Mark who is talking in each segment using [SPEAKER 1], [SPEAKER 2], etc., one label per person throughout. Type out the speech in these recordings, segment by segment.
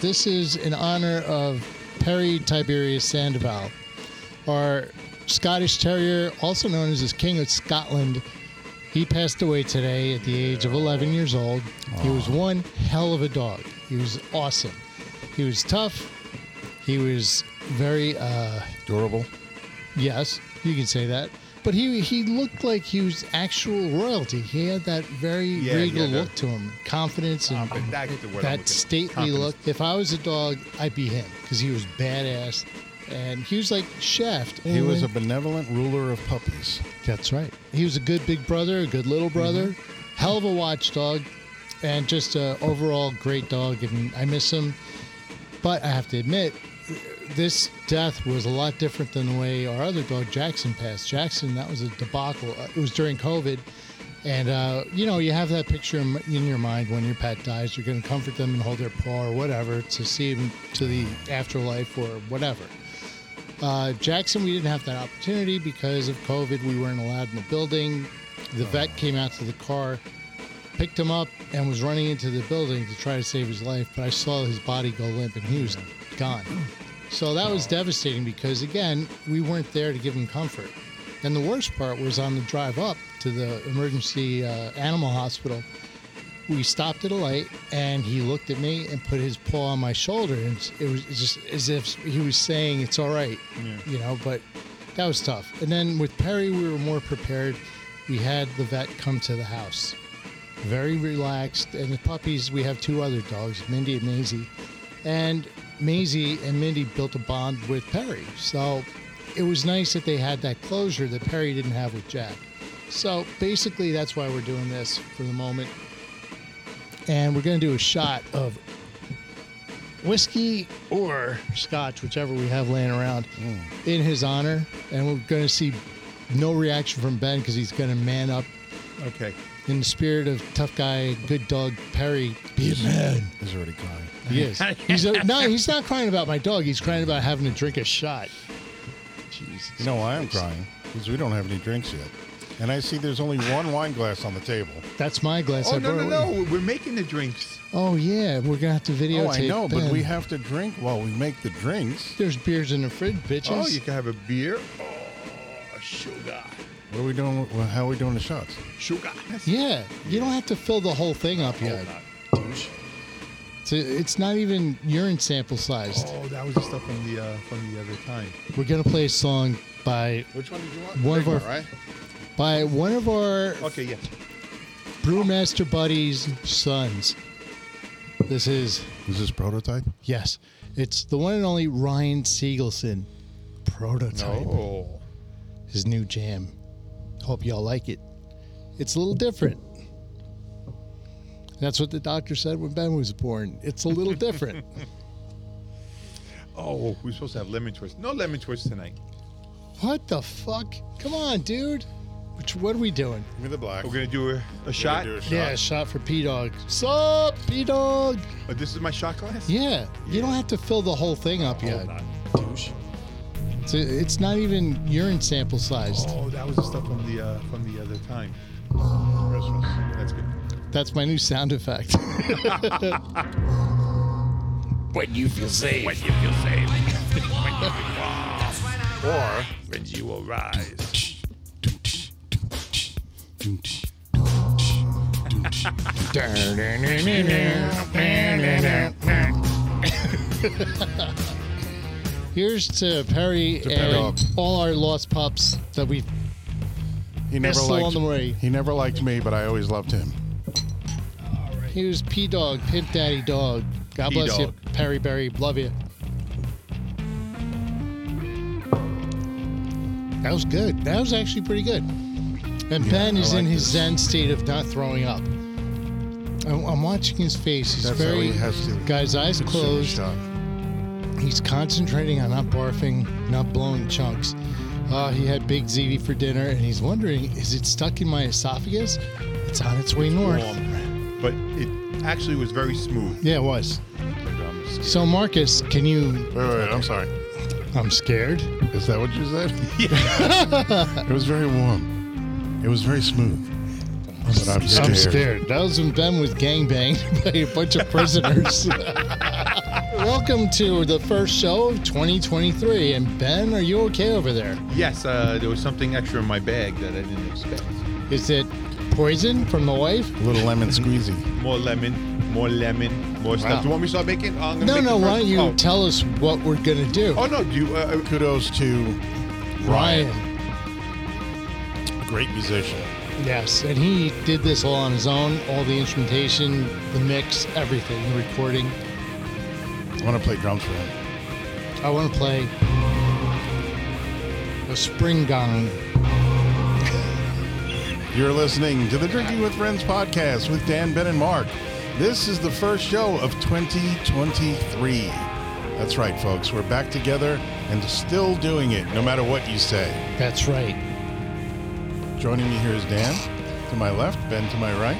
[SPEAKER 1] This is in honor of Perry Tiberius Sandoval, our Scottish Terrier, also known as his King of Scotland. He passed away today at the age of 11 years old. He was one hell of a dog. He was awesome. He was tough. He was very, uh,
[SPEAKER 2] Durable.
[SPEAKER 1] yes, you can say that. But he he looked like he was actual royalty. He had that very
[SPEAKER 2] Yeah,
[SPEAKER 1] regal
[SPEAKER 2] yeah, the-
[SPEAKER 1] look to him, confidence and
[SPEAKER 2] Compe- that's the word I'm looking-
[SPEAKER 1] that stately
[SPEAKER 2] confidence.
[SPEAKER 1] look. If I was a dog, I'd be him because he was badass, and he was like Shaft.
[SPEAKER 3] He was a benevolent ruler of puppies.
[SPEAKER 1] That's right. He was a good big brother, a good little brother, hell of a watchdog, and just a overall great dog. And I miss him, but I have to admit, this death was a lot different than the way our other dog Jackson passed. Jackson, that was a debacle. Uh, It was during COVID, and uh, you know you have that picture in in your mind when your pet dies. You're going to comfort them and hold their paw or whatever to see them to the afterlife or whatever. Uh, Jackson, we didn't have that opportunity because of COVID. We weren't allowed in the building. The vet came out to the car, picked him up, and was running into the building to try to save his life. But I saw his body go limp, and he was gone. So that was devastating because again, we weren't there to give him comfort. And the worst part was on the drive up to the emergency uh, animal hospital. We stopped at a light, and he looked at me and put his paw on my shoulder, and it's- it was just as if he was saying, "It's all right," you know. But that was tough. And then with Perry, we were more prepared. We had the vet come to the house, very relaxed. And the puppies, we have two other dogs, Mindy and Maisie. And Maisie and Mindy built a bond with Perry. So it was nice that they had that closure that Perry didn't have with Jack. So basically, that's why we're doing this for the moment. And we're going to do a shot of whiskey or scotch, whichever we have laying around, in his honor. And we're going to see no reaction from Ben because he's going to man up
[SPEAKER 2] Okay.
[SPEAKER 1] in the spirit of tough guy, good dog Perry. Be a man.
[SPEAKER 3] He's already crying.
[SPEAKER 1] He is. He's a, no, he's not crying about my dog. He's crying about having to drink a shot. Jesus.
[SPEAKER 3] You know why I'm crying? Because we don't have any drinks yet. And I see there's only one wine glass on the table.
[SPEAKER 1] That's my glass.
[SPEAKER 2] Oh
[SPEAKER 1] I
[SPEAKER 2] no
[SPEAKER 1] brought
[SPEAKER 2] no
[SPEAKER 1] it with-
[SPEAKER 2] no! We're making the drinks.
[SPEAKER 1] Oh yeah, we're gonna have to videotape.
[SPEAKER 3] Oh, I know, but
[SPEAKER 1] Ben.
[SPEAKER 3] we have to drink while we make the drinks.
[SPEAKER 1] There's beers in the fridge, bitches.
[SPEAKER 2] Oh, you can have a beer. Oh, sugar,
[SPEAKER 3] What are we doing? well, How are we doing the shots?
[SPEAKER 2] sugar. That's
[SPEAKER 1] yeah, you don't have to fill the whole thing up yet.
[SPEAKER 2] Douche.
[SPEAKER 1] It's, it's not even urine sample sized.
[SPEAKER 2] Oh, that was the stuff from the uh, from the other time.
[SPEAKER 1] We're gonna play a song by
[SPEAKER 3] Which one did you want?
[SPEAKER 1] One of
[SPEAKER 3] Big
[SPEAKER 1] our-
[SPEAKER 3] right?
[SPEAKER 1] by one of our
[SPEAKER 2] Okay, yeah.
[SPEAKER 1] brewmaster buddies' sons. This is
[SPEAKER 3] Is this prototype?
[SPEAKER 1] yes, it's the one and only Ryan Siegelson, prototype.
[SPEAKER 2] Oh,
[SPEAKER 1] his new jam. Hope y'all like it. It's a little different. That's what the doctor said when Ben was born. It's a little different.
[SPEAKER 2] oh, we're supposed to have lemon twist. No lemon twist tonight.
[SPEAKER 1] what the fuck? Come on, dude. Which, what are we doing?
[SPEAKER 3] Give me the black.
[SPEAKER 2] We're gonna do a, a shot.
[SPEAKER 3] do a shot.
[SPEAKER 1] Yeah, a shot for P Dog. Sup, P Dog?
[SPEAKER 2] Oh, this is my shot glass.
[SPEAKER 1] Yeah, you don't have to fill the whole thing up yet.
[SPEAKER 2] Douche.
[SPEAKER 1] It's, it's not even urine sample sized.
[SPEAKER 2] Oh, that was the stuff from the uh, from the other time.
[SPEAKER 3] Christmas.
[SPEAKER 2] That's good.
[SPEAKER 1] That's my new sound effect.
[SPEAKER 4] When you feel safe. When you feel safe. when you Or when you arise.
[SPEAKER 1] Here's to Perry and
[SPEAKER 3] Dog.
[SPEAKER 1] all our lost pups that we've
[SPEAKER 3] He never
[SPEAKER 1] Best
[SPEAKER 3] liked.
[SPEAKER 1] along the way.
[SPEAKER 3] He never liked me, but I always loved him.
[SPEAKER 1] He was P Dog, Pimp Daddy Dog. God bless you,
[SPEAKER 2] P-Dog.
[SPEAKER 1] Perry Berry. Love you. That was good. That was actually pretty good. And Ben
[SPEAKER 3] I
[SPEAKER 1] is in
[SPEAKER 3] like
[SPEAKER 1] his
[SPEAKER 3] this.
[SPEAKER 1] zen state of not throwing up. I'm, I'm watching his face. He's
[SPEAKER 3] That's how
[SPEAKER 1] very
[SPEAKER 3] he has to.
[SPEAKER 1] guys eyes
[SPEAKER 3] consume his
[SPEAKER 1] closed.
[SPEAKER 3] shot.
[SPEAKER 1] He's concentrating on not barfing, not blowing chunks. Uh, he had big ziti for dinner, and he's wondering, is it stuck in my esophagus? It's on its way north.
[SPEAKER 2] Warm. But it actually was very smooth.
[SPEAKER 1] Yeah, it was.
[SPEAKER 2] I'm scared.
[SPEAKER 1] So, Marcus, can you
[SPEAKER 3] Wait, wait, I'm sorry.
[SPEAKER 1] I'm scared.
[SPEAKER 3] Is that what you said? it was very warm. It was very smooth. But I'm scared.
[SPEAKER 1] I'm scared. That was when Ben was gangbanged by a bunch of prisoners. welcome to the first show of 2023. And Ben, are you okay over there?
[SPEAKER 2] Yes, uh, there was something extra in my bag that I didn't expect.
[SPEAKER 1] Is it poison from the wife?
[SPEAKER 3] A little lemon squeezy.
[SPEAKER 2] More lemon, more lemon, more stuff.
[SPEAKER 1] Wow.
[SPEAKER 2] Do you want me to start making? Oh, I'm gonna
[SPEAKER 1] No,
[SPEAKER 2] make
[SPEAKER 1] no.
[SPEAKER 2] the
[SPEAKER 1] Why
[SPEAKER 2] first-
[SPEAKER 1] don't you
[SPEAKER 2] Oh.
[SPEAKER 1] tell us what we're gonna do?
[SPEAKER 2] Oh no, do you? Uh, uh,
[SPEAKER 3] Kudos to
[SPEAKER 1] Ryan.
[SPEAKER 3] a great musician.
[SPEAKER 1] Yes, and he did this all on his own. All the instrumentation, the mix, everything, the recording.
[SPEAKER 3] I want to play drums for him.
[SPEAKER 1] I want to play a spring gong.
[SPEAKER 3] You're listening to the Drinking with Friends podcast with Dan, Ben, and Mark. This is the first show of 2023. That's right, folks. We're back together and still doing it, no matter what you say.
[SPEAKER 1] That's right.
[SPEAKER 3] Joining me here is Dan to my left, Ben to my right.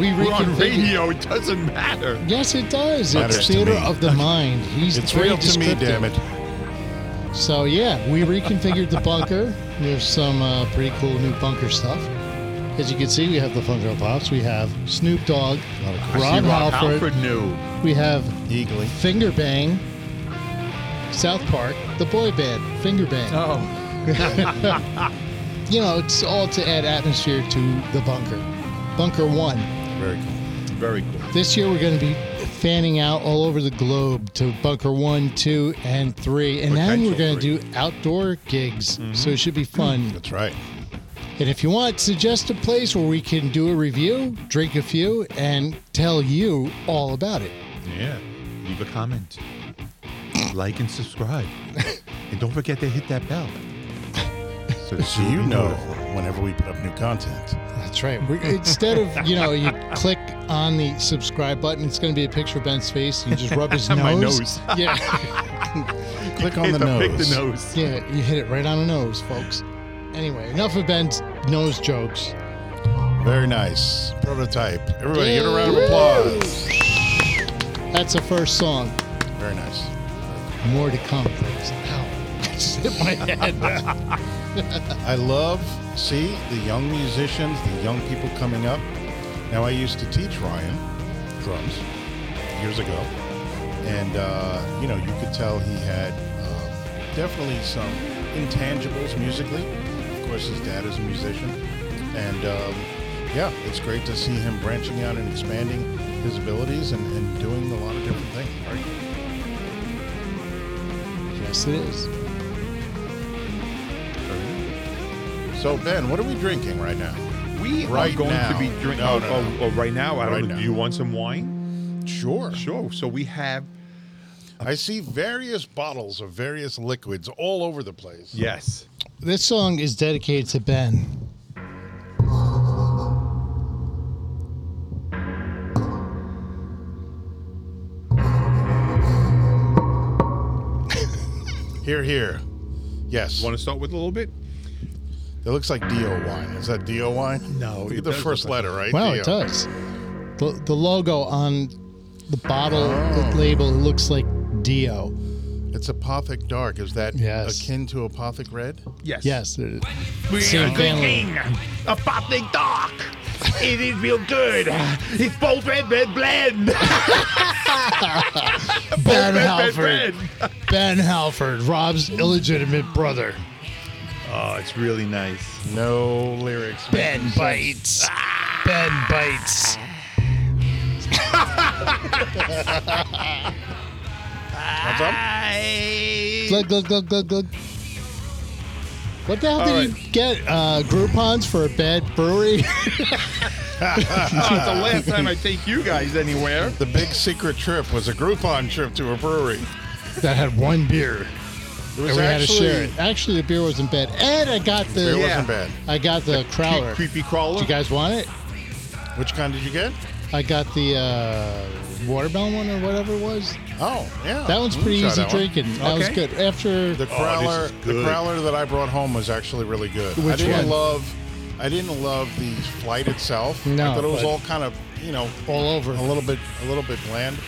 [SPEAKER 1] We
[SPEAKER 2] we're on
[SPEAKER 1] reconfigured-
[SPEAKER 2] radio. It doesn't matter.
[SPEAKER 1] Yes, it does.
[SPEAKER 3] Matters
[SPEAKER 1] it's
[SPEAKER 3] to
[SPEAKER 1] theater
[SPEAKER 3] me.
[SPEAKER 1] of the mind. He's
[SPEAKER 3] It's
[SPEAKER 1] very
[SPEAKER 3] real to me,
[SPEAKER 1] descriptive.
[SPEAKER 3] damn it.
[SPEAKER 1] So yeah, we reconfigured the bunker. There's some uh, pretty cool new bunker stuff. As you can see, we have the Funko Pops. We have Snoop Dogg,
[SPEAKER 2] I see
[SPEAKER 1] Rob
[SPEAKER 2] Rob
[SPEAKER 1] Halford.
[SPEAKER 2] Halford knew.
[SPEAKER 1] We have
[SPEAKER 3] Eagerly.
[SPEAKER 1] Finger Bang, South Park, the boy band, Finger Bang.
[SPEAKER 2] Oh,
[SPEAKER 1] You know, it's all to add atmosphere to the bunker. Bunker One.
[SPEAKER 3] Very cool.
[SPEAKER 2] very cool.
[SPEAKER 1] This year we're going to be fanning out all over the globe to Bunker 1, 2, and 3. And then
[SPEAKER 2] Potential
[SPEAKER 1] we're going
[SPEAKER 2] three. Mm-hmm.
[SPEAKER 1] to do outdoor gigs. So it should be fun.
[SPEAKER 3] That's right.
[SPEAKER 1] And if you want, suggest a place where we can do a review, drink a few, and tell you all about it.
[SPEAKER 2] Yeah. Leave a comment, like and subscribe, and don't forget to hit that bell. So, that
[SPEAKER 3] So
[SPEAKER 2] will
[SPEAKER 3] you
[SPEAKER 2] be
[SPEAKER 3] know
[SPEAKER 2] notified.
[SPEAKER 3] whenever we put up new content.
[SPEAKER 1] That's right. We, instead of, you know, you click on the subscribe button, it's going to be a picture of Ben's face. You just rub his nose.
[SPEAKER 2] My nose.
[SPEAKER 1] Yeah.
[SPEAKER 3] Click on the
[SPEAKER 2] Hit the-
[SPEAKER 3] nose.
[SPEAKER 2] pick the nose.
[SPEAKER 1] Yeah, you hit it right on the nose, folks. Anyway, enough of Ben's nose jokes.
[SPEAKER 3] Very nice. Prototype. Everybody, get a round of
[SPEAKER 1] Woo!
[SPEAKER 3] applause.
[SPEAKER 1] That's the first song.
[SPEAKER 3] Very nice.
[SPEAKER 1] More to come, folks. Ow. Just hit my head.
[SPEAKER 3] I love, see, the young musicians, the young people coming up. Now, I used to teach Ryan drums years ago. And, uh, you know, you could tell he had um, definitely some intangibles musically. Of course, his dad is a musician. And, um, yeah, it's great to see him branching out and expanding his abilities and, and doing a lot of different things. Very
[SPEAKER 1] yes, it is.
[SPEAKER 3] So, Ben, what are we drinking right now?
[SPEAKER 2] We
[SPEAKER 3] Right
[SPEAKER 2] are going
[SPEAKER 3] now.
[SPEAKER 2] to be drinking.
[SPEAKER 3] No,
[SPEAKER 2] oh,
[SPEAKER 3] no,
[SPEAKER 2] oh, oh, right now. I don't
[SPEAKER 3] Right
[SPEAKER 2] know.
[SPEAKER 3] now.
[SPEAKER 2] Do you want some wine?
[SPEAKER 3] Sure.
[SPEAKER 2] Sure. So we have.
[SPEAKER 3] I see various bottles of various liquids all over the place.
[SPEAKER 2] Yes.
[SPEAKER 1] This song is dedicated to Ben.
[SPEAKER 3] Here, here. Yes.
[SPEAKER 2] Want to start with a little bit?
[SPEAKER 3] It looks like DO wine. Is that DO wine?
[SPEAKER 2] No,
[SPEAKER 3] Look
[SPEAKER 2] it
[SPEAKER 3] at the
[SPEAKER 2] does
[SPEAKER 3] first
[SPEAKER 2] look like-
[SPEAKER 3] letter, right?
[SPEAKER 1] Wow,
[SPEAKER 3] DO.
[SPEAKER 1] it does. The, the logo on the bottle
[SPEAKER 3] Oh.
[SPEAKER 1] label looks like Dio.
[SPEAKER 3] It's Apothic Dark. Is that
[SPEAKER 1] Yes.
[SPEAKER 3] akin to Apothic Red?
[SPEAKER 2] Yes.
[SPEAKER 1] Yes, it-
[SPEAKER 4] We
[SPEAKER 1] Same
[SPEAKER 4] are
[SPEAKER 1] family.
[SPEAKER 4] thinking of Popney Dark. It is real good. It's both red, red, blend.
[SPEAKER 1] Ben
[SPEAKER 2] red,
[SPEAKER 1] Halford.
[SPEAKER 2] red,
[SPEAKER 1] Ben Halford, Rob's illegitimate brother.
[SPEAKER 2] Oh, it's really nice.
[SPEAKER 3] No lyrics.
[SPEAKER 1] Ben bites. Ben bites.
[SPEAKER 3] Thumbs up?
[SPEAKER 1] Glug glug glug glug glug. What the hell
[SPEAKER 2] All
[SPEAKER 1] did
[SPEAKER 2] right.
[SPEAKER 1] you get? Uh, Groupons for a bad brewery?
[SPEAKER 2] Oh, it's the last time I take you guys anywhere.
[SPEAKER 3] The big secret trip was a Groupon trip to a brewery.
[SPEAKER 1] that had one beer.
[SPEAKER 3] It was
[SPEAKER 1] And we had to
[SPEAKER 3] actually
[SPEAKER 1] share it. Actually, the beer was in bed. And I got the
[SPEAKER 3] It
[SPEAKER 2] Yeah.
[SPEAKER 3] wasn't bad.
[SPEAKER 1] I got the crowler. Do
[SPEAKER 2] Creepy crawler.
[SPEAKER 1] you guys want it?
[SPEAKER 3] Which kind did you get?
[SPEAKER 1] I got the uh, watermelon one or whatever it was.
[SPEAKER 3] Oh, yeah.
[SPEAKER 1] That one's
[SPEAKER 3] We
[SPEAKER 1] pretty
[SPEAKER 3] tried
[SPEAKER 1] easy
[SPEAKER 3] that one.
[SPEAKER 1] drinking. That was
[SPEAKER 2] Okay.
[SPEAKER 1] good. After
[SPEAKER 3] The
[SPEAKER 2] Oh,
[SPEAKER 3] crowler,
[SPEAKER 2] this is
[SPEAKER 3] the
[SPEAKER 2] good.
[SPEAKER 3] crowler that I brought home was actually really good. I
[SPEAKER 1] Which
[SPEAKER 3] didn't
[SPEAKER 1] one?
[SPEAKER 3] love, I didn't love the flight itself.
[SPEAKER 1] No,
[SPEAKER 3] I thought it was
[SPEAKER 1] but-
[SPEAKER 3] all kind of, you know,
[SPEAKER 1] all over. Mm-hmm.
[SPEAKER 3] a little bit, a little bit bland.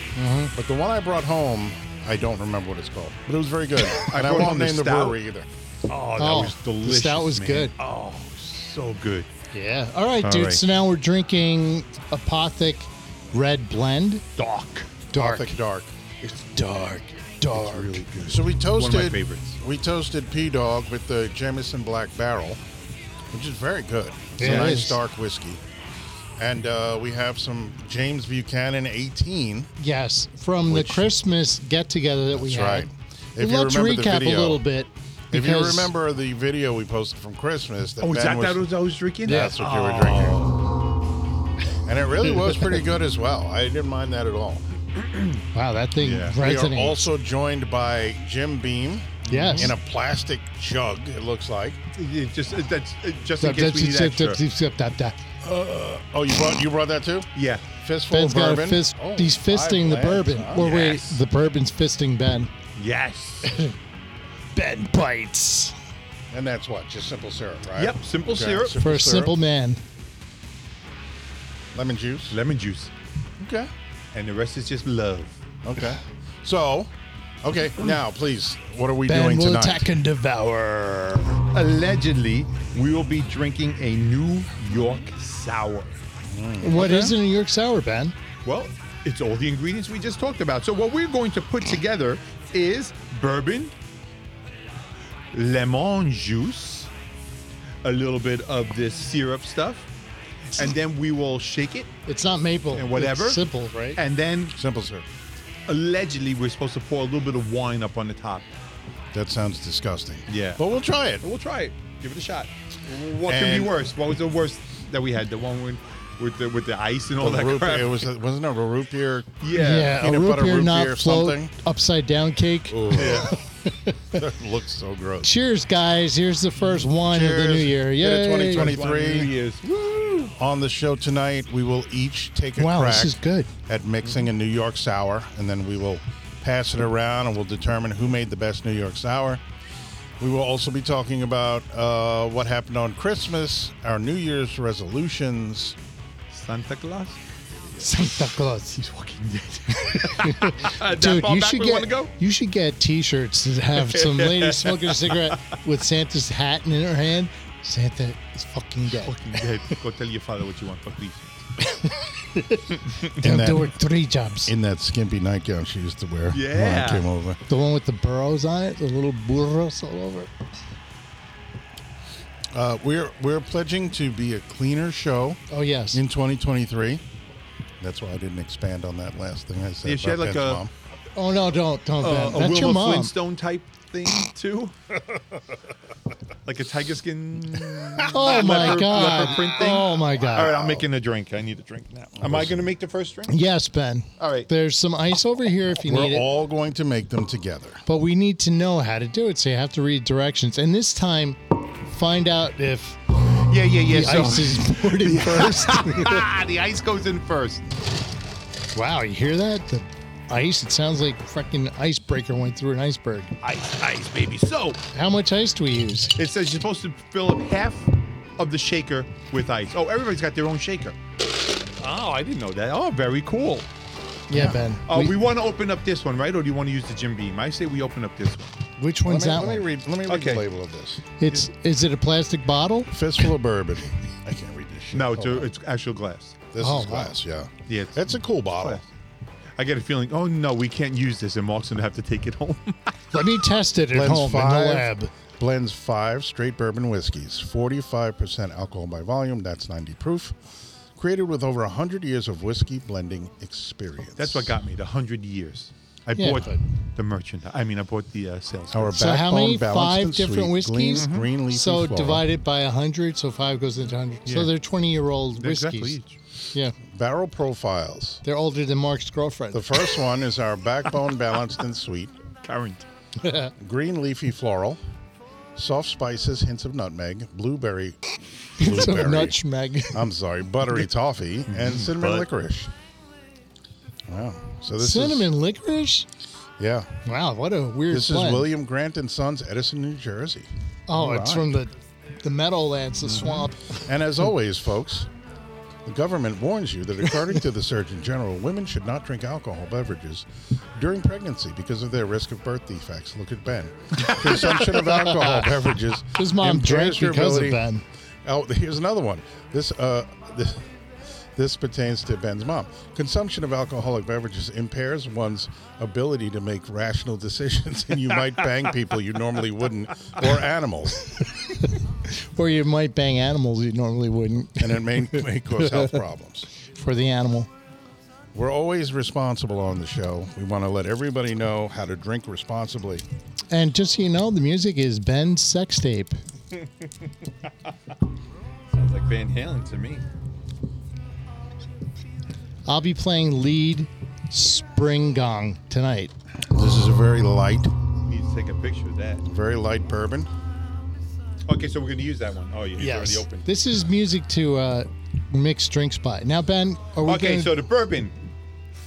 [SPEAKER 3] But the one I brought home, I don't remember what it's called, but it was very good. and I
[SPEAKER 2] brought
[SPEAKER 3] won't
[SPEAKER 2] home the
[SPEAKER 3] name the,
[SPEAKER 2] stout.
[SPEAKER 3] brewery either.
[SPEAKER 2] Oh, that
[SPEAKER 1] Oh,
[SPEAKER 2] was
[SPEAKER 1] the
[SPEAKER 2] delicious.
[SPEAKER 1] stout was
[SPEAKER 2] man.
[SPEAKER 1] good.
[SPEAKER 2] Oh, so good.
[SPEAKER 1] Yeah. All right,
[SPEAKER 2] All
[SPEAKER 1] dude.
[SPEAKER 2] right.
[SPEAKER 1] So now we're drinking Apothic Red Blend.
[SPEAKER 2] Dark.
[SPEAKER 1] Dark.
[SPEAKER 3] Thick dark. It's dark, dark.
[SPEAKER 2] really good.
[SPEAKER 3] So we toasted.
[SPEAKER 2] One of my favorites.
[SPEAKER 3] We toasted P Dog with the Jameson Black Barrel, which is very good. It's
[SPEAKER 1] Yeah,
[SPEAKER 3] a
[SPEAKER 1] it
[SPEAKER 3] nice
[SPEAKER 1] is.
[SPEAKER 3] dark whiskey, and uh, we have some James Buchanan 18.
[SPEAKER 1] Yes, from
[SPEAKER 3] Which-
[SPEAKER 1] the Christmas get together that we
[SPEAKER 3] That's
[SPEAKER 1] had.
[SPEAKER 3] right. If you
[SPEAKER 1] Let's
[SPEAKER 3] remember the
[SPEAKER 1] recap
[SPEAKER 3] video.
[SPEAKER 1] a little bit.
[SPEAKER 3] If you
[SPEAKER 1] because-
[SPEAKER 3] remember the video we posted from Christmas, that
[SPEAKER 2] Oh, is
[SPEAKER 3] Ben was,
[SPEAKER 2] that that was Oh. I was drinking?
[SPEAKER 3] that's what you were drinking,
[SPEAKER 1] Oh.
[SPEAKER 3] and it really was pretty good as well. I didn't mind that at all.
[SPEAKER 1] wow, that thing
[SPEAKER 3] We are
[SPEAKER 1] resonates.
[SPEAKER 3] also joined by Jim Beam
[SPEAKER 1] yes,
[SPEAKER 3] in a plastic jug. It looks like.
[SPEAKER 2] It just it- that's it- just in
[SPEAKER 1] Dup,
[SPEAKER 2] case
[SPEAKER 1] dup,
[SPEAKER 2] we need
[SPEAKER 1] dup, dup,
[SPEAKER 2] extra.
[SPEAKER 1] dup, dup, dup, dup.
[SPEAKER 3] Oh, you brought you brought that too?
[SPEAKER 2] Yeah.
[SPEAKER 3] Fistful
[SPEAKER 1] Ben's
[SPEAKER 3] of
[SPEAKER 1] got
[SPEAKER 3] bourbon.
[SPEAKER 1] a fist.
[SPEAKER 3] Oh,
[SPEAKER 1] he's fisting the
[SPEAKER 3] five lanes,
[SPEAKER 1] bourbon.
[SPEAKER 3] huh?
[SPEAKER 1] Or
[SPEAKER 2] Yes.
[SPEAKER 1] wait, the bourbon's fisting Ben.
[SPEAKER 2] Yes.
[SPEAKER 1] Ben bites
[SPEAKER 3] And that's what? Just simple syrup, right?
[SPEAKER 2] Yep, simple syrup.
[SPEAKER 1] for a simple man.
[SPEAKER 3] lemon juice.
[SPEAKER 2] Lemon juice,
[SPEAKER 3] Okay.
[SPEAKER 2] and the rest is just love.
[SPEAKER 3] Okay. So, okay, now please, what are we
[SPEAKER 1] Ben
[SPEAKER 3] doing
[SPEAKER 1] will
[SPEAKER 3] tonight?
[SPEAKER 1] attack and devour.
[SPEAKER 2] Allegedly, we will be drinking a New York sour.
[SPEAKER 1] What is a New York sour, Ben?
[SPEAKER 2] Well, it's all the ingredients we just talked about. So what we're going to put together is bourbon, lemon juice, a little bit of this syrup stuff, and then we will shake it
[SPEAKER 1] It's not maple.
[SPEAKER 2] and whatever.
[SPEAKER 1] It's simple, right?
[SPEAKER 2] And then
[SPEAKER 3] Simple syrup.
[SPEAKER 2] allegedly we're supposed to pour a little bit of wine up on the top.
[SPEAKER 3] That sounds disgusting.
[SPEAKER 2] Yeah.
[SPEAKER 3] But we'll try it.
[SPEAKER 2] But we'll try it. Give it a shot. What can
[SPEAKER 3] And-
[SPEAKER 2] be worse? What was the worst that we had? The one with with the with the ice and all
[SPEAKER 3] The
[SPEAKER 2] that
[SPEAKER 3] root
[SPEAKER 2] crap.
[SPEAKER 3] beer- it was wasn't it a root beer?
[SPEAKER 2] yeah.
[SPEAKER 1] yeah, a
[SPEAKER 3] peanut
[SPEAKER 1] root
[SPEAKER 3] butter
[SPEAKER 1] beer
[SPEAKER 3] root
[SPEAKER 1] not
[SPEAKER 3] beer or
[SPEAKER 1] float
[SPEAKER 3] something.
[SPEAKER 1] upside down cake.
[SPEAKER 3] Ooh. that looks so gross.
[SPEAKER 1] Cheers, guys. Here's the first wine of the
[SPEAKER 3] Cheers.
[SPEAKER 1] new year.
[SPEAKER 3] Get it,
[SPEAKER 1] Yay.
[SPEAKER 3] 2020.
[SPEAKER 2] One of New
[SPEAKER 3] 23.
[SPEAKER 2] Year's.
[SPEAKER 3] On the show tonight, we will each take a
[SPEAKER 1] Wow,
[SPEAKER 3] crack
[SPEAKER 1] this is good.
[SPEAKER 3] at mixing a New York sour, and then we will pass it around and we'll determine who made the best New York sour. We will also be talking about uh, what happened on Christmas, our New Year's resolutions.
[SPEAKER 2] Santa Claus.
[SPEAKER 1] Santa Claus.
[SPEAKER 2] He's walking dead. That
[SPEAKER 1] Dude,
[SPEAKER 2] far
[SPEAKER 1] you
[SPEAKER 2] Uh, back
[SPEAKER 1] should
[SPEAKER 2] we
[SPEAKER 1] get
[SPEAKER 2] wanna go?
[SPEAKER 1] you should get T-shirts that have some lady smoking a cigarette with Santa's hat in her hand. Santa is fucking dead.
[SPEAKER 2] Walking dead. Go tell your father what you want, but please.
[SPEAKER 1] They'll
[SPEAKER 3] that-
[SPEAKER 1] do it three jobs.
[SPEAKER 3] in that skimpy nightgown she used to wear when I
[SPEAKER 2] Yeah.
[SPEAKER 3] came over.
[SPEAKER 1] the one with the burros on it, the little burros all over. it.
[SPEAKER 3] Uh, we're we're pledging to be a cleaner show
[SPEAKER 1] Oh yes,
[SPEAKER 3] in 2023. That's why I didn't expand on that last thing I said.
[SPEAKER 2] Yeah, she had
[SPEAKER 3] about
[SPEAKER 2] like
[SPEAKER 3] Ben's
[SPEAKER 2] a-
[SPEAKER 3] mom.
[SPEAKER 1] Oh no, don't, don't.
[SPEAKER 2] Uh,
[SPEAKER 1] Ben.
[SPEAKER 2] a
[SPEAKER 1] That's your
[SPEAKER 2] Wilma
[SPEAKER 1] mom.
[SPEAKER 2] Flintstone type thing too. like a tiger skin.
[SPEAKER 1] Oh my
[SPEAKER 2] leopard-
[SPEAKER 1] god.
[SPEAKER 2] leopard print thing.
[SPEAKER 1] Oh my
[SPEAKER 2] All right,
[SPEAKER 1] god.
[SPEAKER 2] I'm making a drink. I need a drink now. Am I going to make the first drink?
[SPEAKER 1] Yes, Ben.
[SPEAKER 2] All right.
[SPEAKER 1] There's some ice over here if you need
[SPEAKER 3] We're
[SPEAKER 1] it.
[SPEAKER 3] all going to make them together.
[SPEAKER 1] but we need to know how to do it, so you have to read directions. And this time, find out if
[SPEAKER 2] Yeah, yeah, yeah.
[SPEAKER 1] the ice is poured in first.
[SPEAKER 2] the ice goes in first.
[SPEAKER 1] wow, you hear that? The ice. It sounds like freaking icebreaker went through an iceberg.
[SPEAKER 2] Ice, ice, baby. So
[SPEAKER 1] How much ice do we use?
[SPEAKER 2] it says you're supposed to fill up half of the shaker with ice. Oh, everybody's got their own shaker. Oh, I didn't know that. Oh, very cool.
[SPEAKER 1] Yeah, Ben.
[SPEAKER 2] Uh, we,
[SPEAKER 1] We-
[SPEAKER 2] want to open up this one, right? Or do you want to use the Jim Beam? I say we open up this one.
[SPEAKER 1] which one's
[SPEAKER 3] let me,
[SPEAKER 1] that
[SPEAKER 3] let
[SPEAKER 1] one?
[SPEAKER 3] me read. Let me read
[SPEAKER 2] Okay.
[SPEAKER 3] the label of this.
[SPEAKER 1] It's is it a plastic bottle?
[SPEAKER 3] Fistful of bourbon. I can't read this shit.
[SPEAKER 2] No, it's,
[SPEAKER 3] Hold
[SPEAKER 2] a,
[SPEAKER 3] on.
[SPEAKER 2] it's actual glass.
[SPEAKER 3] this
[SPEAKER 1] Oh,
[SPEAKER 3] is glass. Yeah.
[SPEAKER 2] Yeah, it's-
[SPEAKER 3] It's, a cool bottle.
[SPEAKER 2] Glass. I get a feeling, oh no, we can't use this, and Mark's going to have to take it home.
[SPEAKER 1] Let me test it at home in the lab.
[SPEAKER 3] Blends five straight bourbon whiskeys, 45% alcohol by volume. That's 90 proof. Created with over 100 years of whiskey blending experience.
[SPEAKER 2] That's what got me, the 100 years. I
[SPEAKER 1] Yeah,
[SPEAKER 2] bought
[SPEAKER 1] but-
[SPEAKER 2] the merchandise. I mean, I bought the uh, sales.
[SPEAKER 3] our
[SPEAKER 1] So how many?
[SPEAKER 3] backbone balanced
[SPEAKER 1] Five
[SPEAKER 3] and
[SPEAKER 1] different
[SPEAKER 3] sweet, Green,
[SPEAKER 1] whiskeys.
[SPEAKER 3] green leafy
[SPEAKER 1] so
[SPEAKER 3] floral.
[SPEAKER 1] divided by hundred, so five goes into hundred. So
[SPEAKER 2] Yeah.
[SPEAKER 1] they're twenty-year-old
[SPEAKER 2] They're exactly
[SPEAKER 1] whiskeys.
[SPEAKER 2] each.
[SPEAKER 1] Yeah,
[SPEAKER 3] Barrel profiles.
[SPEAKER 1] they're older than Mark's girlfriend.
[SPEAKER 3] The first one is our backbone balanced and sweet,
[SPEAKER 2] Current.
[SPEAKER 3] green leafy floral, soft spices, hints of nutmeg, blueberry,
[SPEAKER 1] It's a
[SPEAKER 3] blueberry.
[SPEAKER 1] nutmeg.
[SPEAKER 3] I'm sorry, buttery toffee, and cinnamon
[SPEAKER 2] But-
[SPEAKER 3] licorice. Wow. So this
[SPEAKER 1] Cinnamon
[SPEAKER 3] is
[SPEAKER 1] licorice.
[SPEAKER 3] yeah.
[SPEAKER 1] Wow, what a weird.
[SPEAKER 3] This is
[SPEAKER 1] blend.
[SPEAKER 3] William Grant and Sons, Edison, New Jersey.
[SPEAKER 1] Oh, it's from the the Meadowlands, the
[SPEAKER 3] Mm-hmm.
[SPEAKER 1] swamp.
[SPEAKER 3] And
[SPEAKER 1] Hmm.
[SPEAKER 3] as always, folks, the government warns you that according to the Surgeon General, women should not drink alcohol beverages during pregnancy because of their risk of birth defects. Look at Ben. Consumption of alcohol beverages.
[SPEAKER 1] His mom
[SPEAKER 3] impairs
[SPEAKER 1] drank
[SPEAKER 3] your
[SPEAKER 1] because of
[SPEAKER 3] ability-
[SPEAKER 1] Ben.
[SPEAKER 3] Oh, here's another one. This uh, this, This pertains to Ben's mom. Consumption of alcoholic beverages impairs one's ability to make rational decisions, and you might bang people you normally wouldn't, or animals,
[SPEAKER 1] Or you might bang animals you normally wouldn't
[SPEAKER 3] and it may, may cause health problems.
[SPEAKER 1] for the animal.
[SPEAKER 3] We're always responsible on the show. We want to let everybody know how to drink responsibly.
[SPEAKER 1] And just so you know, the music is Ben's sex tape.
[SPEAKER 2] Sounds like Van Halen to me.
[SPEAKER 1] I'll be playing lead spring gong tonight.
[SPEAKER 3] This is a very light,
[SPEAKER 2] Need to take a picture of that.
[SPEAKER 3] very light bourbon.
[SPEAKER 2] Okay, so we're gonna use that one. Oh, yeah, it's already open.
[SPEAKER 1] This is music to uh, mix drinks by. Now, Ben, are we
[SPEAKER 2] okay,
[SPEAKER 1] gonna-
[SPEAKER 2] so the bourbon,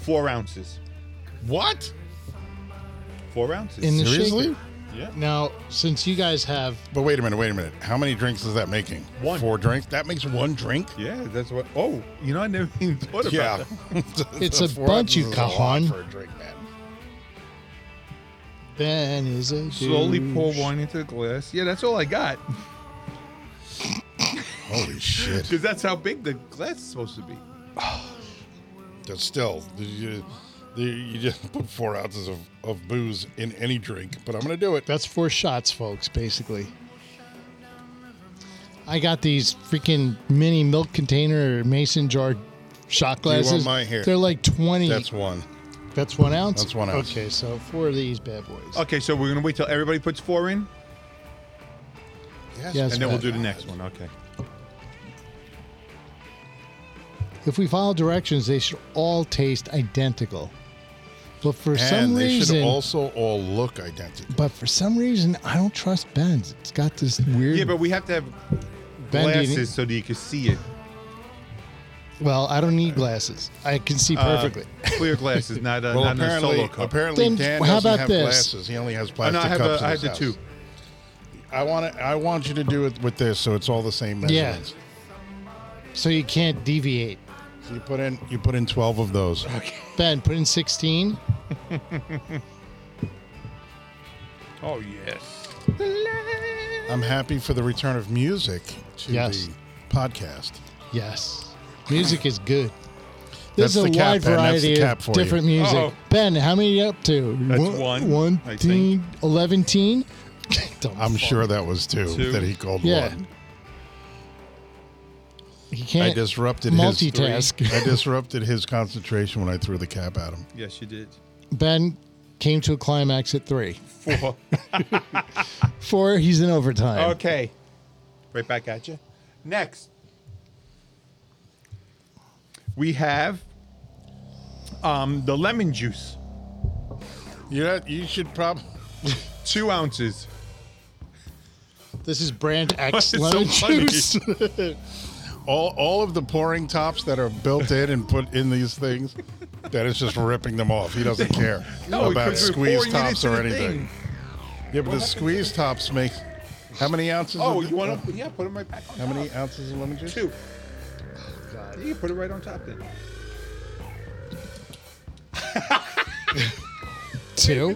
[SPEAKER 2] four ounces.
[SPEAKER 3] What?
[SPEAKER 2] Four ounces.
[SPEAKER 1] in the
[SPEAKER 3] Seriously?
[SPEAKER 1] shaker?
[SPEAKER 2] yeah.
[SPEAKER 1] Now, since you guys have
[SPEAKER 3] But wait a minute, wait a minute. How many drinks is that making?
[SPEAKER 2] One.
[SPEAKER 3] Four drinks? That makes one drink?
[SPEAKER 2] Yeah, that's what. Oh, you know, I never even thought about that.
[SPEAKER 1] It's
[SPEAKER 3] So
[SPEAKER 1] a
[SPEAKER 3] four
[SPEAKER 1] bunch, you
[SPEAKER 3] ounces is a lot
[SPEAKER 1] cajon.
[SPEAKER 3] For a drink, man.
[SPEAKER 1] Ben is a
[SPEAKER 2] Slowly
[SPEAKER 1] douche.
[SPEAKER 2] pour wine into the glass. Yeah, that's all I got.
[SPEAKER 3] Holy shit.
[SPEAKER 2] Because that's how big the glass is supposed to be.
[SPEAKER 3] That's still, you, you- you just put four ounces of, of booze in any drink, but I'm going to do it.
[SPEAKER 1] That's four shots, folks, basically. I got these freaking mini milk container mason jar shot
[SPEAKER 3] you want
[SPEAKER 1] glasses.
[SPEAKER 3] mine here?
[SPEAKER 1] They're like 20.
[SPEAKER 3] That's one.
[SPEAKER 1] That's one ounce?
[SPEAKER 3] That's one ounce.
[SPEAKER 1] Okay, so four of these bad boys.
[SPEAKER 2] Okay, so we're gonna wait till everybody puts four in,
[SPEAKER 3] Yes.
[SPEAKER 1] Yes,
[SPEAKER 2] and then we'll
[SPEAKER 1] Ben.
[SPEAKER 2] do the next one. Okay.
[SPEAKER 1] If we follow directions, they should all taste identical. But for some
[SPEAKER 3] And they
[SPEAKER 1] reason,
[SPEAKER 3] should also all look identical.
[SPEAKER 1] but for some reason, I don't trust Ben's. It's got this weird.
[SPEAKER 2] Yeah, but we have to have
[SPEAKER 1] Bendy-
[SPEAKER 2] glasses so that you can see it.
[SPEAKER 1] well, I don't need glasses. I can see
[SPEAKER 2] Uh,
[SPEAKER 1] perfectly.
[SPEAKER 2] clear glasses, not a,
[SPEAKER 3] Well,
[SPEAKER 2] not a
[SPEAKER 3] apparently,
[SPEAKER 2] solo cup.
[SPEAKER 3] apparently
[SPEAKER 1] Then
[SPEAKER 3] Dan
[SPEAKER 1] how
[SPEAKER 3] doesn't
[SPEAKER 1] about
[SPEAKER 3] have
[SPEAKER 1] this?
[SPEAKER 3] glasses. He only has
[SPEAKER 2] Oh,
[SPEAKER 3] plastic
[SPEAKER 2] no, I have
[SPEAKER 3] cups.
[SPEAKER 2] a,
[SPEAKER 3] in
[SPEAKER 2] I have
[SPEAKER 3] his
[SPEAKER 2] the
[SPEAKER 3] house.
[SPEAKER 2] two.
[SPEAKER 3] I want to. I want you to do it with this, so it's all the same
[SPEAKER 1] Yeah.
[SPEAKER 3] measurements.
[SPEAKER 1] so you can't deviate.
[SPEAKER 3] So you put in. You put in twelve of those.
[SPEAKER 1] Ben, put in 16.
[SPEAKER 2] Oh yes.
[SPEAKER 3] I'm happy for the return of music to
[SPEAKER 1] Yes.
[SPEAKER 3] the podcast.
[SPEAKER 1] Yes. Music is good. There's
[SPEAKER 3] That's the
[SPEAKER 1] a
[SPEAKER 3] cap,
[SPEAKER 1] wide
[SPEAKER 3] Ben. That's the
[SPEAKER 1] variety
[SPEAKER 3] cap
[SPEAKER 1] of
[SPEAKER 3] for
[SPEAKER 1] different music.
[SPEAKER 2] Uh-oh.
[SPEAKER 1] Ben, how many you up to?
[SPEAKER 2] That's
[SPEAKER 1] one.
[SPEAKER 2] one,
[SPEAKER 1] One,
[SPEAKER 2] I think.
[SPEAKER 1] teen, 11 teen? Don't
[SPEAKER 3] I'm
[SPEAKER 1] fuck.
[SPEAKER 3] sure that was two,
[SPEAKER 2] Two.
[SPEAKER 3] that he called
[SPEAKER 1] Yeah.
[SPEAKER 3] one.
[SPEAKER 1] He
[SPEAKER 3] I
[SPEAKER 1] can't.
[SPEAKER 3] disrupted
[SPEAKER 1] multitask.
[SPEAKER 3] his. I disrupted his concentration when I threw the cap at him.
[SPEAKER 2] Yes, you did.
[SPEAKER 1] ben came to a climax at three.
[SPEAKER 2] Four.
[SPEAKER 1] Four, he's in overtime.
[SPEAKER 2] okay. Right back at you. Next, we have um, the lemon juice,
[SPEAKER 3] You you should probably.
[SPEAKER 2] two ounces.
[SPEAKER 1] This is brand
[SPEAKER 2] It's
[SPEAKER 1] X
[SPEAKER 2] so
[SPEAKER 1] lemon
[SPEAKER 2] funny.
[SPEAKER 1] juice.
[SPEAKER 3] all all of the pouring tops that are built in and put in these things. That is just ripping them off. He doesn't care about
[SPEAKER 2] because we're
[SPEAKER 3] squeeze
[SPEAKER 2] pouring Oh, it
[SPEAKER 3] tops
[SPEAKER 2] into
[SPEAKER 3] or
[SPEAKER 2] the
[SPEAKER 3] anything.
[SPEAKER 2] thing.
[SPEAKER 3] Yeah, but the squeeze tops make how many ounces?
[SPEAKER 2] Oh,
[SPEAKER 3] of-
[SPEAKER 2] you want to? Yeah, put them right back. On
[SPEAKER 3] how many
[SPEAKER 2] top.
[SPEAKER 3] ounces of lemon juice?
[SPEAKER 2] Two. You can put it right on top then.
[SPEAKER 1] Two.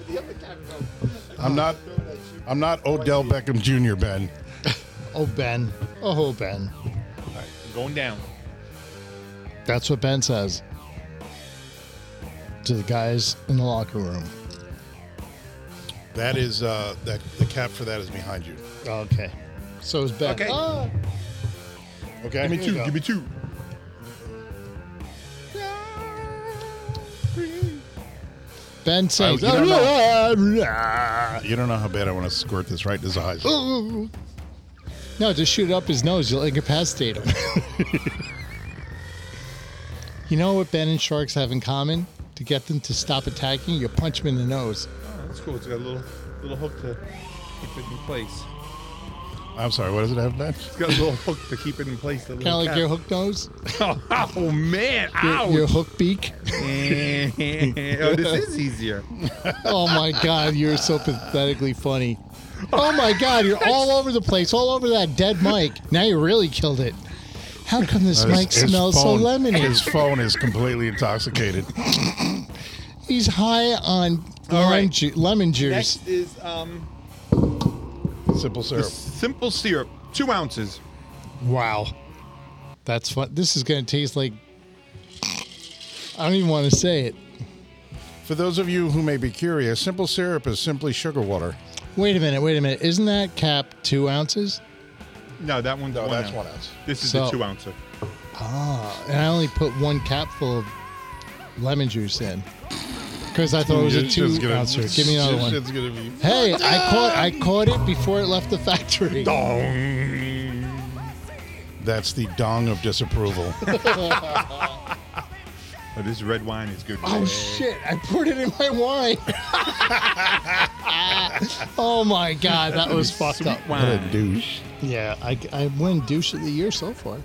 [SPEAKER 3] I'm not. I'm not Odell Beckham Jr. Ben.
[SPEAKER 1] Oh, Ben. Oh, Ben.
[SPEAKER 2] All right, going down.
[SPEAKER 1] That's what Ben says to the guys in the locker room.
[SPEAKER 3] That is uh, that the cap for that is behind you.
[SPEAKER 1] Okay. So is Ben.
[SPEAKER 2] Okay.
[SPEAKER 1] Ah.
[SPEAKER 3] Okay.
[SPEAKER 2] Give me two.
[SPEAKER 3] Here you
[SPEAKER 2] Give
[SPEAKER 3] go.
[SPEAKER 2] me two.
[SPEAKER 1] Ben says,
[SPEAKER 3] Oh, you don't
[SPEAKER 1] "Ah,
[SPEAKER 3] You don't know how bad I want to squirt this right in his eyes.
[SPEAKER 1] ah, ah." No, just shoot it up his nose. You'll incapacitate him. you know what Ben and sharks have in common? To get them to stop attacking, you punch them in the nose.
[SPEAKER 2] Oh, that's cool. It's got a little little hook to keep it in place.
[SPEAKER 3] I'm sorry. What does it have, Ben?
[SPEAKER 2] It's got a little hook to keep it in place. the
[SPEAKER 1] Kind of
[SPEAKER 2] little
[SPEAKER 1] like
[SPEAKER 2] cap.
[SPEAKER 1] your hook nose,
[SPEAKER 2] Oh, man!
[SPEAKER 1] your,
[SPEAKER 2] Ow!
[SPEAKER 1] your hook beak.
[SPEAKER 2] oh, this is easier.
[SPEAKER 1] Oh my God, you're so pathetically funny. Oh my God, you're all over the place, all over that dead mic. Now you really killed it. How come this
[SPEAKER 3] His-
[SPEAKER 1] mic
[SPEAKER 3] his
[SPEAKER 1] smells so
[SPEAKER 3] phone-
[SPEAKER 1] lemony?
[SPEAKER 3] His phone is completely intoxicated.
[SPEAKER 1] He's high on
[SPEAKER 2] All
[SPEAKER 1] lime
[SPEAKER 2] right.
[SPEAKER 1] ju- lemon juice.
[SPEAKER 2] Next is um,
[SPEAKER 3] Simple
[SPEAKER 2] the
[SPEAKER 3] syrup.
[SPEAKER 2] simple syrup, two ounces.
[SPEAKER 1] Wow. That's fun. This is going to taste like I don't even want to say it.
[SPEAKER 3] For those of you who may be curious, simple syrup is simply sugar water.
[SPEAKER 1] Wait a minute, wait a minute. Isn't that cap two ounces?
[SPEAKER 2] No, that one's
[SPEAKER 3] No,
[SPEAKER 2] one
[SPEAKER 3] that's
[SPEAKER 2] ounce.
[SPEAKER 3] one ounce.
[SPEAKER 2] This is
[SPEAKER 1] So-
[SPEAKER 2] the two ouncer.
[SPEAKER 1] And I only put one capful of lemon juice in because I thought it was a
[SPEAKER 3] It's just
[SPEAKER 1] two
[SPEAKER 3] gonna-
[SPEAKER 1] ouncer. Give me another
[SPEAKER 3] it's
[SPEAKER 1] one.
[SPEAKER 3] just gonna be-
[SPEAKER 1] Hey, I caught I caught it before it left the factory.
[SPEAKER 2] Mm.
[SPEAKER 3] That's the dong of disapproval.
[SPEAKER 2] Oh, this red wine is good.
[SPEAKER 1] Oh
[SPEAKER 2] boy.
[SPEAKER 1] shit! I poured it in my wine. oh my god, that was fucked up.
[SPEAKER 3] what a douche.
[SPEAKER 1] Yeah, I, I win douche of the year so far.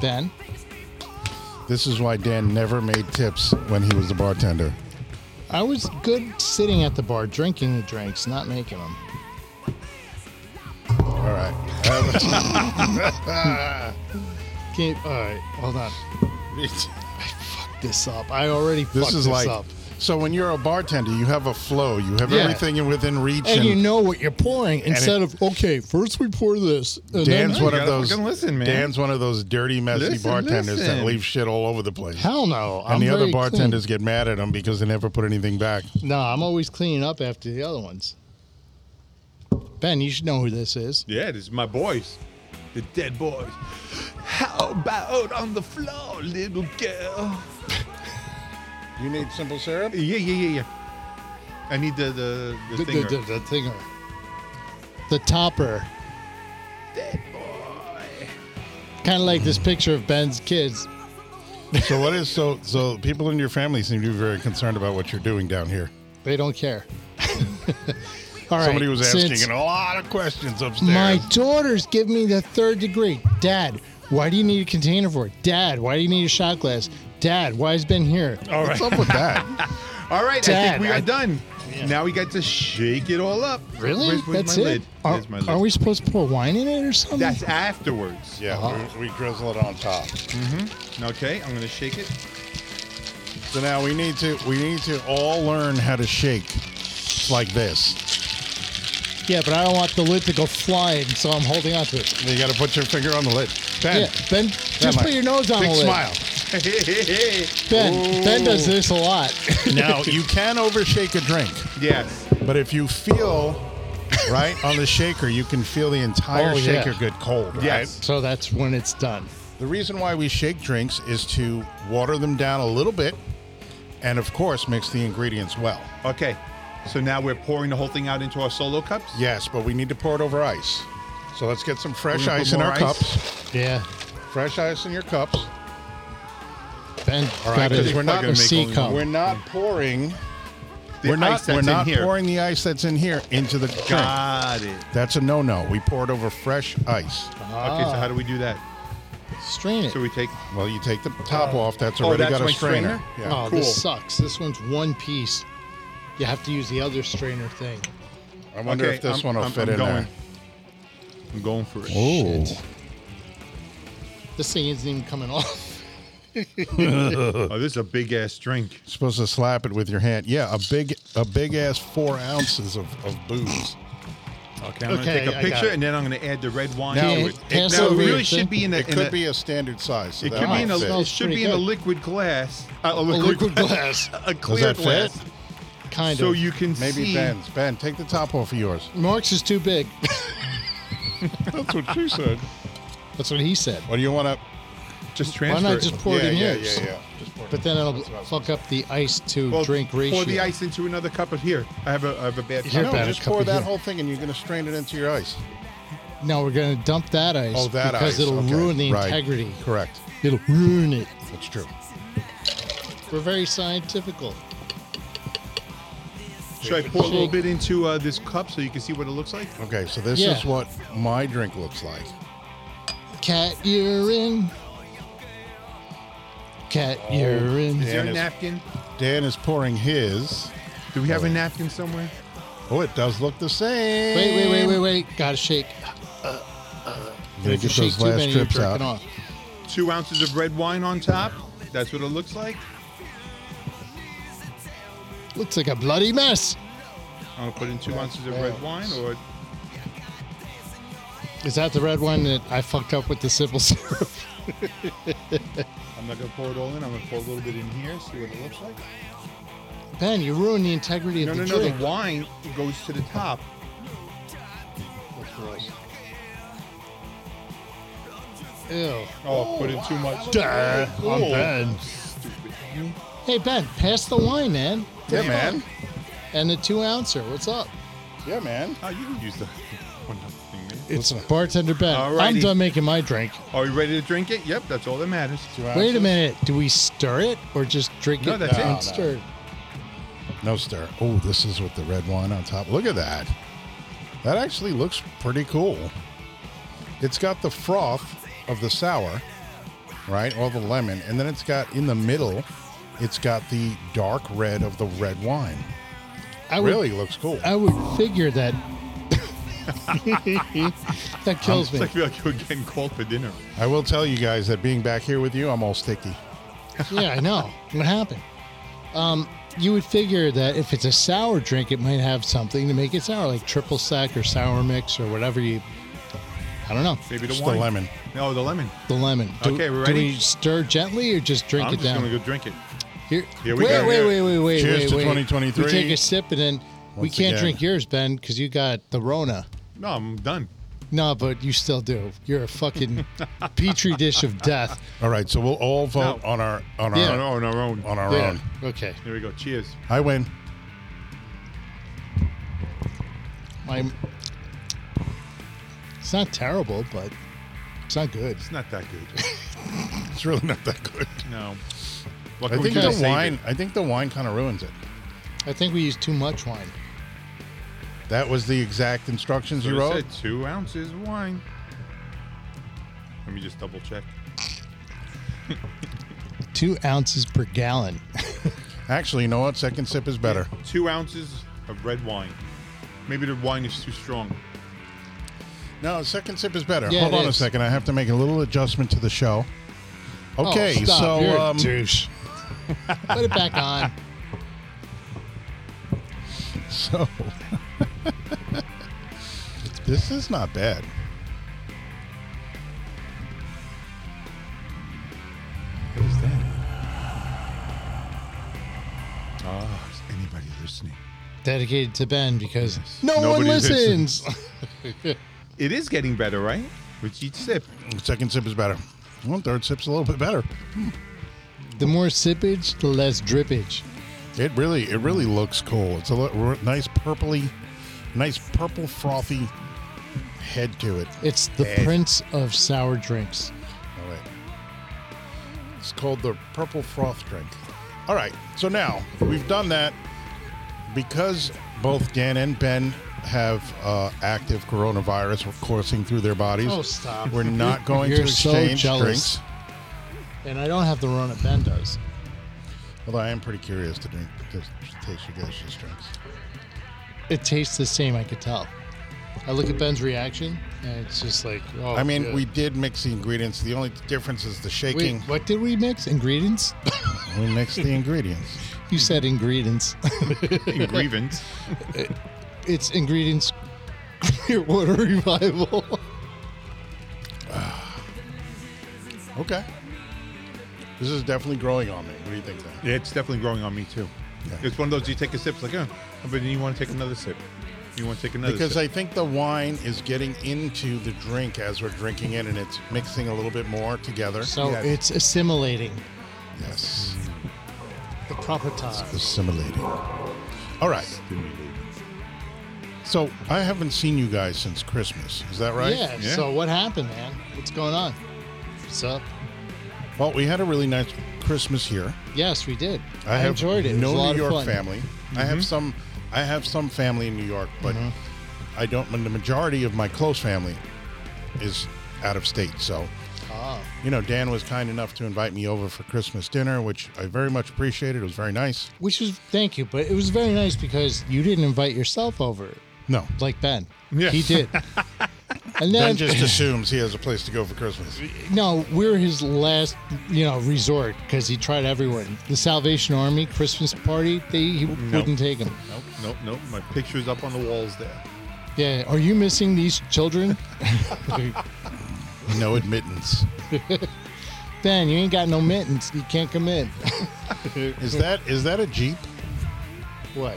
[SPEAKER 1] Ben,
[SPEAKER 3] This is why Dan never made tips when he was the bartender.
[SPEAKER 1] I was good sitting at the bar drinking the drinks, not making them.
[SPEAKER 3] All right.
[SPEAKER 1] Okay, all right, hold on. Fuck this up. I already fucked
[SPEAKER 3] this
[SPEAKER 1] this,
[SPEAKER 3] is like
[SPEAKER 1] up.
[SPEAKER 3] so when you're a bartender, you have a flow. You have
[SPEAKER 1] Yeah.
[SPEAKER 3] everything within reach.
[SPEAKER 1] And you know what you're pouring instead of okay, first we pour this. And
[SPEAKER 3] Dan's
[SPEAKER 1] then,
[SPEAKER 3] one
[SPEAKER 2] You
[SPEAKER 3] of
[SPEAKER 2] gotta
[SPEAKER 3] those.
[SPEAKER 2] fucking listen, man.
[SPEAKER 3] Dan's one of those dirty, messy
[SPEAKER 2] Listen,
[SPEAKER 3] bartenders that
[SPEAKER 2] listen.
[SPEAKER 3] leave shit all over the place.
[SPEAKER 1] hell no. I'm
[SPEAKER 3] and the other
[SPEAKER 1] very
[SPEAKER 3] bartenders get mad at him because they never put anything back.
[SPEAKER 1] clean. No, I'm always cleaning up after the other ones. Ben, you should know who this is.
[SPEAKER 2] Yeah, this is my boys, the dead boys. How about on the floor, little girl?
[SPEAKER 3] You need simple syrup.
[SPEAKER 2] Yeah, yeah, yeah, yeah. I need the the, the,
[SPEAKER 1] The,
[SPEAKER 2] thinger.
[SPEAKER 1] the, the, the thinger. The topper.
[SPEAKER 2] Dead boy.
[SPEAKER 1] Kind of like this picture of Ben's kids.
[SPEAKER 3] So what is so so? People in your family seem to be very concerned about what you're doing down here.
[SPEAKER 1] They don't care. All right.
[SPEAKER 3] Somebody was asking
[SPEAKER 1] since-
[SPEAKER 3] a lot of questions upstairs.
[SPEAKER 1] My daughters give me the third degree. Dad, why do you need a container for it? Dad, why do you need a shot glass? Dad, why has Ben here?
[SPEAKER 2] All
[SPEAKER 3] What's
[SPEAKER 2] right,
[SPEAKER 3] up with that?
[SPEAKER 2] all right. I
[SPEAKER 1] Dad,
[SPEAKER 2] think we are
[SPEAKER 1] I-
[SPEAKER 2] done. Now we got to shake it all up.
[SPEAKER 1] Really?
[SPEAKER 2] Where's, where's
[SPEAKER 1] That's
[SPEAKER 2] my
[SPEAKER 1] it?
[SPEAKER 2] lid?
[SPEAKER 1] Are,
[SPEAKER 2] Where's my lid?
[SPEAKER 1] are we supposed to pour wine in it or something?
[SPEAKER 2] That's afterwards.
[SPEAKER 3] Yeah, we, we drizzle it on top.
[SPEAKER 2] Okay, I'm gonna shake it.
[SPEAKER 3] So now we need to we need to all learn how to shake like this.
[SPEAKER 1] yeah, but I don't want the lid to go flying, so I'm holding onto it.
[SPEAKER 3] You got to put your finger on the lid. Ben,
[SPEAKER 1] Yeah, Ben, just
[SPEAKER 3] Mike.
[SPEAKER 1] put your nose on
[SPEAKER 3] big
[SPEAKER 1] the lid.
[SPEAKER 3] smile.
[SPEAKER 1] Ben,
[SPEAKER 2] Oh,
[SPEAKER 1] Ben does this a lot.
[SPEAKER 3] Now you can overshake a drink,
[SPEAKER 2] yes. Oh,
[SPEAKER 3] but if you feel right on the shaker, you can feel the entire
[SPEAKER 1] Oh, yeah.
[SPEAKER 3] shaker get cold. right?
[SPEAKER 2] Yes.
[SPEAKER 1] so that's when it's done.
[SPEAKER 3] The reason why we shake drinks is to water them down a little bit, and of course mix the ingredients well.
[SPEAKER 2] Okay. So now we're pouring the whole thing out into our solo cups.
[SPEAKER 3] Yes, but we need to pour it over ice. So let's get some fresh
[SPEAKER 2] We're gonna
[SPEAKER 3] ice
[SPEAKER 2] put
[SPEAKER 3] in
[SPEAKER 2] more
[SPEAKER 3] our
[SPEAKER 2] ice?
[SPEAKER 3] cups.
[SPEAKER 1] Yeah,
[SPEAKER 3] Fresh ice in your cups.
[SPEAKER 1] Ben
[SPEAKER 3] All right,
[SPEAKER 1] got
[SPEAKER 3] because
[SPEAKER 1] a,
[SPEAKER 3] we're not
[SPEAKER 1] a C
[SPEAKER 2] only
[SPEAKER 1] cup.
[SPEAKER 3] We're not pouring.
[SPEAKER 2] The
[SPEAKER 3] we're not.
[SPEAKER 2] ice that's
[SPEAKER 3] we're
[SPEAKER 2] in
[SPEAKER 3] not
[SPEAKER 2] here.
[SPEAKER 3] pouring the ice that's in here into the drink.
[SPEAKER 2] Got it.
[SPEAKER 3] That's a no-no. We pour it over fresh ice.
[SPEAKER 2] Okay,
[SPEAKER 1] Ah.
[SPEAKER 2] so how do we do that?
[SPEAKER 1] Strain it.
[SPEAKER 2] So we take.
[SPEAKER 3] Well, you take the top off. That's
[SPEAKER 2] Oh,
[SPEAKER 3] already
[SPEAKER 2] that's
[SPEAKER 3] got a
[SPEAKER 2] my
[SPEAKER 3] strainer.
[SPEAKER 2] strainer?
[SPEAKER 3] Yeah.
[SPEAKER 1] Oh,
[SPEAKER 2] cool.
[SPEAKER 1] this sucks. This one's one piece. You have to use the other strainer thing.
[SPEAKER 3] I wonder
[SPEAKER 2] Oh, Okay,
[SPEAKER 3] if this
[SPEAKER 2] I'm-
[SPEAKER 3] one will
[SPEAKER 2] I'm-
[SPEAKER 3] fit
[SPEAKER 2] I'm
[SPEAKER 3] in
[SPEAKER 2] going. I'm going for it.
[SPEAKER 3] there.
[SPEAKER 1] Shit. This thing isn't even coming off.
[SPEAKER 2] Oh, this is a big ass drink.
[SPEAKER 3] Supposed to slap it with your hand. Yeah, a big, a big ass four ounces of, of booze.
[SPEAKER 2] Okay, I'm
[SPEAKER 1] Okay,
[SPEAKER 2] gonna take
[SPEAKER 1] I
[SPEAKER 2] a
[SPEAKER 1] got
[SPEAKER 2] picture
[SPEAKER 1] it.
[SPEAKER 2] and then I'm gonna add the red wine
[SPEAKER 3] Now-
[SPEAKER 2] to it.
[SPEAKER 1] Yeah,
[SPEAKER 2] It, now,
[SPEAKER 1] so
[SPEAKER 2] it really
[SPEAKER 1] we-
[SPEAKER 2] should be in a.
[SPEAKER 3] It
[SPEAKER 2] in
[SPEAKER 3] could
[SPEAKER 2] a-
[SPEAKER 3] be a standard size. So
[SPEAKER 2] It
[SPEAKER 3] that
[SPEAKER 2] could be
[SPEAKER 3] might
[SPEAKER 2] in a.
[SPEAKER 3] fit.
[SPEAKER 2] It
[SPEAKER 1] Smells
[SPEAKER 2] should
[SPEAKER 1] pretty
[SPEAKER 2] be in a
[SPEAKER 1] good.
[SPEAKER 2] liquid glass. A
[SPEAKER 1] A
[SPEAKER 2] liquid,
[SPEAKER 1] liquid glass.
[SPEAKER 2] A clear
[SPEAKER 3] that fit?
[SPEAKER 2] glass.
[SPEAKER 1] Kind
[SPEAKER 2] So
[SPEAKER 1] of.
[SPEAKER 2] you can
[SPEAKER 3] Maybe
[SPEAKER 2] see.
[SPEAKER 3] Ben's. Ben, take the top off of yours.
[SPEAKER 1] Mark's is too big.
[SPEAKER 3] That's what she said.
[SPEAKER 1] That's what he said.
[SPEAKER 3] Or do you want to?
[SPEAKER 2] Just
[SPEAKER 1] Why
[SPEAKER 2] transfer.
[SPEAKER 1] not
[SPEAKER 2] it.
[SPEAKER 1] just pour
[SPEAKER 3] yeah,
[SPEAKER 1] it in
[SPEAKER 3] yeah,
[SPEAKER 1] yours?
[SPEAKER 3] yeah, yeah, Just pour it
[SPEAKER 1] But
[SPEAKER 3] in.
[SPEAKER 1] then it'll
[SPEAKER 3] That's what I was
[SPEAKER 1] fuck up the ice to
[SPEAKER 2] Well,
[SPEAKER 1] drink ratio.
[SPEAKER 2] Pour the ice into another cup of here. I have a, I have a bad.
[SPEAKER 1] Here,
[SPEAKER 2] cup.
[SPEAKER 1] Ben.
[SPEAKER 3] No,
[SPEAKER 1] a
[SPEAKER 3] just
[SPEAKER 1] cup
[SPEAKER 3] pour
[SPEAKER 1] of
[SPEAKER 3] that
[SPEAKER 1] you.
[SPEAKER 3] whole thing, and you're going to strain it into your ice.
[SPEAKER 1] No, we're gonna dump that ice
[SPEAKER 3] Oh, that
[SPEAKER 1] because
[SPEAKER 3] ice.
[SPEAKER 1] it'll
[SPEAKER 3] Okay,
[SPEAKER 1] ruin the
[SPEAKER 3] right.
[SPEAKER 1] integrity.
[SPEAKER 3] Correct.
[SPEAKER 1] It'll ruin it.
[SPEAKER 3] That's true.
[SPEAKER 1] We're very scientifical.
[SPEAKER 2] Should I pour a little
[SPEAKER 1] Shake.
[SPEAKER 2] bit into uh, this cup so you can see what it looks like?
[SPEAKER 3] Okay, so this
[SPEAKER 1] Yeah.
[SPEAKER 3] is what my drink looks like.
[SPEAKER 1] Cat urine. Cat urine.
[SPEAKER 2] Is there
[SPEAKER 3] Oh, Yeah,
[SPEAKER 2] a
[SPEAKER 3] it is.
[SPEAKER 2] napkin?
[SPEAKER 3] Dan is pouring his.
[SPEAKER 2] Do we have a napkin somewhere?
[SPEAKER 3] Oh, it does look the same.
[SPEAKER 1] Wait, wait, wait, wait, wait. Gotta shake.
[SPEAKER 3] I'm gonna
[SPEAKER 1] If you
[SPEAKER 3] get
[SPEAKER 1] shake
[SPEAKER 3] those
[SPEAKER 1] too
[SPEAKER 3] last
[SPEAKER 1] many, you're
[SPEAKER 3] strips
[SPEAKER 1] jerking
[SPEAKER 3] out.
[SPEAKER 1] off.
[SPEAKER 2] Two ounces of red wine on top. That's what it looks like.
[SPEAKER 1] Looks like a bloody mess.
[SPEAKER 2] I'm gonna put in two ounces of red wine, or
[SPEAKER 1] Is that the red one that I fucked up with the simple syrup?
[SPEAKER 2] I'm not gonna pour it all in. I'm gonna pour a little bit in here. See what it looks like.
[SPEAKER 1] Ben, you ruined the integrity of
[SPEAKER 2] No,
[SPEAKER 1] the
[SPEAKER 2] no, no.
[SPEAKER 1] drink.
[SPEAKER 2] The wine goes to the top. That's gross.
[SPEAKER 1] Ew.
[SPEAKER 2] Oh, put in too much.
[SPEAKER 1] Duh, I'm
[SPEAKER 2] Cool.
[SPEAKER 1] Ben.
[SPEAKER 2] Stupid. You.
[SPEAKER 1] Hey Ben, pass the wine, man,
[SPEAKER 3] Yeah, man.
[SPEAKER 1] and the two ouncer. What's up?
[SPEAKER 3] Yeah, man.
[SPEAKER 2] Oh, you can use the one thing. Man.
[SPEAKER 1] It's bartender Ben. I'm
[SPEAKER 2] Alrighty.
[SPEAKER 1] done making my drink.
[SPEAKER 2] Are you ready to drink it? Yep, that's all that matters.
[SPEAKER 1] Wait a minute. Do we stir it or just drink
[SPEAKER 2] No,
[SPEAKER 1] it
[SPEAKER 2] that's it.
[SPEAKER 3] No, no.
[SPEAKER 1] unstirred?
[SPEAKER 3] No stir. Oh, this is with the red wine on top. Look at that. That actually looks pretty cool. It's got the froth of the sour, right? Or the lemon. And then it's got in the middle, it's got the dark red of the red wine.
[SPEAKER 1] I would,
[SPEAKER 3] really looks cool.
[SPEAKER 1] I would figure that. that kills
[SPEAKER 2] It's
[SPEAKER 1] me.
[SPEAKER 2] like I feel like you were getting called for dinner.
[SPEAKER 3] I will tell you guys that being back here with you, I'm all sticky.
[SPEAKER 1] yeah, I know. What happened? Um, you would figure that if it's a sour drink, it might have something to make it sour, like triple sec or sour mix or whatever you. I don't know.
[SPEAKER 2] Maybe the
[SPEAKER 3] Just the
[SPEAKER 2] wine.
[SPEAKER 3] lemon.
[SPEAKER 2] No, the lemon.
[SPEAKER 1] The lemon. Do,
[SPEAKER 2] Okay, we're
[SPEAKER 1] do
[SPEAKER 2] ready?
[SPEAKER 1] we stir gently or just drink
[SPEAKER 2] I'm
[SPEAKER 1] it
[SPEAKER 2] just
[SPEAKER 1] down?
[SPEAKER 2] gonna go drink it.
[SPEAKER 1] Here,
[SPEAKER 2] Here we
[SPEAKER 1] wait,
[SPEAKER 2] go.
[SPEAKER 1] Wait,
[SPEAKER 2] Here.
[SPEAKER 1] wait, wait, wait,
[SPEAKER 3] Cheers
[SPEAKER 1] wait,
[SPEAKER 3] to
[SPEAKER 1] wait.
[SPEAKER 3] 2023.
[SPEAKER 1] We take a sip and then we
[SPEAKER 3] Once
[SPEAKER 1] can't
[SPEAKER 3] again.
[SPEAKER 1] drink yours, Ben, because you got the Rona.
[SPEAKER 2] No, I'm done.
[SPEAKER 1] No, but you still do. You're a fucking petri dish of death.
[SPEAKER 3] All right, so we'll all vote
[SPEAKER 2] No.
[SPEAKER 3] on our on our
[SPEAKER 1] Yeah.
[SPEAKER 2] No, on our own.
[SPEAKER 3] on our
[SPEAKER 1] Yeah.
[SPEAKER 3] own.
[SPEAKER 1] Okay.
[SPEAKER 2] Here we go. Cheers.
[SPEAKER 3] I win.
[SPEAKER 1] My, it's not terrible, but it's not good.
[SPEAKER 2] It's not that good.
[SPEAKER 3] It's really not that good.
[SPEAKER 2] No. What
[SPEAKER 3] I
[SPEAKER 2] can we
[SPEAKER 3] think
[SPEAKER 2] do to
[SPEAKER 3] the
[SPEAKER 2] save it?
[SPEAKER 3] wine I think the wine kind of ruins it.
[SPEAKER 1] I think we used too much wine.
[SPEAKER 3] That was the exact instructions
[SPEAKER 2] So
[SPEAKER 3] you
[SPEAKER 2] it
[SPEAKER 3] wrote.
[SPEAKER 2] said two ounces of wine. Let me just double check.
[SPEAKER 1] Two ounces per gallon.
[SPEAKER 3] Actually, you know what? Second sip is better.
[SPEAKER 2] Two ounces of red wine. Maybe the wine is too strong.
[SPEAKER 3] No, second sip is better.
[SPEAKER 1] Yeah,
[SPEAKER 3] Hold
[SPEAKER 1] it
[SPEAKER 3] on a
[SPEAKER 1] is.
[SPEAKER 3] second. I have to make a little adjustment to the show. Okay,
[SPEAKER 1] oh, stop.
[SPEAKER 3] so
[SPEAKER 1] You're
[SPEAKER 3] um,
[SPEAKER 1] a douche. Put it back on.
[SPEAKER 3] so this is not bad.
[SPEAKER 2] What is that? Ah, is anybody listening?
[SPEAKER 1] Dedicated to Ben because
[SPEAKER 2] Yes.
[SPEAKER 1] no
[SPEAKER 2] Nobody
[SPEAKER 1] one listens.
[SPEAKER 2] It is getting better, right? With each sip.
[SPEAKER 3] Second sip is better. Well, third sip's a little bit better.
[SPEAKER 1] the more sippage, the less drippage.
[SPEAKER 3] It really, it really looks cool. It's a li- r- nice purpley, nice purple frothy head to it.
[SPEAKER 1] It's the
[SPEAKER 3] Bad.
[SPEAKER 1] prince of sour drinks.
[SPEAKER 3] All right. It's called the purple froth drink. All right. So now we've done that because both Dan and Ben have uh, active coronavirus coursing through their bodies.
[SPEAKER 1] Oh, stop.
[SPEAKER 3] We're not going to
[SPEAKER 1] You're so
[SPEAKER 3] exchange
[SPEAKER 1] jealous.
[SPEAKER 3] drinks.
[SPEAKER 1] And I don't have the Rona Ben does.
[SPEAKER 3] Although I am pretty curious to drink to taste you guys' drinks.
[SPEAKER 1] It tastes the same, I could tell. I look at Ben's reaction, and it's just like, oh.
[SPEAKER 3] I mean,
[SPEAKER 1] good.
[SPEAKER 3] we did mix the ingredients. The only difference is the
[SPEAKER 1] Wait,
[SPEAKER 3] shaking.
[SPEAKER 1] what did we mix? Ingredients?
[SPEAKER 3] We mixed the ingredients.
[SPEAKER 1] you said ingredients.
[SPEAKER 2] In grievance.
[SPEAKER 1] it's ingredients. Clearwater revival.
[SPEAKER 3] Okay. This is definitely growing on me. What do you think, Dan?
[SPEAKER 2] Yeah, it's definitely growing on me too.
[SPEAKER 3] Yeah.
[SPEAKER 2] It's one of those you take a sip, it's like, oh, but then you want to take another sip. You want to take another
[SPEAKER 3] Because
[SPEAKER 2] sip.
[SPEAKER 3] I think the wine is getting into the drink as we're drinking it, and it's mixing a little bit more together.
[SPEAKER 1] So
[SPEAKER 2] Yes.
[SPEAKER 1] it's assimilating
[SPEAKER 3] yes,
[SPEAKER 1] the proper time.
[SPEAKER 3] assimilating. All right. So I haven't seen you guys since Christmas. Is that right?
[SPEAKER 1] Yeah,
[SPEAKER 2] Yeah.
[SPEAKER 1] So what happened, man? What's going on? What's up?
[SPEAKER 3] Well, we had a really nice Christmas here.
[SPEAKER 1] Yes, we did.
[SPEAKER 3] I, have
[SPEAKER 1] enjoyed it. it was
[SPEAKER 3] No
[SPEAKER 1] a lot
[SPEAKER 3] New York
[SPEAKER 1] of fun. Mm-hmm.
[SPEAKER 3] family. I have some. I have some family in New York, but I don't. The majority of my close family is out of state, so.
[SPEAKER 1] Oh,
[SPEAKER 3] You know, Dan was kind enough to invite me over for Christmas dinner, which I very much appreciated. It was very nice.
[SPEAKER 1] which was thank you, but it was very nice because you didn't invite yourself over.
[SPEAKER 3] No,
[SPEAKER 1] like Ben.
[SPEAKER 2] Yeah.
[SPEAKER 1] He did. and
[SPEAKER 3] Dan
[SPEAKER 1] then
[SPEAKER 3] just assumes he has a place to go for Christmas.
[SPEAKER 1] no, we're his last, you know, resort because he tried everyone. The Salvation Army Christmas party, they he wouldn't take him.
[SPEAKER 2] nope, nope, nope. My picture's up on the walls there.
[SPEAKER 1] Yeah, are you missing these children?
[SPEAKER 3] No admittance.
[SPEAKER 1] back then. You ain't got no mittens. You can't come in.
[SPEAKER 3] Is that is that a Jeep?
[SPEAKER 1] what?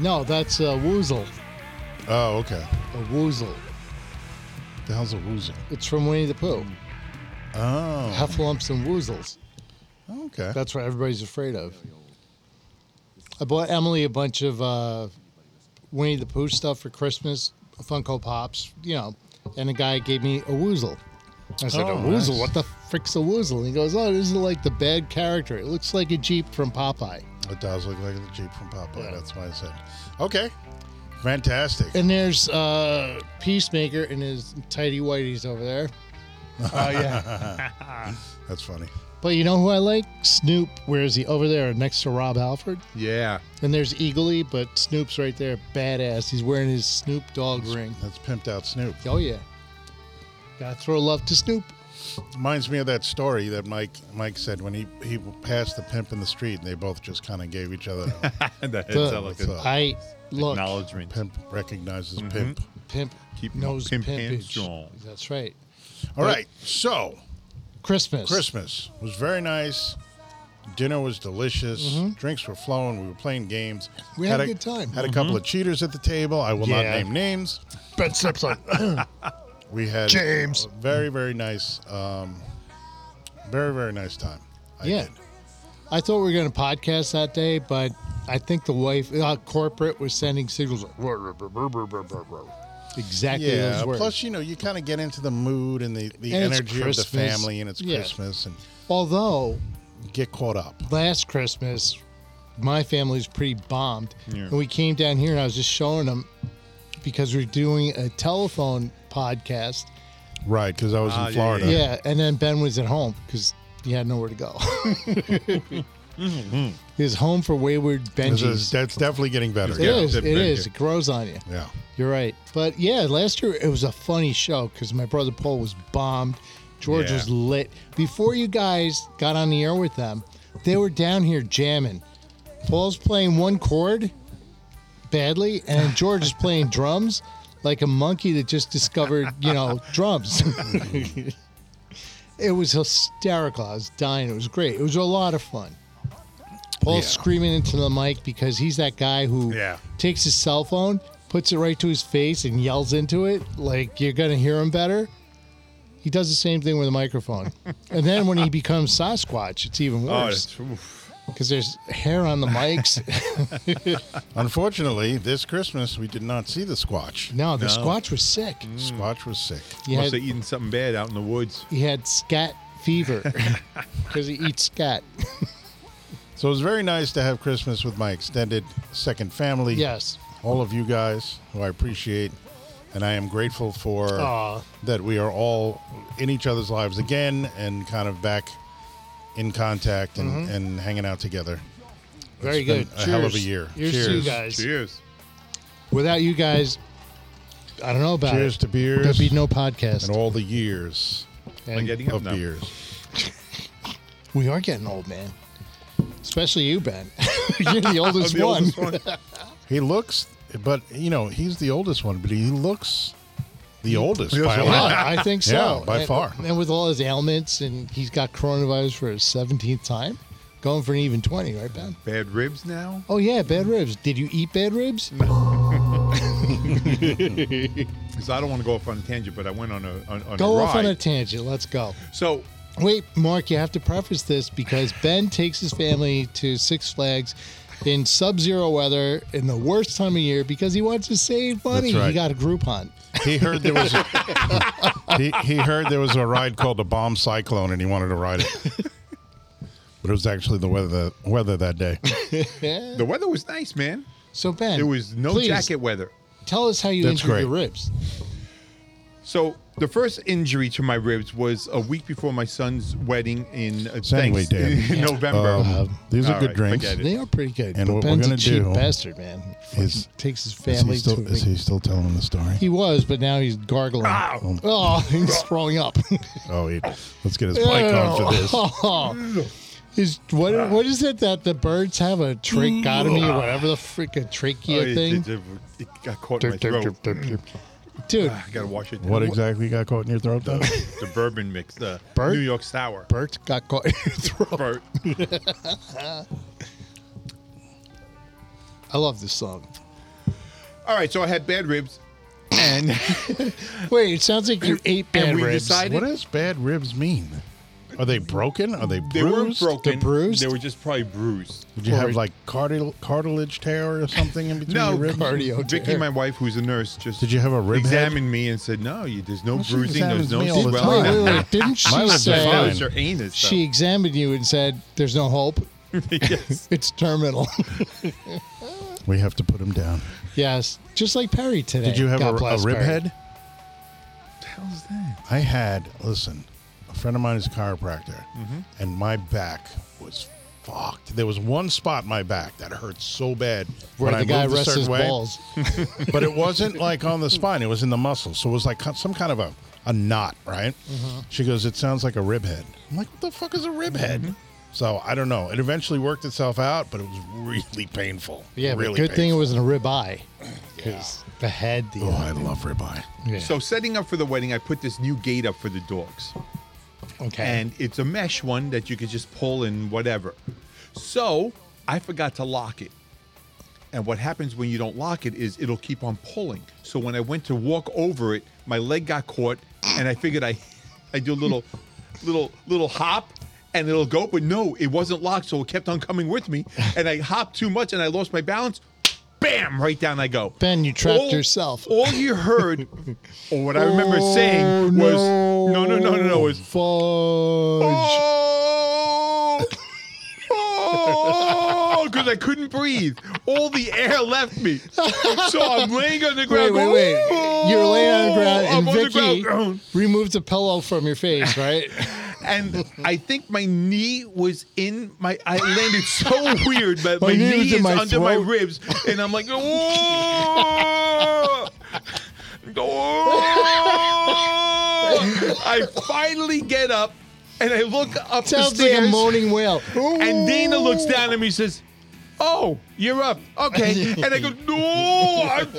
[SPEAKER 1] No, that's a woozle.
[SPEAKER 3] Oh, okay.
[SPEAKER 1] A woozle.
[SPEAKER 3] The hell's a woozle?
[SPEAKER 1] It's from Winnie the Pooh.
[SPEAKER 3] Oh,
[SPEAKER 1] Heffalumps and woozles.
[SPEAKER 3] okay.
[SPEAKER 1] That's what everybody's afraid of. I bought Emily a bunch of uh, Winnie the Pooh stuff for Christmas, Funko Pops, you know, and the guy gave me a woozle. I said, a
[SPEAKER 3] Oh,
[SPEAKER 1] woozle?
[SPEAKER 3] nice.
[SPEAKER 1] What the frick's a woozle? And he goes, oh, this is like the bad character. It looks like a Jeep from Popeye.
[SPEAKER 3] It does look like a Jeep from Popeye. That's why I said. it. Okay, fantastic.
[SPEAKER 1] And there's uh, Peacemaker and his tidy whiteys over there.
[SPEAKER 5] Oh yeah.
[SPEAKER 3] That's funny.
[SPEAKER 1] But you know who I like? Snoop. Where is he? Over there next to Rob Alford.
[SPEAKER 5] Yeah.
[SPEAKER 1] And there's Eagly, but Snoop's right there. Badass. He's wearing his Snoop Dogg ring.
[SPEAKER 3] That's pimped out Snoop.
[SPEAKER 1] Oh yeah. Gotta throw love to Snoop.
[SPEAKER 3] Reminds me of that story that Mike Mike said when he he passed the pimp in the street and they both just kind of gave each other a
[SPEAKER 5] And the heads
[SPEAKER 1] The-
[SPEAKER 5] up, like a
[SPEAKER 3] Look.
[SPEAKER 1] I look
[SPEAKER 5] acknowledgement.
[SPEAKER 3] pimp recognizes
[SPEAKER 1] Mm-hmm.
[SPEAKER 3] pimp.
[SPEAKER 1] pimp
[SPEAKER 5] Keep
[SPEAKER 1] knows
[SPEAKER 5] my pimp
[SPEAKER 1] pimp
[SPEAKER 5] hands
[SPEAKER 1] pimpage.
[SPEAKER 5] strong.
[SPEAKER 1] That's right.
[SPEAKER 3] All right, so
[SPEAKER 1] Christmas.
[SPEAKER 3] Christmas was very nice. Dinner was delicious. Drinks were flowing. We were playing games.
[SPEAKER 1] Mm-hmm. We had a good time. Mm-hmm.
[SPEAKER 3] Had a couple of cheaters at the table. I will not
[SPEAKER 1] Yeah.
[SPEAKER 3] name names.
[SPEAKER 1] Ben Simpson.
[SPEAKER 3] We had
[SPEAKER 1] James.
[SPEAKER 3] a very very nice, um, very very nice time. I
[SPEAKER 1] yeah.
[SPEAKER 3] did.
[SPEAKER 1] I thought we were gonna podcast that day, but I think the wife uh, corporate was sending signals. like, "Rah, rah, rah, rah, rah, rah, rah." Exactly
[SPEAKER 3] Yeah.
[SPEAKER 1] those words.
[SPEAKER 3] Plus, you know, you kind of get into the mood and the, the
[SPEAKER 1] And it's
[SPEAKER 3] energy of the
[SPEAKER 1] Christmas.
[SPEAKER 3] family, and it's
[SPEAKER 1] Yeah.
[SPEAKER 3] Christmas, and
[SPEAKER 1] Although
[SPEAKER 3] get caught up.
[SPEAKER 1] last Christmas, my family's pretty bombed.
[SPEAKER 5] Yeah.
[SPEAKER 1] And we came down here and I was just showing them because we're doing a telephone podcast.
[SPEAKER 3] Right, because I was
[SPEAKER 5] Ah, yeah,
[SPEAKER 3] in Florida.
[SPEAKER 1] Yeah. And then Ben was at home because he had nowhere to go. he was home for wayward
[SPEAKER 3] This is-
[SPEAKER 1] Benji's.
[SPEAKER 3] that's definitely getting better.
[SPEAKER 1] It
[SPEAKER 5] yeah,
[SPEAKER 1] is, It
[SPEAKER 5] different,
[SPEAKER 1] is.
[SPEAKER 5] yeah.
[SPEAKER 1] It grows on you.
[SPEAKER 3] Yeah.
[SPEAKER 1] You're right. But yeah, last year it was a funny show because my brother Paul was bombed. George
[SPEAKER 5] Yeah.
[SPEAKER 1] was lit. Before you guys got on the air with them, they were down here jamming. Paul's playing one chord badly, and George is playing drums like a monkey that just discovered, you know, drums. it was hysterical. I was dying. It was great. It was a lot of fun. Paul's
[SPEAKER 3] Yeah.
[SPEAKER 1] screaming into the mic because he's that guy who
[SPEAKER 3] Yeah.
[SPEAKER 1] takes his cell phone, puts it right to his face, and yells into it like you're gonna hear him better. He does the same thing with a microphone, and then when he becomes Sasquatch, it's even
[SPEAKER 5] Oh,
[SPEAKER 1] worse
[SPEAKER 5] that's, oof.
[SPEAKER 1] because there's hair on the mics.
[SPEAKER 3] Unfortunately, this Christmas we did not see the Squatch.
[SPEAKER 1] no, the Squatch was sick.
[SPEAKER 3] Squatch was sick.
[SPEAKER 1] He
[SPEAKER 5] must have
[SPEAKER 1] had,
[SPEAKER 5] eaten something bad out in the woods.
[SPEAKER 1] he had scat fever because he eats scat.
[SPEAKER 3] So it was very nice to have Christmas with my extended second family.
[SPEAKER 1] Yes.
[SPEAKER 3] All of you guys who I appreciate and I am grateful for
[SPEAKER 1] Aw.
[SPEAKER 3] that we are all in each other's lives again and kind of back in contact and,
[SPEAKER 1] Mm-hmm.
[SPEAKER 3] and hanging out together.
[SPEAKER 1] Very
[SPEAKER 3] been
[SPEAKER 1] good.
[SPEAKER 3] a hell of a year.
[SPEAKER 1] Cheers to you
[SPEAKER 3] Cheers.
[SPEAKER 1] guys.
[SPEAKER 5] Cheers.
[SPEAKER 1] Without you guys, I don't know about
[SPEAKER 3] Cheers
[SPEAKER 1] it.
[SPEAKER 3] to
[SPEAKER 1] There'd
[SPEAKER 3] beers
[SPEAKER 1] be no podcast.
[SPEAKER 3] and all the years
[SPEAKER 1] And
[SPEAKER 5] getting up
[SPEAKER 3] of
[SPEAKER 5] now.
[SPEAKER 3] beers.
[SPEAKER 1] we are getting old, man. Especially you, Ben. You're the oldest
[SPEAKER 5] I'm the
[SPEAKER 1] one.
[SPEAKER 5] oldest one.
[SPEAKER 3] He looks, but you know, he's the oldest one, but he looks the oldest by a
[SPEAKER 1] Yeah,
[SPEAKER 3] lot.
[SPEAKER 1] I think so.
[SPEAKER 3] Yeah, by
[SPEAKER 1] And-
[SPEAKER 3] far.
[SPEAKER 1] And with all his ailments, and he's got coronavirus for his 17th time, going for an even 20, right, Ben?
[SPEAKER 5] Bad ribs now.
[SPEAKER 1] Oh, yeah, bad ribs. Did you eat bad ribs?
[SPEAKER 5] Because I don't want to go off on a tangent, but I went on a on, on
[SPEAKER 1] Go
[SPEAKER 5] a
[SPEAKER 1] off on
[SPEAKER 5] ride.
[SPEAKER 1] a tangent. Let's go.
[SPEAKER 5] so
[SPEAKER 1] Wait, Mark, you have to preface this because Ben takes his family to Six Flags in sub-zero weather in the worst time of year because he wants to save money.
[SPEAKER 3] That's right.
[SPEAKER 1] He got a Groupon.
[SPEAKER 3] He heard there was a, he, he heard there was a ride called the Bomb Cyclone, and he wanted to ride it. But it was actually the weather that, weather that day.
[SPEAKER 1] Yeah.
[SPEAKER 5] the weather was nice, man.
[SPEAKER 1] So Ben,
[SPEAKER 5] There was no
[SPEAKER 1] please,
[SPEAKER 5] jacket weather.
[SPEAKER 1] Tell us how you
[SPEAKER 3] That's
[SPEAKER 1] injured your
[SPEAKER 3] great.
[SPEAKER 1] ribs.
[SPEAKER 5] So the first injury to my ribs was a week before my son's wedding in uh,
[SPEAKER 3] Anyway,
[SPEAKER 5] thanks-
[SPEAKER 3] Dan.
[SPEAKER 5] in November.
[SPEAKER 3] Um, these are
[SPEAKER 5] All
[SPEAKER 3] good
[SPEAKER 5] right,
[SPEAKER 3] drinks.
[SPEAKER 5] forget it.
[SPEAKER 1] They are pretty good.
[SPEAKER 3] And
[SPEAKER 1] but
[SPEAKER 3] what we're
[SPEAKER 1] Ben's
[SPEAKER 3] gonna
[SPEAKER 1] a cheap
[SPEAKER 3] do
[SPEAKER 1] bastard, man.
[SPEAKER 3] is-
[SPEAKER 1] Fucking takes his
[SPEAKER 3] Is
[SPEAKER 1] family
[SPEAKER 3] he, still,
[SPEAKER 1] to.
[SPEAKER 3] is he still telling the story?
[SPEAKER 1] He was, but now he's gargling. Oh, he's throwing up.
[SPEAKER 3] Oh, he, let's get his bike on for this.
[SPEAKER 1] Oh. Is what what is it that the birds have a tracheotomy or whatever the freaking trachea
[SPEAKER 5] Oh, it-
[SPEAKER 1] thing?
[SPEAKER 5] It, it- it got caught in my throat.
[SPEAKER 1] dude.
[SPEAKER 2] I gotta wash it. down.
[SPEAKER 3] What exactly got caught in your throat, though?
[SPEAKER 2] the bourbon mix, the
[SPEAKER 1] Bert?
[SPEAKER 2] New York sour.
[SPEAKER 1] Bert got caught in your throat.
[SPEAKER 2] Bert.
[SPEAKER 1] I love this song.
[SPEAKER 2] All right, so I had bad ribs, and
[SPEAKER 1] Wait, it sounds like you ate bad
[SPEAKER 2] we
[SPEAKER 1] ribs.
[SPEAKER 2] decided-
[SPEAKER 3] what does bad ribs mean? Are they broken? Are they bruised?
[SPEAKER 2] they weren't broken.
[SPEAKER 1] They're bruised?
[SPEAKER 2] They were just probably bruised.
[SPEAKER 3] Did you have like cartil- cartilage tear or something in between
[SPEAKER 2] No,
[SPEAKER 3] your ribs?
[SPEAKER 1] Cardio
[SPEAKER 2] Vicky,
[SPEAKER 1] tear.
[SPEAKER 2] my wife, who's a nurse, just
[SPEAKER 3] Did you have a rib
[SPEAKER 2] examined me and said, "No, you, there's no
[SPEAKER 3] Well, she
[SPEAKER 2] bruising, there's
[SPEAKER 3] examines
[SPEAKER 2] no
[SPEAKER 3] me all the
[SPEAKER 1] Wait,
[SPEAKER 3] time.
[SPEAKER 2] swelling."
[SPEAKER 1] wait, wait. Didn't
[SPEAKER 3] My
[SPEAKER 1] she
[SPEAKER 3] lips are
[SPEAKER 1] say
[SPEAKER 3] fine.
[SPEAKER 2] It's her anus.
[SPEAKER 1] she examined you and said, "There's no hope.
[SPEAKER 2] though. yes.
[SPEAKER 1] It's terminal."
[SPEAKER 3] head? We have to put him down.
[SPEAKER 1] yes, just like Perry today.
[SPEAKER 3] Did you have a,
[SPEAKER 1] God
[SPEAKER 3] a
[SPEAKER 1] bless
[SPEAKER 3] rib
[SPEAKER 1] Perry.
[SPEAKER 3] head?
[SPEAKER 2] How's that?
[SPEAKER 3] I had, listen, a friend of mine is a chiropractor,
[SPEAKER 1] Mm-hmm.
[SPEAKER 3] and my back was fucked. There was one spot in my back that hurt so bad
[SPEAKER 1] Where
[SPEAKER 3] when
[SPEAKER 1] the
[SPEAKER 3] I
[SPEAKER 1] guy
[SPEAKER 3] moved a
[SPEAKER 1] rests
[SPEAKER 3] certain
[SPEAKER 1] his
[SPEAKER 3] way,
[SPEAKER 1] balls.
[SPEAKER 3] but it wasn't like on the spine; it was in the muscle. So it was like some kind of a, a knot, right?
[SPEAKER 1] Mm-hmm.
[SPEAKER 3] She goes, "It sounds like a rib head." I'm like, "What the fuck is a rib
[SPEAKER 1] Mm-hmm.
[SPEAKER 3] head?" So I don't know. It eventually worked itself out, but it was really painful.
[SPEAKER 1] Yeah,
[SPEAKER 3] really
[SPEAKER 1] but good thing it
[SPEAKER 3] painful.
[SPEAKER 1] wasn't a rib eye, because the head. The
[SPEAKER 3] Oh, I love ribeye.
[SPEAKER 1] yeah.
[SPEAKER 2] So setting up for the wedding, I put this new gate up for the dogs.
[SPEAKER 1] okay.
[SPEAKER 2] and it's a mesh one that you could just pull and whatever. So I forgot to lock it. And what happens when you don't lock it is it'll keep on pulling. So when I went to walk over it, my leg got caught, and I figured I, I do a little, little, little hop, and it'll go. But no, it wasn't locked, so it kept on coming with me. And I hopped too much, and I lost my balance. Bam! Right down I go.
[SPEAKER 1] Ben, you trapped
[SPEAKER 2] All-
[SPEAKER 1] yourself. Oh,
[SPEAKER 2] All you heard, or what I remember saying, was no, no, no, no, no, was
[SPEAKER 1] fudge.
[SPEAKER 2] Oh, because Oh, I couldn't breathe. All the air left me. So I'm laying on the
[SPEAKER 1] Wait,
[SPEAKER 2] ground.
[SPEAKER 1] wait,
[SPEAKER 2] going,
[SPEAKER 1] wait. You're laying on the ground,
[SPEAKER 2] I'm
[SPEAKER 1] and
[SPEAKER 2] on the
[SPEAKER 1] Vicky
[SPEAKER 2] ground.
[SPEAKER 1] removed the pillow from your face, right?
[SPEAKER 2] And I think my knee was in my. I landed so weird, but
[SPEAKER 1] My
[SPEAKER 2] my,
[SPEAKER 1] knee
[SPEAKER 2] knee,
[SPEAKER 1] was in
[SPEAKER 2] is
[SPEAKER 1] my
[SPEAKER 2] under my
[SPEAKER 1] throat.
[SPEAKER 2] ribs, and I'm like, oh, oh. I finally get up, and I look up the
[SPEAKER 1] Sounds like
[SPEAKER 2] stairs. Oh.
[SPEAKER 1] a moaning whale.
[SPEAKER 2] And Dana looks down at me and says, Oh, you're up. Okay. And I go, No, I'm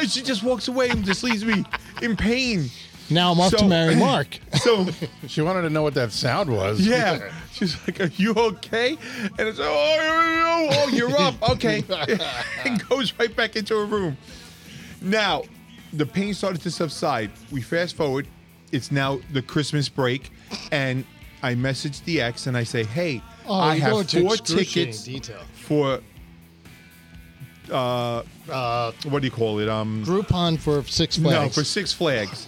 [SPEAKER 2] going. She just walks away and just leaves me in pain.
[SPEAKER 1] Now I'm off to
[SPEAKER 2] So-
[SPEAKER 1] marry Mark.
[SPEAKER 2] So,
[SPEAKER 3] She wanted to know what that sound was.
[SPEAKER 2] yeah. She's like, Are you okay? And it's, Oh, oh, oh, oh, you're up. Okay. And goes right back into her room. Now, the pain started to subside. We fast forward. It's now the Christmas break. And I message the ex and I say, Hey,
[SPEAKER 1] Oh,
[SPEAKER 2] I
[SPEAKER 1] you're going
[SPEAKER 2] have
[SPEAKER 1] to
[SPEAKER 2] four
[SPEAKER 1] excruciating
[SPEAKER 2] tickets
[SPEAKER 1] Detail.
[SPEAKER 2] for uh, what do you call it? Um,
[SPEAKER 1] Groupon for Six
[SPEAKER 2] no,
[SPEAKER 1] Flags.
[SPEAKER 2] for Six Flags.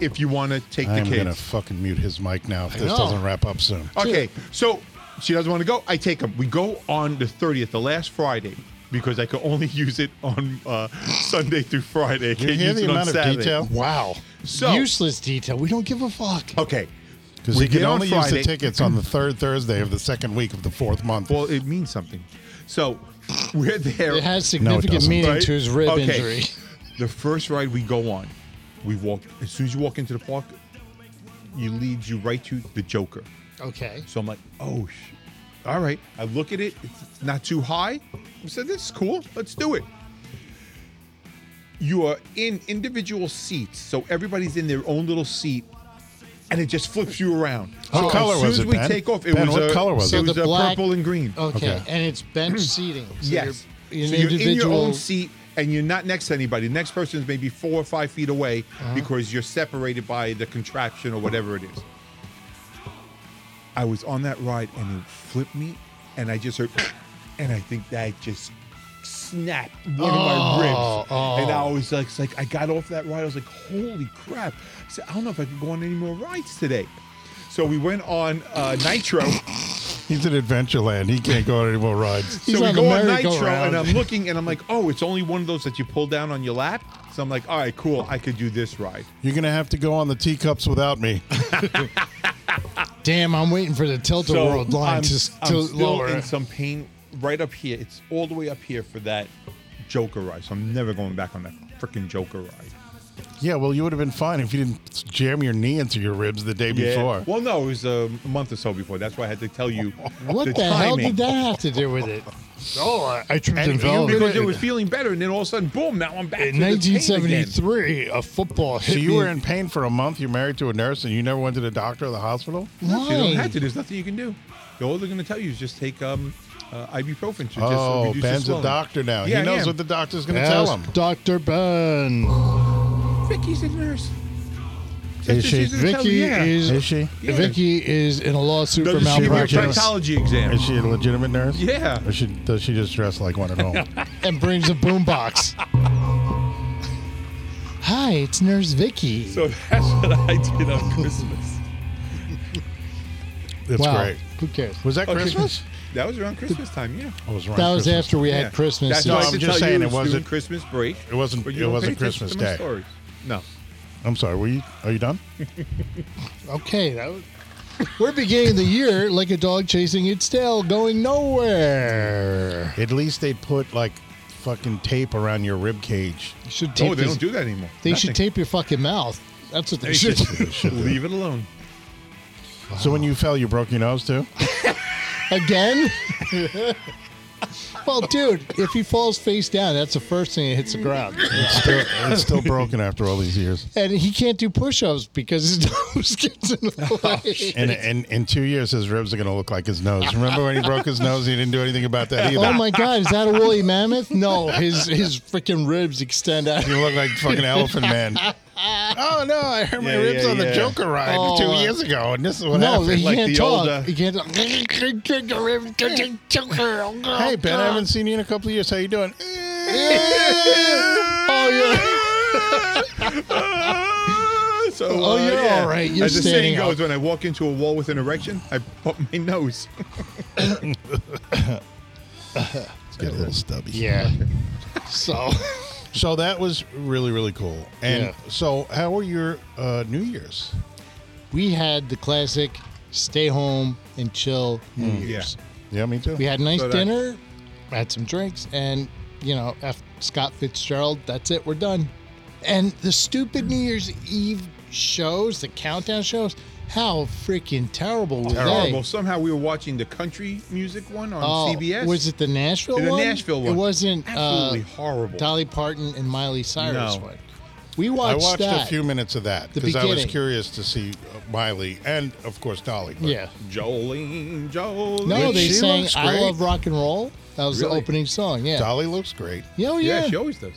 [SPEAKER 2] if you want to take the
[SPEAKER 3] I'm
[SPEAKER 2] kids,
[SPEAKER 3] gonna fucking mute his mic now if this
[SPEAKER 1] know.
[SPEAKER 3] doesn't wrap up soon.
[SPEAKER 2] okay. So she doesn't want to go. I take them. We go on the thirtieth, the last Friday, because I could only use it on uh, Sunday through Friday. I
[SPEAKER 3] Can you
[SPEAKER 2] can't
[SPEAKER 3] hear
[SPEAKER 2] use
[SPEAKER 3] the
[SPEAKER 2] it on
[SPEAKER 3] amount of
[SPEAKER 2] Saturday.
[SPEAKER 3] detail?
[SPEAKER 1] wow.
[SPEAKER 2] So-
[SPEAKER 1] Useless detail. We don't give a fuck.
[SPEAKER 2] Okay,
[SPEAKER 3] Because
[SPEAKER 2] We
[SPEAKER 3] he can
[SPEAKER 2] get on
[SPEAKER 3] only use the
[SPEAKER 2] Friday.
[SPEAKER 3] tickets on the third Thursday of the second week of the fourth month.
[SPEAKER 2] well it means something. So we're there.
[SPEAKER 1] It has significant
[SPEAKER 3] doesn't.
[SPEAKER 1] meaning
[SPEAKER 2] right?
[SPEAKER 1] to his rib
[SPEAKER 2] Okay.
[SPEAKER 1] injury.
[SPEAKER 2] The first ride we go on, we walk. As soon as you walk into the park, you leads you right to the Joker.
[SPEAKER 1] Okay.
[SPEAKER 2] So I'm like, oh, sh- all right. I look at it, it's not too high. I said, this is cool. Let's do it. You are in individual seats, so everybody's in their own little seat, and it just flips you around.
[SPEAKER 3] What
[SPEAKER 2] so
[SPEAKER 3] color
[SPEAKER 2] as soon
[SPEAKER 3] was
[SPEAKER 2] as
[SPEAKER 3] it,
[SPEAKER 2] we
[SPEAKER 3] Ben?
[SPEAKER 2] take off, it
[SPEAKER 3] Ben,
[SPEAKER 2] was
[SPEAKER 3] what
[SPEAKER 2] a,
[SPEAKER 3] color was
[SPEAKER 2] it?
[SPEAKER 3] it?
[SPEAKER 2] was
[SPEAKER 1] So the
[SPEAKER 2] a
[SPEAKER 1] black- Oh,
[SPEAKER 2] purple and green.
[SPEAKER 1] Okay.
[SPEAKER 3] Okay.
[SPEAKER 1] And it's bench seating. So
[SPEAKER 2] Yes.
[SPEAKER 1] You're, you're an
[SPEAKER 2] So you're in your
[SPEAKER 1] individual.
[SPEAKER 2] own seat and you're not next to anybody. The next person is maybe four or five feet away
[SPEAKER 1] Uh-huh.
[SPEAKER 2] because you're separated by the contraption or whatever it is. I was on that ride and it flipped me and I just heard, and I think that just snapped one of my ribs.
[SPEAKER 1] oh.
[SPEAKER 2] And I was like, it's like, I got off that ride. I was like, holy crap. I said, I don't know if I can go on any more rides today. So we went on uh, Nitro.
[SPEAKER 3] He's at Adventureland. He can't go on any more rides.
[SPEAKER 1] He's
[SPEAKER 2] so we
[SPEAKER 1] on the
[SPEAKER 2] go on Nitro,
[SPEAKER 1] merry-go-round.
[SPEAKER 2] and I'm looking, and I'm like, oh, it's only one of those that you pull down on your lap. So I'm like, all right, cool, I could do this ride.
[SPEAKER 3] You're gonna have to go on the teacups without me.
[SPEAKER 1] Damn, I'm waiting for the tilt a
[SPEAKER 2] So
[SPEAKER 1] world line
[SPEAKER 2] I'm,
[SPEAKER 1] to, s- to
[SPEAKER 2] I'm still
[SPEAKER 1] lower.
[SPEAKER 2] in some pain right up here. It's all the way up here for that Joker ride. So I'm never going back on that freaking Joker ride.
[SPEAKER 3] Yeah, well, you would have been fine if you didn't jam your knee into your ribs the day before.
[SPEAKER 2] Well, no, it was a month or so before. That's why I had to tell you
[SPEAKER 1] What the,
[SPEAKER 2] the
[SPEAKER 1] hell
[SPEAKER 2] timing.
[SPEAKER 1] did that have to do with it? Oh, I, I tripped
[SPEAKER 2] And
[SPEAKER 1] and fell.
[SPEAKER 2] because it was feeling better, and then all of a sudden, boom! Now I'm back.
[SPEAKER 1] in
[SPEAKER 2] to the pain again.
[SPEAKER 1] 1973, a football hit
[SPEAKER 3] So you
[SPEAKER 1] me.
[SPEAKER 3] were in pain for a month. You're married to a nurse, and you never went to the doctor or the hospital.
[SPEAKER 2] You don't
[SPEAKER 1] Why?
[SPEAKER 2] have to. There's nothing you can do. All they're going to tell you is just take um, uh, ibuprofen to
[SPEAKER 3] Oh,
[SPEAKER 2] just
[SPEAKER 3] Ben's
[SPEAKER 2] reduce the
[SPEAKER 3] a
[SPEAKER 2] swelling.
[SPEAKER 3] doctor now.
[SPEAKER 2] Yeah, I
[SPEAKER 3] he knows
[SPEAKER 2] am.
[SPEAKER 3] what the doctor's going to
[SPEAKER 1] Ask
[SPEAKER 3] tell him.
[SPEAKER 1] Dr. Ben.
[SPEAKER 2] Vicky's a nurse.
[SPEAKER 3] Is
[SPEAKER 2] That's
[SPEAKER 3] she-
[SPEAKER 2] what she's gonna tell
[SPEAKER 1] Vicky
[SPEAKER 2] you, yeah.
[SPEAKER 1] is,
[SPEAKER 3] Is she?
[SPEAKER 1] Vicky is in a lawsuit
[SPEAKER 2] Does
[SPEAKER 1] for
[SPEAKER 2] she give you a
[SPEAKER 1] malpractice
[SPEAKER 2] proctology exam?
[SPEAKER 3] Is she a legitimate nurse?
[SPEAKER 2] Yeah.
[SPEAKER 3] Or she, does she just dress like one at home?
[SPEAKER 1] and brings a boombox. Hi, it's Nurse Vicky.
[SPEAKER 5] So that's what I did on Christmas.
[SPEAKER 3] That's
[SPEAKER 1] wow,
[SPEAKER 3] great.
[SPEAKER 1] who cares?
[SPEAKER 3] Was that
[SPEAKER 2] Okay.
[SPEAKER 3] Christmas?
[SPEAKER 2] That was around Christmas time, yeah.
[SPEAKER 3] Oh, it was around
[SPEAKER 1] That was
[SPEAKER 3] Christmas.
[SPEAKER 1] after we had
[SPEAKER 2] yeah.
[SPEAKER 1] Christmas.
[SPEAKER 2] That's
[SPEAKER 1] so-
[SPEAKER 2] why I
[SPEAKER 3] No,
[SPEAKER 2] should
[SPEAKER 3] I'm just
[SPEAKER 2] tell you
[SPEAKER 3] saying it
[SPEAKER 2] it was
[SPEAKER 3] wasn't-
[SPEAKER 2] during Christmas break.
[SPEAKER 3] It wasn't-
[SPEAKER 2] but
[SPEAKER 3] it
[SPEAKER 2] you don't
[SPEAKER 3] wasn't
[SPEAKER 2] pay attention to
[SPEAKER 3] Christmas
[SPEAKER 2] my
[SPEAKER 3] Day.
[SPEAKER 2] stories. No.
[SPEAKER 3] I'm sorry. Were you? Are you done?
[SPEAKER 1] okay, that was, we're beginning the year like a dog chasing its tail, going nowhere.
[SPEAKER 3] At least they put like fucking tape around your rib cage.
[SPEAKER 1] You should tape
[SPEAKER 2] Oh, they
[SPEAKER 1] this-
[SPEAKER 2] don't do that anymore.
[SPEAKER 1] They should
[SPEAKER 2] Nothing.
[SPEAKER 1] tape your fucking mouth. That's what they,
[SPEAKER 2] They
[SPEAKER 1] should. do.
[SPEAKER 2] should leave it alone.
[SPEAKER 3] So when you fell, you broke your nose too.
[SPEAKER 1] Again? well, dude, if he falls face down, that's the first thing that hits the ground.
[SPEAKER 3] It's still, it's still broken after all these years.
[SPEAKER 1] And he can't do push ups because his nose gets in the
[SPEAKER 2] Oh,
[SPEAKER 1] way.
[SPEAKER 3] And in, in two years, his ribs are going to look like his nose. Remember when he broke his nose? He didn't do anything about that either.
[SPEAKER 1] Oh my God! Is that a woolly mammoth? No, his his freaking ribs extend out.
[SPEAKER 3] You look like fucking Elephant Man. Oh no, I hurt my
[SPEAKER 2] Yeah,
[SPEAKER 3] ribs
[SPEAKER 2] yeah,
[SPEAKER 3] on the
[SPEAKER 2] yeah.
[SPEAKER 3] Joker ride
[SPEAKER 1] Oh,
[SPEAKER 3] two
[SPEAKER 1] uh,
[SPEAKER 3] years ago, and this is what
[SPEAKER 1] No,
[SPEAKER 3] happened.
[SPEAKER 1] he
[SPEAKER 2] like
[SPEAKER 1] can't
[SPEAKER 2] the
[SPEAKER 1] talk.
[SPEAKER 2] old, uh,
[SPEAKER 1] he can't. talk.
[SPEAKER 3] hey Ben, I haven't seen you in a couple of years. How you doing?
[SPEAKER 1] Oh
[SPEAKER 2] So,
[SPEAKER 1] Oh,
[SPEAKER 2] uh,
[SPEAKER 1] you're
[SPEAKER 2] yeah.
[SPEAKER 1] all right. You're
[SPEAKER 2] As the saying
[SPEAKER 1] standing up.
[SPEAKER 2] goes, when I walk into a wall with an erection, I pop my nose.
[SPEAKER 3] It's got a little stubby.
[SPEAKER 1] yeah. Yeah. So
[SPEAKER 3] So that was really really cool. And
[SPEAKER 1] Yeah.
[SPEAKER 3] so, how were your uh, New Year's?
[SPEAKER 1] we had the classic stay home and chill New Year's.
[SPEAKER 3] Yeah, me too.
[SPEAKER 1] We had a nice
[SPEAKER 2] So that-
[SPEAKER 1] dinner, had some drinks, and you know, F Scott Fitzgerald, that's it, we're done. And the stupid New Year's Eve shows, the countdown shows, how freaking terrible were
[SPEAKER 2] Horrible.
[SPEAKER 1] they?
[SPEAKER 2] Somehow we were watching the country music one on
[SPEAKER 1] Oh,
[SPEAKER 2] CBS.
[SPEAKER 1] was it the Nashville
[SPEAKER 2] The
[SPEAKER 1] one?
[SPEAKER 2] Nashville one.
[SPEAKER 1] It wasn't uh,
[SPEAKER 2] absolutely horrible?
[SPEAKER 1] Dolly Parton and Miley Cyrus
[SPEAKER 2] No.
[SPEAKER 1] one. We
[SPEAKER 3] I
[SPEAKER 1] watched,
[SPEAKER 3] watched
[SPEAKER 1] that.
[SPEAKER 3] a few minutes of that
[SPEAKER 1] The
[SPEAKER 3] because I was
[SPEAKER 1] beginning.
[SPEAKER 3] curious to see uh, Miley and of course Dolly. but-
[SPEAKER 1] yeah.
[SPEAKER 2] Jolene, Jolene.
[SPEAKER 1] No,
[SPEAKER 3] Which
[SPEAKER 1] they
[SPEAKER 3] she
[SPEAKER 1] sang
[SPEAKER 3] looks
[SPEAKER 1] "I
[SPEAKER 3] great.
[SPEAKER 1] Love Rock and Roll." That was the
[SPEAKER 2] Really?
[SPEAKER 1] opening song. Yeah.
[SPEAKER 3] Dolly looks great.
[SPEAKER 1] Oh
[SPEAKER 2] yeah.
[SPEAKER 1] yeah.
[SPEAKER 2] she always does.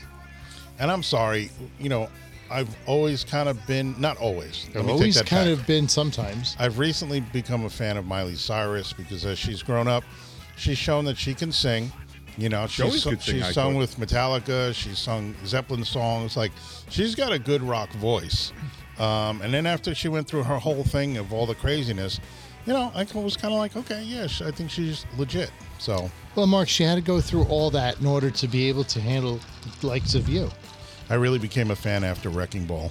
[SPEAKER 3] And I'm sorry, you know, I've always kind of been not always. Let me
[SPEAKER 1] I've
[SPEAKER 3] take
[SPEAKER 1] always
[SPEAKER 3] that
[SPEAKER 1] kind
[SPEAKER 3] back.
[SPEAKER 1] of been sometimes.
[SPEAKER 3] I've recently become a fan of Miley Cyrus because as she's grown up, she's shown that she can sing. You know, she's,
[SPEAKER 2] always
[SPEAKER 3] su-
[SPEAKER 2] could sing,
[SPEAKER 3] she's
[SPEAKER 2] I
[SPEAKER 3] sung
[SPEAKER 2] thought.
[SPEAKER 3] with Metallica. She's sung Zeppelin songs. Like, she's got a good rock voice. Um, and then after she went through her whole thing of all the craziness, you know, I was kind of like, okay, yeah, sh- I think she's legit. So
[SPEAKER 1] Well, Mark, she had to go through all that in order to be able to handle the likes of you.
[SPEAKER 3] I really became a fan after Wrecking Ball.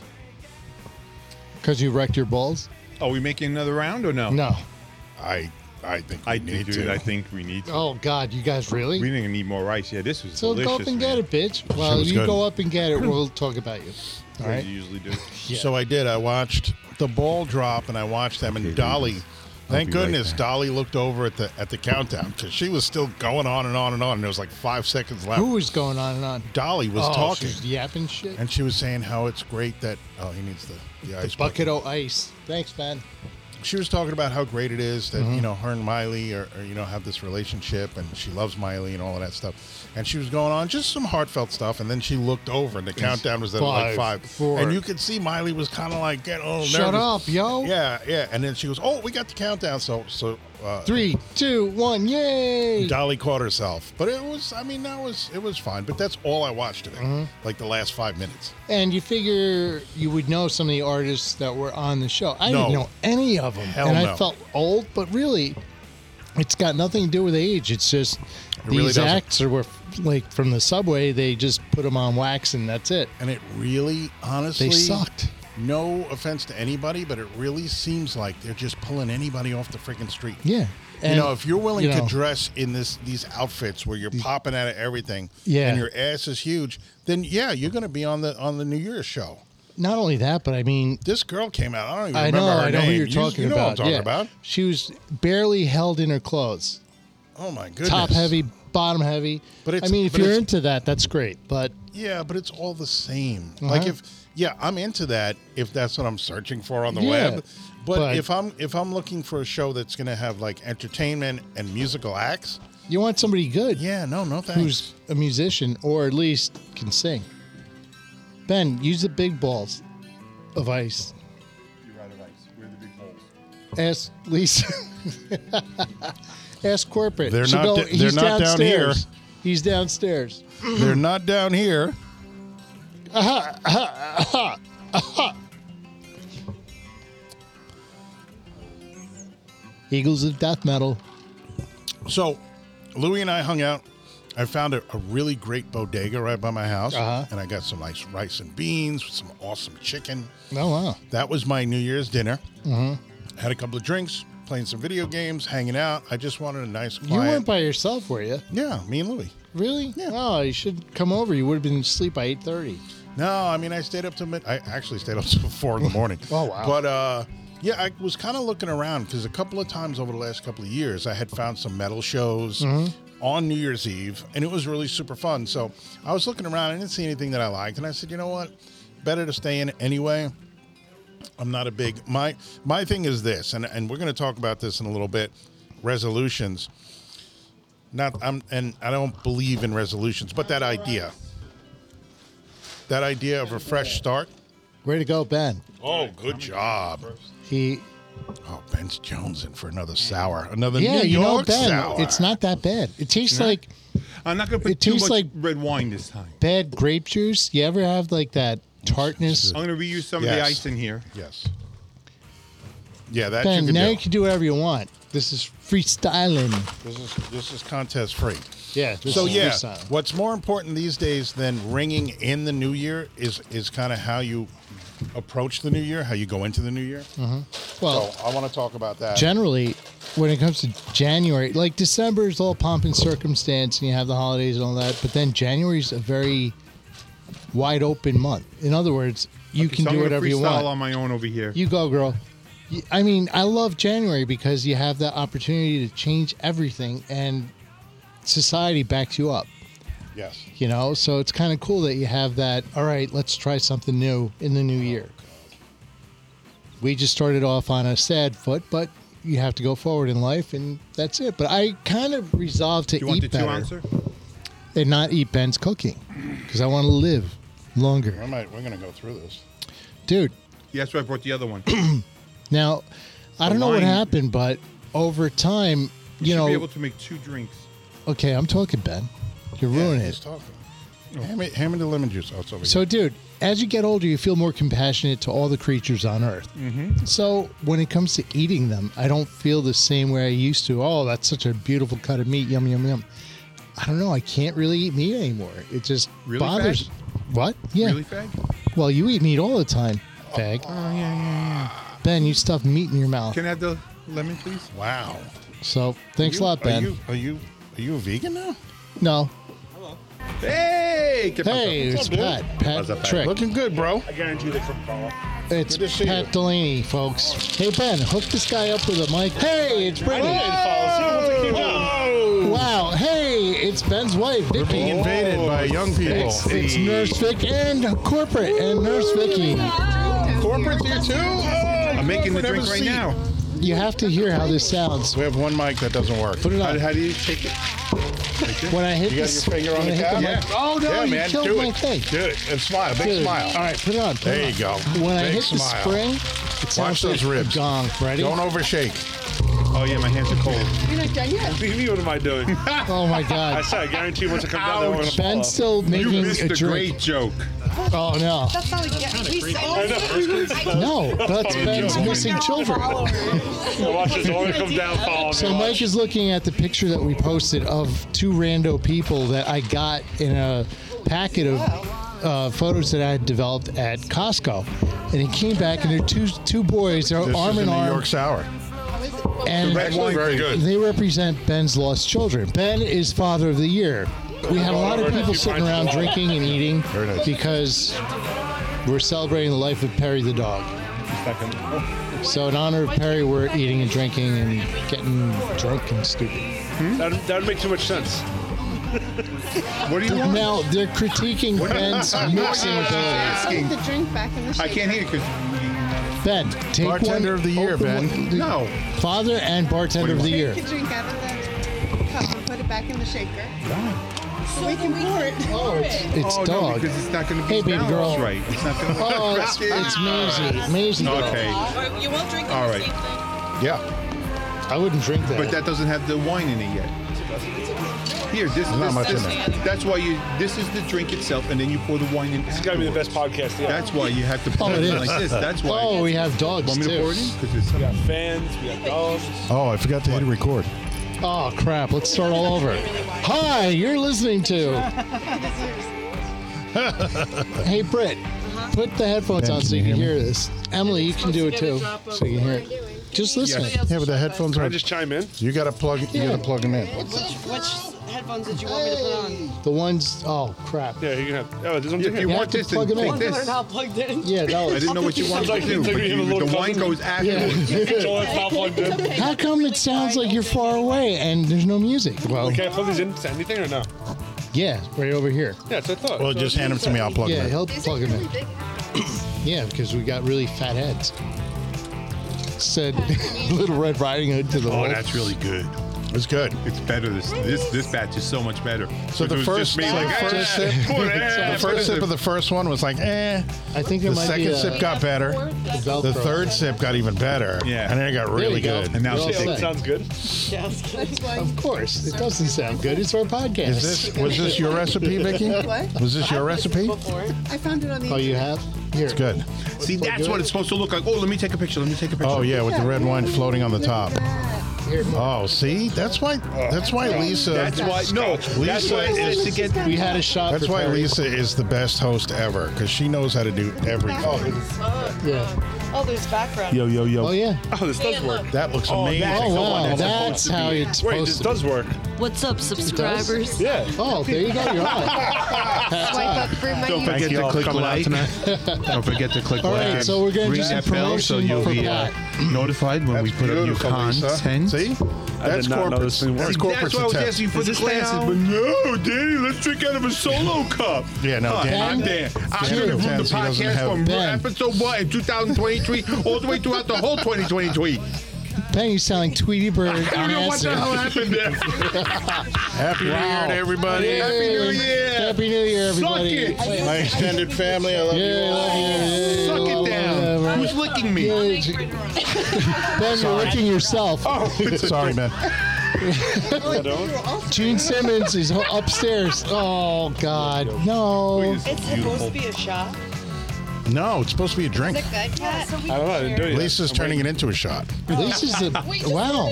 [SPEAKER 1] Because you wrecked your balls?
[SPEAKER 2] Are we making another round or
[SPEAKER 3] Oh.
[SPEAKER 2] no?
[SPEAKER 1] No.
[SPEAKER 3] I I think we
[SPEAKER 2] I
[SPEAKER 3] need
[SPEAKER 2] think, dude,
[SPEAKER 3] to.
[SPEAKER 2] I think we need to.
[SPEAKER 1] Oh, God, you guys really?
[SPEAKER 2] We didn't need more rice. Yeah, this was
[SPEAKER 1] so
[SPEAKER 2] delicious.
[SPEAKER 1] go up and get
[SPEAKER 2] man.
[SPEAKER 1] it, bitch. Well,
[SPEAKER 3] was
[SPEAKER 1] you
[SPEAKER 3] good.
[SPEAKER 1] go up and get it. We'll talk about you. All
[SPEAKER 2] As
[SPEAKER 1] right?
[SPEAKER 2] you usually do.
[SPEAKER 1] Yeah.
[SPEAKER 3] So I did. I watched the ball drop, and I watched them. And Dolly, thank
[SPEAKER 2] be right
[SPEAKER 3] goodness,
[SPEAKER 2] back.
[SPEAKER 3] Dolly looked over at the at the countdown because she was still going on and on and on. And there was like five seconds left.
[SPEAKER 1] Who is going on and on?
[SPEAKER 3] Dolly was
[SPEAKER 1] oh,
[SPEAKER 3] talking,
[SPEAKER 1] she's yapping shit.
[SPEAKER 3] and she was saying how it's great that oh, he needs the the, ice
[SPEAKER 1] Bucket o' ice. Thanks, man.
[SPEAKER 3] She was talking about how great it is that
[SPEAKER 1] Mm-hmm.
[SPEAKER 3] you know her and Miley are, are you know have this relationship, and she loves Miley and all of that stuff. And she was going on just some heartfelt stuff, and then she looked over, and the countdown was at like
[SPEAKER 1] Five,
[SPEAKER 3] five,
[SPEAKER 1] four.
[SPEAKER 3] and you could see Miley was kind of like getting all
[SPEAKER 1] Shut
[SPEAKER 3] nervous.
[SPEAKER 1] up, yo.
[SPEAKER 3] Yeah, yeah. And then she goes, "Oh, we got the countdown." So, so uh,
[SPEAKER 1] Three, two, one, yay.
[SPEAKER 3] Dolly caught herself, but it was. I mean, that was it was fine. But that's all I watched of it,
[SPEAKER 1] Mm-hmm.
[SPEAKER 3] like the last five minutes.
[SPEAKER 1] And you figure you would know some of the artists that were on the show. I didn't
[SPEAKER 3] No.
[SPEAKER 1] know any of them.
[SPEAKER 3] Hell
[SPEAKER 1] and I
[SPEAKER 3] no.
[SPEAKER 1] felt old, but really, it's got nothing to do with age. It's just
[SPEAKER 3] really
[SPEAKER 1] these
[SPEAKER 3] doesn't.
[SPEAKER 1] acts are were like from the subway, they just put them on wax and that's it.
[SPEAKER 3] And it really, honestly,
[SPEAKER 1] They sucked.
[SPEAKER 3] No offense to anybody, but it really seems like they're just pulling anybody off the freaking street.
[SPEAKER 1] Yeah.
[SPEAKER 3] you know, if you're willing
[SPEAKER 1] you know,
[SPEAKER 3] to dress in this these outfits where you're popping out of everything,
[SPEAKER 1] Yeah.
[SPEAKER 3] and your ass is huge, then yeah, you're going to be on the on the New Year's show.
[SPEAKER 1] not only that, but I mean,
[SPEAKER 3] This girl came out. I don't even
[SPEAKER 1] I know,
[SPEAKER 3] remember her
[SPEAKER 1] I know
[SPEAKER 3] name.
[SPEAKER 1] who you're
[SPEAKER 3] You-
[SPEAKER 1] talking
[SPEAKER 3] you know
[SPEAKER 1] about.
[SPEAKER 3] What I'm talking
[SPEAKER 1] yeah.
[SPEAKER 3] about.
[SPEAKER 1] She was barely held in her clothes,
[SPEAKER 3] Oh my goodness!
[SPEAKER 1] top heavy bottom heavy.
[SPEAKER 3] But it's-
[SPEAKER 1] I mean, if
[SPEAKER 3] but
[SPEAKER 1] you're
[SPEAKER 3] it's-
[SPEAKER 1] into that, that's great. But
[SPEAKER 3] Yeah, but it's all the same. Like
[SPEAKER 1] Uh-huh.
[SPEAKER 3] if yeah, I'm into that if that's what I'm searching for on the
[SPEAKER 1] Yeah,
[SPEAKER 3] web. But,
[SPEAKER 1] but-
[SPEAKER 3] if I'm if I'm looking for a show that's going to have like entertainment and musical acts,
[SPEAKER 1] you want somebody good
[SPEAKER 3] yeah, no, no thanks.
[SPEAKER 1] who's a musician or at least can sing. Ben, use the big balls of ice.
[SPEAKER 2] You're out of ice. Where are the big holes?
[SPEAKER 1] Ask Lisa. Ask corporate.
[SPEAKER 3] They're
[SPEAKER 1] She'll
[SPEAKER 3] not
[SPEAKER 1] go,
[SPEAKER 3] da-
[SPEAKER 1] "He's
[SPEAKER 3] they're not down here."
[SPEAKER 1] downstairs. He's downstairs.
[SPEAKER 3] They're not down here.
[SPEAKER 1] Eagles of death metal.
[SPEAKER 3] So, Louie and I hung out. I found a, a really great bodega right by my house,
[SPEAKER 1] Uh-huh.
[SPEAKER 3] and I got some nice rice and beans, some awesome chicken.
[SPEAKER 1] Oh wow.
[SPEAKER 3] That was my New Year's dinner.
[SPEAKER 1] Mm-hmm.
[SPEAKER 3] Had a couple of drinks, playing some video games, hanging out. I just wanted a nice,
[SPEAKER 1] You
[SPEAKER 3] quiet.
[SPEAKER 1] weren't by yourself, were you?
[SPEAKER 3] yeah, me and Louie.
[SPEAKER 1] Really?
[SPEAKER 3] Yeah.
[SPEAKER 1] Oh, you should come over. You would have been asleep by eight thirty.
[SPEAKER 3] No, I mean I stayed up till mid. I actually stayed up till four in the morning.
[SPEAKER 1] Oh, wow.
[SPEAKER 3] But uh, yeah, I was kind of looking around because a couple of times over the last couple of years, I had found some metal shows
[SPEAKER 1] Mm-hmm.
[SPEAKER 3] on New Year's Eve, and it was really super fun. So I was looking around, I didn't see anything that I liked, and I said, you know what, better to stay in anyway. I'm not a big my my thing is this, and and we're going to talk about this in a little bit. Resolutions. Not I'm and I don't believe in resolutions, but that idea that idea of a fresh start.
[SPEAKER 1] Way to go, Ben.
[SPEAKER 3] Oh, good job.
[SPEAKER 1] He
[SPEAKER 3] Oh, Ben's Jones in for another sour. Another
[SPEAKER 1] Yeah,
[SPEAKER 3] New
[SPEAKER 1] you know,
[SPEAKER 3] York
[SPEAKER 1] Ben,
[SPEAKER 3] sour.
[SPEAKER 1] it's not that bad. It tastes like
[SPEAKER 2] I'm not going to put
[SPEAKER 1] It
[SPEAKER 2] too
[SPEAKER 1] tastes
[SPEAKER 2] much
[SPEAKER 1] like-
[SPEAKER 2] red wine this time.
[SPEAKER 1] bad grape juice. You ever have like that tartness?
[SPEAKER 2] I'm going to reuse some of the
[SPEAKER 3] Yes.
[SPEAKER 2] ice in here.
[SPEAKER 3] Yes. Yeah, that
[SPEAKER 1] Ben,
[SPEAKER 3] you can
[SPEAKER 1] now
[SPEAKER 3] do.
[SPEAKER 1] you can do whatever you want. This is freestyling.
[SPEAKER 3] This is this is contest free.
[SPEAKER 1] Yeah. This
[SPEAKER 3] So
[SPEAKER 1] is
[SPEAKER 3] yeah,
[SPEAKER 1] freestyling.
[SPEAKER 3] what's more important these days than ringing in the new year is is kind of how you approach the new year, how you go into the new year.
[SPEAKER 1] Well,
[SPEAKER 3] So I want to talk about that.
[SPEAKER 1] generally, when it comes to January, like December is all pomp and circumstance, and you have the holidays and all that. But then January is a very wide open month. In other words, you can
[SPEAKER 2] so I'm
[SPEAKER 1] do
[SPEAKER 2] gonna
[SPEAKER 1] whatever you
[SPEAKER 2] freestyle
[SPEAKER 1] want.
[SPEAKER 2] on my own over here.
[SPEAKER 1] You go, girl. You- I mean, I love January because you have that opportunity to change everything, and society backs you up.
[SPEAKER 3] yes.
[SPEAKER 1] You know, so it's kind of cool that you have that. All right, let's try something new in the new year. We just started off on a sad foot, but you have to go forward in life, and that's it. But I kind of resolved to
[SPEAKER 2] you want the
[SPEAKER 1] eat
[SPEAKER 2] two
[SPEAKER 1] better
[SPEAKER 2] ouncer?
[SPEAKER 1] and not eat Ben's cooking because I want to live
[SPEAKER 3] We
[SPEAKER 1] longer,
[SPEAKER 3] might, we're going to go through this.
[SPEAKER 1] dude.
[SPEAKER 2] Yeah, that's why I brought the other one.
[SPEAKER 1] Now, I
[SPEAKER 2] The
[SPEAKER 1] don't know what
[SPEAKER 2] wine-
[SPEAKER 1] happened, but over time, you,
[SPEAKER 2] should
[SPEAKER 1] know,
[SPEAKER 2] be able to make two drinks.
[SPEAKER 1] okay, I'm talking, Ben. You're ruining
[SPEAKER 3] He's
[SPEAKER 1] it.
[SPEAKER 3] talking. Hand, me, hand me the lemon juice. Oh, it's over
[SPEAKER 1] So, dude, as you get older, you feel more compassionate to all the creatures on Earth. Mm-hmm. So, when it comes to eating them, I don't feel the same way I used to. Oh, that's such a beautiful cut of meat. Yum, yum, yum. I don't know. I can't really eat meat anymore. It just
[SPEAKER 2] Really,
[SPEAKER 1] bothers.
[SPEAKER 2] Fag?
[SPEAKER 1] What? Yeah.
[SPEAKER 2] Really, Fag?
[SPEAKER 1] Well, you eat meat all the time, fag. Oh, yeah, yeah, yeah. Ben, you stuff meat in your mouth.
[SPEAKER 2] Can I have the lemon, please?
[SPEAKER 3] here. Wow.
[SPEAKER 1] so, thanks
[SPEAKER 3] You-
[SPEAKER 1] a lot,
[SPEAKER 3] Are
[SPEAKER 1] Ben.
[SPEAKER 3] you, are you are you a vegan now?
[SPEAKER 1] no.
[SPEAKER 2] Hey! get
[SPEAKER 1] Hey, it's
[SPEAKER 2] myself-
[SPEAKER 3] up, dude?
[SPEAKER 1] Pat. Pat
[SPEAKER 2] How's up, Pat?
[SPEAKER 1] Trick.
[SPEAKER 3] Looking good, bro.
[SPEAKER 4] I guarantee they couldn't follow.
[SPEAKER 1] It's
[SPEAKER 3] Good to see
[SPEAKER 1] Pat
[SPEAKER 3] you.
[SPEAKER 1] Delaney, folks. Hey Ben, hook this guy up with a mic. Hey, it's Brittany. Wow. Hey, it's Ben's wife, Vicky.
[SPEAKER 3] Being invaded by young people.
[SPEAKER 1] It's, it's Nurse Vic and corporate and Nurse Vicky.
[SPEAKER 3] Corporate here too.
[SPEAKER 2] I'm making the drink right now.
[SPEAKER 1] You have to hear how this sounds.
[SPEAKER 3] We have one mic that doesn't work.
[SPEAKER 1] Put it
[SPEAKER 2] How,
[SPEAKER 1] on.
[SPEAKER 2] how do you take it?
[SPEAKER 1] When I hit
[SPEAKER 3] You got your
[SPEAKER 1] this,
[SPEAKER 3] finger on
[SPEAKER 1] when
[SPEAKER 3] the
[SPEAKER 1] I hit
[SPEAKER 3] cap?
[SPEAKER 1] the
[SPEAKER 3] Yeah.
[SPEAKER 1] mic- Oh no,
[SPEAKER 3] yeah,
[SPEAKER 1] you
[SPEAKER 3] man,
[SPEAKER 1] killed
[SPEAKER 3] do
[SPEAKER 1] my
[SPEAKER 3] it.
[SPEAKER 1] thing.
[SPEAKER 3] Do it and smile, big
[SPEAKER 1] Dude.
[SPEAKER 3] smile.
[SPEAKER 1] All right, put it on. Put
[SPEAKER 3] There
[SPEAKER 1] it
[SPEAKER 3] you go.
[SPEAKER 1] on. When I
[SPEAKER 3] big
[SPEAKER 1] hit
[SPEAKER 3] smile.
[SPEAKER 1] the spring, it sounds
[SPEAKER 3] those
[SPEAKER 1] like
[SPEAKER 3] ribs.
[SPEAKER 1] a gong. Ready?
[SPEAKER 3] Don't overshake.
[SPEAKER 2] Oh, yeah, my hands are cold.
[SPEAKER 6] You're not done yet.
[SPEAKER 4] Me, what am I doing?
[SPEAKER 1] Oh my
[SPEAKER 4] I
[SPEAKER 1] God.
[SPEAKER 4] said, I guarantee once I come down there, we're gonna follow.
[SPEAKER 1] Ben's still
[SPEAKER 2] You
[SPEAKER 1] making
[SPEAKER 2] missed
[SPEAKER 1] a
[SPEAKER 2] the
[SPEAKER 1] drink.
[SPEAKER 2] great joke.
[SPEAKER 1] Oh no.
[SPEAKER 6] That's not like yeah. We
[SPEAKER 1] No, that's Ben's
[SPEAKER 2] joking.
[SPEAKER 1] missing children.
[SPEAKER 4] So watch this, only come down, follow me.
[SPEAKER 1] So Mike is looking at the picture that we posted of two rando people that I got in a packet of uh, photos that I had developed at Costco, and he came back and they're two two boys, they're
[SPEAKER 3] This
[SPEAKER 1] arm
[SPEAKER 3] is a
[SPEAKER 1] in
[SPEAKER 3] New
[SPEAKER 1] arm,
[SPEAKER 3] York sour.
[SPEAKER 1] and
[SPEAKER 3] Actually, very good.
[SPEAKER 1] they represent Ben's lost children. Ben is father of the year. We have a lot of people sitting around drinking and eating
[SPEAKER 3] Very nice.
[SPEAKER 1] because we're celebrating the life of Perry the dog. So in honor of Perry, we're eating and drinking and getting drunk and stupid.
[SPEAKER 4] That would make too much sense.
[SPEAKER 2] What do you want?
[SPEAKER 1] Now they're critiquing Ben's mixing abilities.
[SPEAKER 2] Asking.
[SPEAKER 6] Put the drink back in the shaker.
[SPEAKER 2] I can't hear because
[SPEAKER 1] Ben, take
[SPEAKER 3] Bartender
[SPEAKER 1] one,
[SPEAKER 3] of the year,
[SPEAKER 1] open
[SPEAKER 3] Ben.
[SPEAKER 1] one-
[SPEAKER 2] no.
[SPEAKER 1] Father and bartender of the year.
[SPEAKER 6] Take a drink out of the cup and put it back in the shaker.
[SPEAKER 7] So we can pour it.
[SPEAKER 1] Oh, it's, it's
[SPEAKER 2] oh,
[SPEAKER 1] dog.
[SPEAKER 2] No, because it's not going to be
[SPEAKER 1] Hey, baby
[SPEAKER 2] balanced
[SPEAKER 1] girl.
[SPEAKER 2] right. It's not going to
[SPEAKER 1] oh, it's, it's Maisie. Maisie.
[SPEAKER 2] Okay.
[SPEAKER 7] Or you won't drink it
[SPEAKER 2] All
[SPEAKER 7] this
[SPEAKER 2] right.
[SPEAKER 7] evening.
[SPEAKER 3] Yeah.
[SPEAKER 1] I wouldn't drink that.
[SPEAKER 2] But that doesn't have the wine in it yet. Here, this is
[SPEAKER 3] Not much in
[SPEAKER 7] it.
[SPEAKER 2] That's why you. This is the drink itself, and then you pour the wine in.
[SPEAKER 8] It's got to be the best podcast. Yeah.
[SPEAKER 2] That's why you have to pour
[SPEAKER 1] Oh, it
[SPEAKER 2] it in
[SPEAKER 1] is.
[SPEAKER 2] like this. That's why.
[SPEAKER 1] oh, we have dogs
[SPEAKER 2] Want me
[SPEAKER 1] too.
[SPEAKER 2] to pour it in? 'Cause it's-
[SPEAKER 8] we got fans. We got dogs.
[SPEAKER 3] Oh, I forgot to hit record.
[SPEAKER 1] Oh crap! Let's start all over. Hi, you're listening to. hey Britt, put the headphones
[SPEAKER 3] Ben,
[SPEAKER 1] on
[SPEAKER 3] can
[SPEAKER 1] so
[SPEAKER 3] you
[SPEAKER 1] you can
[SPEAKER 3] hear
[SPEAKER 1] hear
[SPEAKER 3] me?
[SPEAKER 1] this. Emily, you can do it too, so you can hear it. Just listen.
[SPEAKER 3] Yeah, but the headphones
[SPEAKER 8] Can I
[SPEAKER 3] are.
[SPEAKER 8] just chime in?
[SPEAKER 3] You got to plug. You got to plug them in.
[SPEAKER 7] Which, which headphones did you want me to put on?
[SPEAKER 1] The ones. Oh crap!
[SPEAKER 8] Yeah, you can have. Oh, this one's
[SPEAKER 2] If you
[SPEAKER 8] here.
[SPEAKER 1] have
[SPEAKER 2] want
[SPEAKER 1] to
[SPEAKER 2] this,
[SPEAKER 1] plug
[SPEAKER 2] then
[SPEAKER 1] it in.
[SPEAKER 2] take
[SPEAKER 1] One
[SPEAKER 2] this.
[SPEAKER 7] Learn how plugged in.
[SPEAKER 1] Yeah, that
[SPEAKER 2] I
[SPEAKER 1] was.
[SPEAKER 2] didn't know what you wanted
[SPEAKER 8] Like,
[SPEAKER 2] to do,
[SPEAKER 8] like
[SPEAKER 2] but
[SPEAKER 8] we have
[SPEAKER 2] you,
[SPEAKER 8] a little
[SPEAKER 2] the wine
[SPEAKER 8] cousin.
[SPEAKER 2] goes afterwards.
[SPEAKER 8] Controller, top one, Jim.
[SPEAKER 1] How come it sounds like you're far away and there's no music? Well,
[SPEAKER 8] Can I plug these into anything or no?
[SPEAKER 1] yeah, right over here.
[SPEAKER 8] Yeah, that's what I thought.
[SPEAKER 3] Well,
[SPEAKER 8] So
[SPEAKER 3] just hand them to me. I'll plug
[SPEAKER 1] Yeah,
[SPEAKER 3] them in.
[SPEAKER 1] he'll plug them in. Yeah, because we got really fat heads. Said Little Red Riding Hood to the
[SPEAKER 2] Oh,
[SPEAKER 1] wolf.
[SPEAKER 2] that's really good.
[SPEAKER 3] It's good.
[SPEAKER 2] It's better. This this this batch is so much better.
[SPEAKER 3] So
[SPEAKER 2] If
[SPEAKER 3] the
[SPEAKER 2] it was
[SPEAKER 3] first-
[SPEAKER 2] just me,
[SPEAKER 3] so
[SPEAKER 2] like,
[SPEAKER 3] the
[SPEAKER 2] "Ah,
[SPEAKER 3] first
[SPEAKER 2] put
[SPEAKER 3] sip-
[SPEAKER 2] it
[SPEAKER 3] The
[SPEAKER 2] in."
[SPEAKER 3] first sip of the first one was like, eh.
[SPEAKER 1] I think there
[SPEAKER 3] The
[SPEAKER 1] might
[SPEAKER 3] second
[SPEAKER 1] be a
[SPEAKER 3] sip got better.
[SPEAKER 1] Velcro.
[SPEAKER 3] The third sip got even better.
[SPEAKER 2] Yeah.
[SPEAKER 3] And then it got really
[SPEAKER 1] you go.
[SPEAKER 3] good.
[SPEAKER 2] and now
[SPEAKER 1] You're all
[SPEAKER 2] it's
[SPEAKER 8] it
[SPEAKER 1] set.
[SPEAKER 8] sounds good.
[SPEAKER 6] That's why.
[SPEAKER 1] Of course, it doesn't sound good. It's our podcast.
[SPEAKER 3] Is this was this your recipe, Vicky?
[SPEAKER 6] What?
[SPEAKER 3] Was this your recipe?
[SPEAKER 7] Before.
[SPEAKER 6] I found it on the
[SPEAKER 1] Oh, you have? Here.
[SPEAKER 3] It's good.
[SPEAKER 2] See, that's what it's supposed to look like. Oh, let me take a picture. Let me take a picture.
[SPEAKER 3] Oh yeah, with the red wine floating on the top.
[SPEAKER 1] Here.
[SPEAKER 3] Oh, see, that's why. That's why Lisa.
[SPEAKER 2] That's why. No, that's
[SPEAKER 3] Lisa-
[SPEAKER 2] why it's to get.
[SPEAKER 1] We had a shot.
[SPEAKER 3] That's why
[SPEAKER 1] prepared.
[SPEAKER 3] Lisa is the best host ever because she knows how to do everything.
[SPEAKER 7] Oh,
[SPEAKER 1] Yeah.
[SPEAKER 7] oh, there's background.
[SPEAKER 8] Yo, yo, yo.
[SPEAKER 1] Oh yeah.
[SPEAKER 8] Oh, this does
[SPEAKER 7] And
[SPEAKER 8] work.
[SPEAKER 7] look,
[SPEAKER 3] that looks
[SPEAKER 8] Oh,
[SPEAKER 3] amazing.
[SPEAKER 8] that-
[SPEAKER 1] Oh
[SPEAKER 8] Go
[SPEAKER 1] wow,
[SPEAKER 8] on, that's
[SPEAKER 1] that's
[SPEAKER 8] supposed to
[SPEAKER 1] how
[SPEAKER 8] be-
[SPEAKER 1] it's
[SPEAKER 8] Wait,
[SPEAKER 1] supposed
[SPEAKER 8] this
[SPEAKER 1] to.
[SPEAKER 8] does work.
[SPEAKER 9] What's up, subscribers?
[SPEAKER 8] Yeah.
[SPEAKER 1] be. Oh, there you go. You're on.
[SPEAKER 6] swipe up for my
[SPEAKER 2] Don't
[SPEAKER 6] YouTube.
[SPEAKER 2] forget
[SPEAKER 8] you
[SPEAKER 2] to
[SPEAKER 8] all
[SPEAKER 2] click
[SPEAKER 8] coming out
[SPEAKER 2] like. Don't forget to click
[SPEAKER 1] All
[SPEAKER 2] like.
[SPEAKER 1] right,
[SPEAKER 2] and
[SPEAKER 1] so we're gonna do
[SPEAKER 2] ring
[SPEAKER 1] some
[SPEAKER 2] that bell so
[SPEAKER 1] promotion
[SPEAKER 2] you'll
[SPEAKER 1] for
[SPEAKER 2] be uh,
[SPEAKER 1] Pat.
[SPEAKER 2] notified when we
[SPEAKER 3] That's
[SPEAKER 2] put up new
[SPEAKER 3] beautiful, Lisa.
[SPEAKER 2] content.
[SPEAKER 3] See, that's
[SPEAKER 8] not know
[SPEAKER 3] corporate.
[SPEAKER 8] this thing
[SPEAKER 3] that's
[SPEAKER 8] worked.
[SPEAKER 3] corporate
[SPEAKER 2] That's why I was
[SPEAKER 3] attempt.
[SPEAKER 2] asking for the
[SPEAKER 8] this thing
[SPEAKER 2] glasses,
[SPEAKER 8] out?
[SPEAKER 2] but no, Danny, let's drink out of a solo cup.
[SPEAKER 3] Yeah, no,
[SPEAKER 2] Huh,
[SPEAKER 3] Dan-
[SPEAKER 2] I'm Dan. I'm
[SPEAKER 3] Dan
[SPEAKER 2] going to run the
[SPEAKER 3] pretends he doesn't
[SPEAKER 2] podcast
[SPEAKER 3] have-
[SPEAKER 2] from
[SPEAKER 1] Ben.
[SPEAKER 2] episode one in 2023 all the way throughout the whole 2023.
[SPEAKER 1] Ben, you sound like Tweety Bird.
[SPEAKER 2] I don't know what the hell happened there.
[SPEAKER 3] Happy New Year to everybody.
[SPEAKER 2] Happy New Year.
[SPEAKER 1] Happy New Year,
[SPEAKER 2] Suck
[SPEAKER 1] everybody.
[SPEAKER 2] it.
[SPEAKER 3] My extended family, I love
[SPEAKER 1] Yeah,
[SPEAKER 3] you all.
[SPEAKER 1] love you. Yeah,
[SPEAKER 2] Suck
[SPEAKER 1] love you,
[SPEAKER 2] it down.
[SPEAKER 1] whatever.
[SPEAKER 2] Who's licking me?
[SPEAKER 1] Yeah,
[SPEAKER 7] make
[SPEAKER 1] j-
[SPEAKER 7] right or wrong.
[SPEAKER 1] Ben, you're licking yourself.
[SPEAKER 3] Oh. Sorry, man.
[SPEAKER 1] Gene Simmons is ho- upstairs. Oh God, no!
[SPEAKER 7] It's supposed to be a shot.
[SPEAKER 3] No, it's supposed to be a drink.
[SPEAKER 8] I don't know. I didn't do it. yet.
[SPEAKER 3] Lisa's turning it into a shot.
[SPEAKER 1] This is a wow.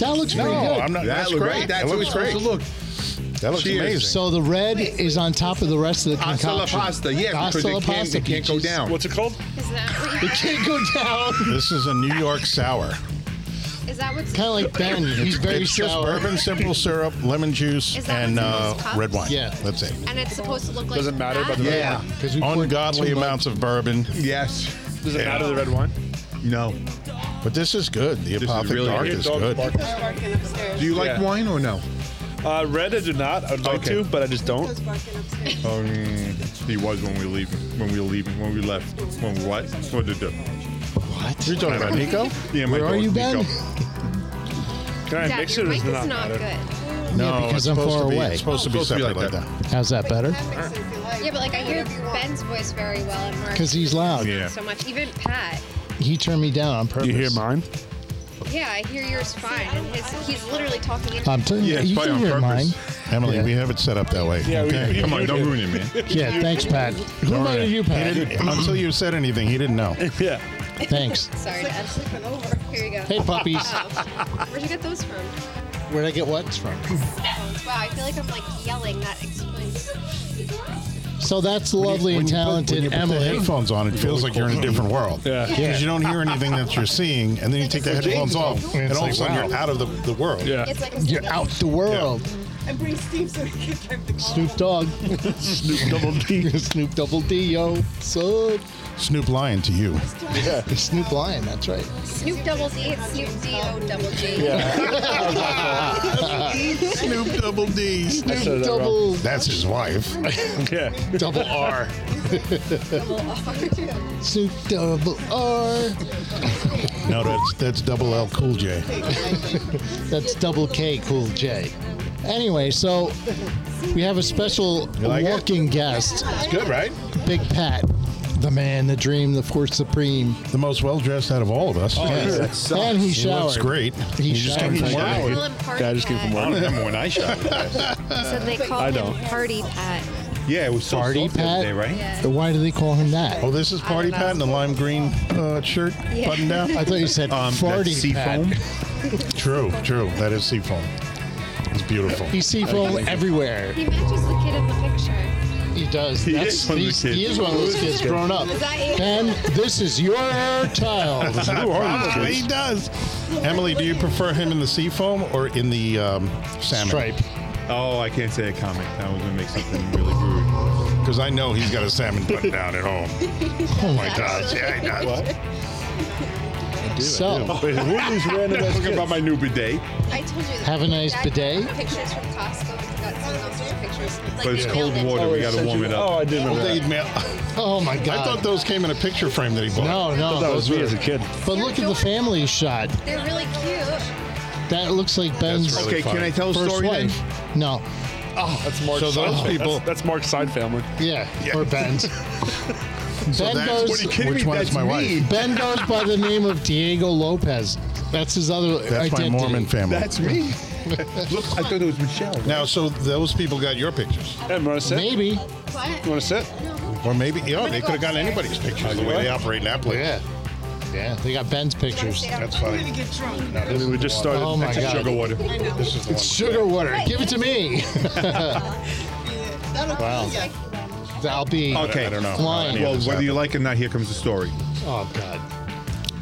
[SPEAKER 1] That looks pretty
[SPEAKER 3] No,
[SPEAKER 1] good.
[SPEAKER 3] I'm not.
[SPEAKER 2] That
[SPEAKER 3] That's
[SPEAKER 2] looks
[SPEAKER 3] great.
[SPEAKER 2] great.
[SPEAKER 3] That
[SPEAKER 2] That's what it's
[SPEAKER 3] looks great.
[SPEAKER 2] supposed to look.
[SPEAKER 3] That looks
[SPEAKER 2] Cheers.
[SPEAKER 3] amazing.
[SPEAKER 1] So the red is on top of the rest of the
[SPEAKER 2] Pasta la
[SPEAKER 1] concoction.
[SPEAKER 2] pasta. Yeah,
[SPEAKER 1] Pasta
[SPEAKER 2] because
[SPEAKER 1] la
[SPEAKER 2] it can't,
[SPEAKER 1] pasta
[SPEAKER 2] it can't go
[SPEAKER 1] peaches.
[SPEAKER 2] down.
[SPEAKER 8] What's it called?
[SPEAKER 10] Is that,
[SPEAKER 1] It can't go down.
[SPEAKER 3] This is a New York sour.
[SPEAKER 10] what, is that what's
[SPEAKER 1] Kind of like Ben. He's very
[SPEAKER 3] It's just
[SPEAKER 1] sour.
[SPEAKER 3] bourbon, simple syrup, lemon juice,
[SPEAKER 10] Is that
[SPEAKER 3] and
[SPEAKER 10] what's in
[SPEAKER 3] uh,
[SPEAKER 10] those cups?
[SPEAKER 3] red wine.
[SPEAKER 1] Yeah.
[SPEAKER 3] that's it.
[SPEAKER 10] and it's supposed to look like
[SPEAKER 8] Doesn't matter,
[SPEAKER 10] that?
[SPEAKER 8] but the-
[SPEAKER 2] Yeah.
[SPEAKER 1] Because we poured
[SPEAKER 3] Ungodly
[SPEAKER 1] too much.
[SPEAKER 3] amounts of bourbon,
[SPEAKER 2] Yes.
[SPEAKER 8] Does it matter the red wine?
[SPEAKER 2] No.
[SPEAKER 3] but this is good. The
[SPEAKER 2] is
[SPEAKER 3] Apothic
[SPEAKER 2] really
[SPEAKER 3] Dark
[SPEAKER 2] good.
[SPEAKER 3] is
[SPEAKER 8] Dog
[SPEAKER 3] good.
[SPEAKER 8] bark.
[SPEAKER 7] They're barking upstairs.
[SPEAKER 2] Do you like
[SPEAKER 8] Yeah.
[SPEAKER 2] wine or no?
[SPEAKER 8] Uh, red, I do not. I'd like
[SPEAKER 2] Okay.
[SPEAKER 8] to, but I just don't.
[SPEAKER 7] Those barking upstairs.
[SPEAKER 2] Um, he was when we were leaving. When we were leaving. When we left. When what? What did the?
[SPEAKER 3] You're talking about Nico?
[SPEAKER 2] Yeah,
[SPEAKER 1] Where are you, Ben?
[SPEAKER 2] been?
[SPEAKER 8] Can I
[SPEAKER 10] Dad,
[SPEAKER 8] mix it
[SPEAKER 10] your
[SPEAKER 8] or does
[SPEAKER 10] mic
[SPEAKER 8] it
[SPEAKER 10] is
[SPEAKER 8] not matter?
[SPEAKER 10] not good.
[SPEAKER 3] No,
[SPEAKER 1] because
[SPEAKER 3] it's
[SPEAKER 1] I'm
[SPEAKER 3] supposed
[SPEAKER 1] far
[SPEAKER 3] to be,
[SPEAKER 1] away.
[SPEAKER 3] It's supposed to be
[SPEAKER 2] Supposed to be
[SPEAKER 3] separate like
[SPEAKER 2] like
[SPEAKER 3] that.
[SPEAKER 2] that.
[SPEAKER 1] How's that better?
[SPEAKER 7] That makes it feel like-
[SPEAKER 10] Yeah, but like I hear
[SPEAKER 7] Whatever you want.
[SPEAKER 10] Ben's voice very well and Mark.
[SPEAKER 1] Because he's loud.
[SPEAKER 2] Yeah.
[SPEAKER 10] so much. Even Pat.
[SPEAKER 1] He turned me down on purpose.
[SPEAKER 8] You hear mine?
[SPEAKER 10] Yeah, I hear yours fine. And his, he's literally talking into
[SPEAKER 1] I'm telling you,
[SPEAKER 2] Yeah, it's
[SPEAKER 1] you
[SPEAKER 2] probably
[SPEAKER 1] can
[SPEAKER 2] on
[SPEAKER 1] hear mine.
[SPEAKER 2] purpose.
[SPEAKER 3] Emily,
[SPEAKER 1] Yeah.
[SPEAKER 3] we have it set up that way.
[SPEAKER 8] Yeah, we-
[SPEAKER 3] Okay.
[SPEAKER 8] we-
[SPEAKER 2] Come on, don't ruin it, man.
[SPEAKER 1] Yeah, thanks, Pat. Who
[SPEAKER 3] Don't worry.
[SPEAKER 1] invited you,
[SPEAKER 3] He
[SPEAKER 1] Pat?
[SPEAKER 3] didn't- until you said anything, he didn't know.
[SPEAKER 8] Yeah.
[SPEAKER 1] Thanks.
[SPEAKER 10] Sorry, Dad.
[SPEAKER 7] Flipping over.
[SPEAKER 10] Here you go.
[SPEAKER 1] Hey, puppies.
[SPEAKER 10] Oh. Where'd you get those from?
[SPEAKER 1] Where'd I get what from?
[SPEAKER 10] Wow, I feel like I'm like yelling. That explains.
[SPEAKER 1] So that's lovely
[SPEAKER 3] When
[SPEAKER 1] and
[SPEAKER 3] you put- when
[SPEAKER 1] talented
[SPEAKER 3] you put the
[SPEAKER 1] Emily.
[SPEAKER 3] headphones on, it feels like you're in a different world.
[SPEAKER 8] Yeah.
[SPEAKER 3] Because you don't hear anything that you're seeing, and then you take the headphones off, and all of a sudden you're out of the, the world.
[SPEAKER 8] Yeah.
[SPEAKER 10] It's like a
[SPEAKER 1] You're out the world.
[SPEAKER 6] And bring Steve so he can drive the car.
[SPEAKER 1] Snoop Dogg.
[SPEAKER 3] Snoop Double D.
[SPEAKER 1] Snoop Double D, yo. Sup?
[SPEAKER 3] Snoop Lion to you.
[SPEAKER 1] Yeah. Snoop Lion, that's right.
[SPEAKER 10] Snoop Double D, it's Snoop D O Double G.
[SPEAKER 3] Snoop Double D.
[SPEAKER 8] I said that wrong.
[SPEAKER 1] Double,
[SPEAKER 3] That's his wife.
[SPEAKER 8] Yeah.
[SPEAKER 1] double R. Snoop Double R.
[SPEAKER 3] No, that's that's double L Cool J.
[SPEAKER 1] That's double K Cool J. Anyway, so we have a special
[SPEAKER 3] like it?
[SPEAKER 1] walking guest,
[SPEAKER 3] It's good, right?
[SPEAKER 1] Big Pat, the man, the dream, the force supreme.
[SPEAKER 3] The most well dressed out of all of us.
[SPEAKER 2] That sucks.
[SPEAKER 1] And he
[SPEAKER 3] He
[SPEAKER 1] showered.
[SPEAKER 3] looks great.
[SPEAKER 1] He showered.
[SPEAKER 3] came
[SPEAKER 1] He
[SPEAKER 3] work.
[SPEAKER 10] They call
[SPEAKER 8] showered.
[SPEAKER 10] him Party
[SPEAKER 8] Guy just came from
[SPEAKER 10] Pat.
[SPEAKER 8] work.
[SPEAKER 5] I remember when I shot.
[SPEAKER 10] So they call
[SPEAKER 8] I
[SPEAKER 10] him
[SPEAKER 8] don't.
[SPEAKER 10] Party Pat.
[SPEAKER 2] Yeah, it was so
[SPEAKER 1] Party
[SPEAKER 2] soft the other
[SPEAKER 1] Pat?
[SPEAKER 2] day, right?
[SPEAKER 10] Yeah.
[SPEAKER 1] Why do they call him that?
[SPEAKER 3] Oh, this is Party
[SPEAKER 10] know.
[SPEAKER 3] Pat in the lime green uh, shirt
[SPEAKER 10] Yeah.
[SPEAKER 3] button down.
[SPEAKER 1] I thought you said
[SPEAKER 2] Um,
[SPEAKER 1] farty
[SPEAKER 2] that sea
[SPEAKER 1] Pat.
[SPEAKER 2] foam.
[SPEAKER 3] True, true. That is seafoam. It's beautiful.
[SPEAKER 1] He's seafoam everywhere.
[SPEAKER 10] He matches the kid in the picture.
[SPEAKER 1] He does.
[SPEAKER 5] He
[SPEAKER 1] That's,
[SPEAKER 5] is one of
[SPEAKER 1] he's-
[SPEAKER 5] the kids.
[SPEAKER 1] He is one of those kids grown up.
[SPEAKER 10] Is that you?
[SPEAKER 1] And this is your child.
[SPEAKER 3] Who are these kids? He does. Emily, do you prefer him in the seafoam or in the um, salmon?
[SPEAKER 1] Stripe.
[SPEAKER 2] Oh, I can't say a comment. I was gonna make something really rude.
[SPEAKER 3] Because I know he's got a salmon button down at home. Oh my gosh, yeah, he does.
[SPEAKER 1] So,
[SPEAKER 8] Wait, who are these random ass
[SPEAKER 2] Talking
[SPEAKER 8] kids?
[SPEAKER 2] about my new bidet,
[SPEAKER 10] I told you. that
[SPEAKER 1] Have a nice
[SPEAKER 10] Dad
[SPEAKER 1] bidet.
[SPEAKER 10] got Pictures from Costco. He's got someone else's pictures. Like,
[SPEAKER 2] but it's
[SPEAKER 10] they
[SPEAKER 2] cold
[SPEAKER 10] mailed it
[SPEAKER 2] water. We gotta
[SPEAKER 8] Sent
[SPEAKER 2] warm
[SPEAKER 8] you-
[SPEAKER 2] it
[SPEAKER 8] Oh,
[SPEAKER 2] up.
[SPEAKER 8] I did remember
[SPEAKER 3] They
[SPEAKER 8] that.
[SPEAKER 3] mail-
[SPEAKER 1] oh my God.
[SPEAKER 3] I thought those came in a picture frame that he bought.
[SPEAKER 1] no, no.
[SPEAKER 8] That was
[SPEAKER 1] those
[SPEAKER 8] me
[SPEAKER 1] were-
[SPEAKER 8] as a kid.
[SPEAKER 1] But look at the family shot.
[SPEAKER 10] to- They're really cute.
[SPEAKER 1] That looks like Ben's
[SPEAKER 3] really
[SPEAKER 2] Okay,
[SPEAKER 3] fun.
[SPEAKER 2] can I tell a
[SPEAKER 1] first
[SPEAKER 2] story then?
[SPEAKER 1] wife. No.
[SPEAKER 8] That's Mark's
[SPEAKER 3] So those
[SPEAKER 8] side.
[SPEAKER 3] people-
[SPEAKER 8] That's, that's Mark's side family.
[SPEAKER 1] Yeah. Or Ben's. ben
[SPEAKER 3] that's-
[SPEAKER 1] goes.
[SPEAKER 3] what are you
[SPEAKER 2] kidding
[SPEAKER 3] Which
[SPEAKER 2] me?
[SPEAKER 3] one is
[SPEAKER 2] That's
[SPEAKER 3] my
[SPEAKER 2] me.
[SPEAKER 3] wife?
[SPEAKER 1] Ben goes by the name of Diego Lopez. That's his other
[SPEAKER 3] That's
[SPEAKER 1] identity.
[SPEAKER 3] my Mormon family.
[SPEAKER 2] That's me. Look, I thought it was Michelle.
[SPEAKER 3] now, so those people got your pictures,
[SPEAKER 8] Hey, you want to sit?
[SPEAKER 1] Maybe.
[SPEAKER 8] You want to sit?
[SPEAKER 3] or maybe yeah, they could have gotten anybody's pictures. The way they operate in that place.
[SPEAKER 1] Yeah. Yeah. They got Ben's pictures.
[SPEAKER 3] That's
[SPEAKER 6] I'm gonna
[SPEAKER 3] funny.
[SPEAKER 6] get drunk.
[SPEAKER 3] No, this
[SPEAKER 8] We
[SPEAKER 3] is
[SPEAKER 8] just
[SPEAKER 3] the
[SPEAKER 8] started.
[SPEAKER 1] Oh my
[SPEAKER 8] It's
[SPEAKER 1] God.
[SPEAKER 8] Sugar water.
[SPEAKER 6] I know.
[SPEAKER 3] one. This is the one.
[SPEAKER 1] Sugar water. Give it to me.
[SPEAKER 6] That'll
[SPEAKER 1] Wow.
[SPEAKER 6] yeah.
[SPEAKER 1] I'll be.
[SPEAKER 2] Okay.
[SPEAKER 3] I don't know.
[SPEAKER 1] Flying.
[SPEAKER 3] Any of
[SPEAKER 2] Well,
[SPEAKER 3] this
[SPEAKER 2] whether you like it or not, here comes the story.
[SPEAKER 1] Oh God.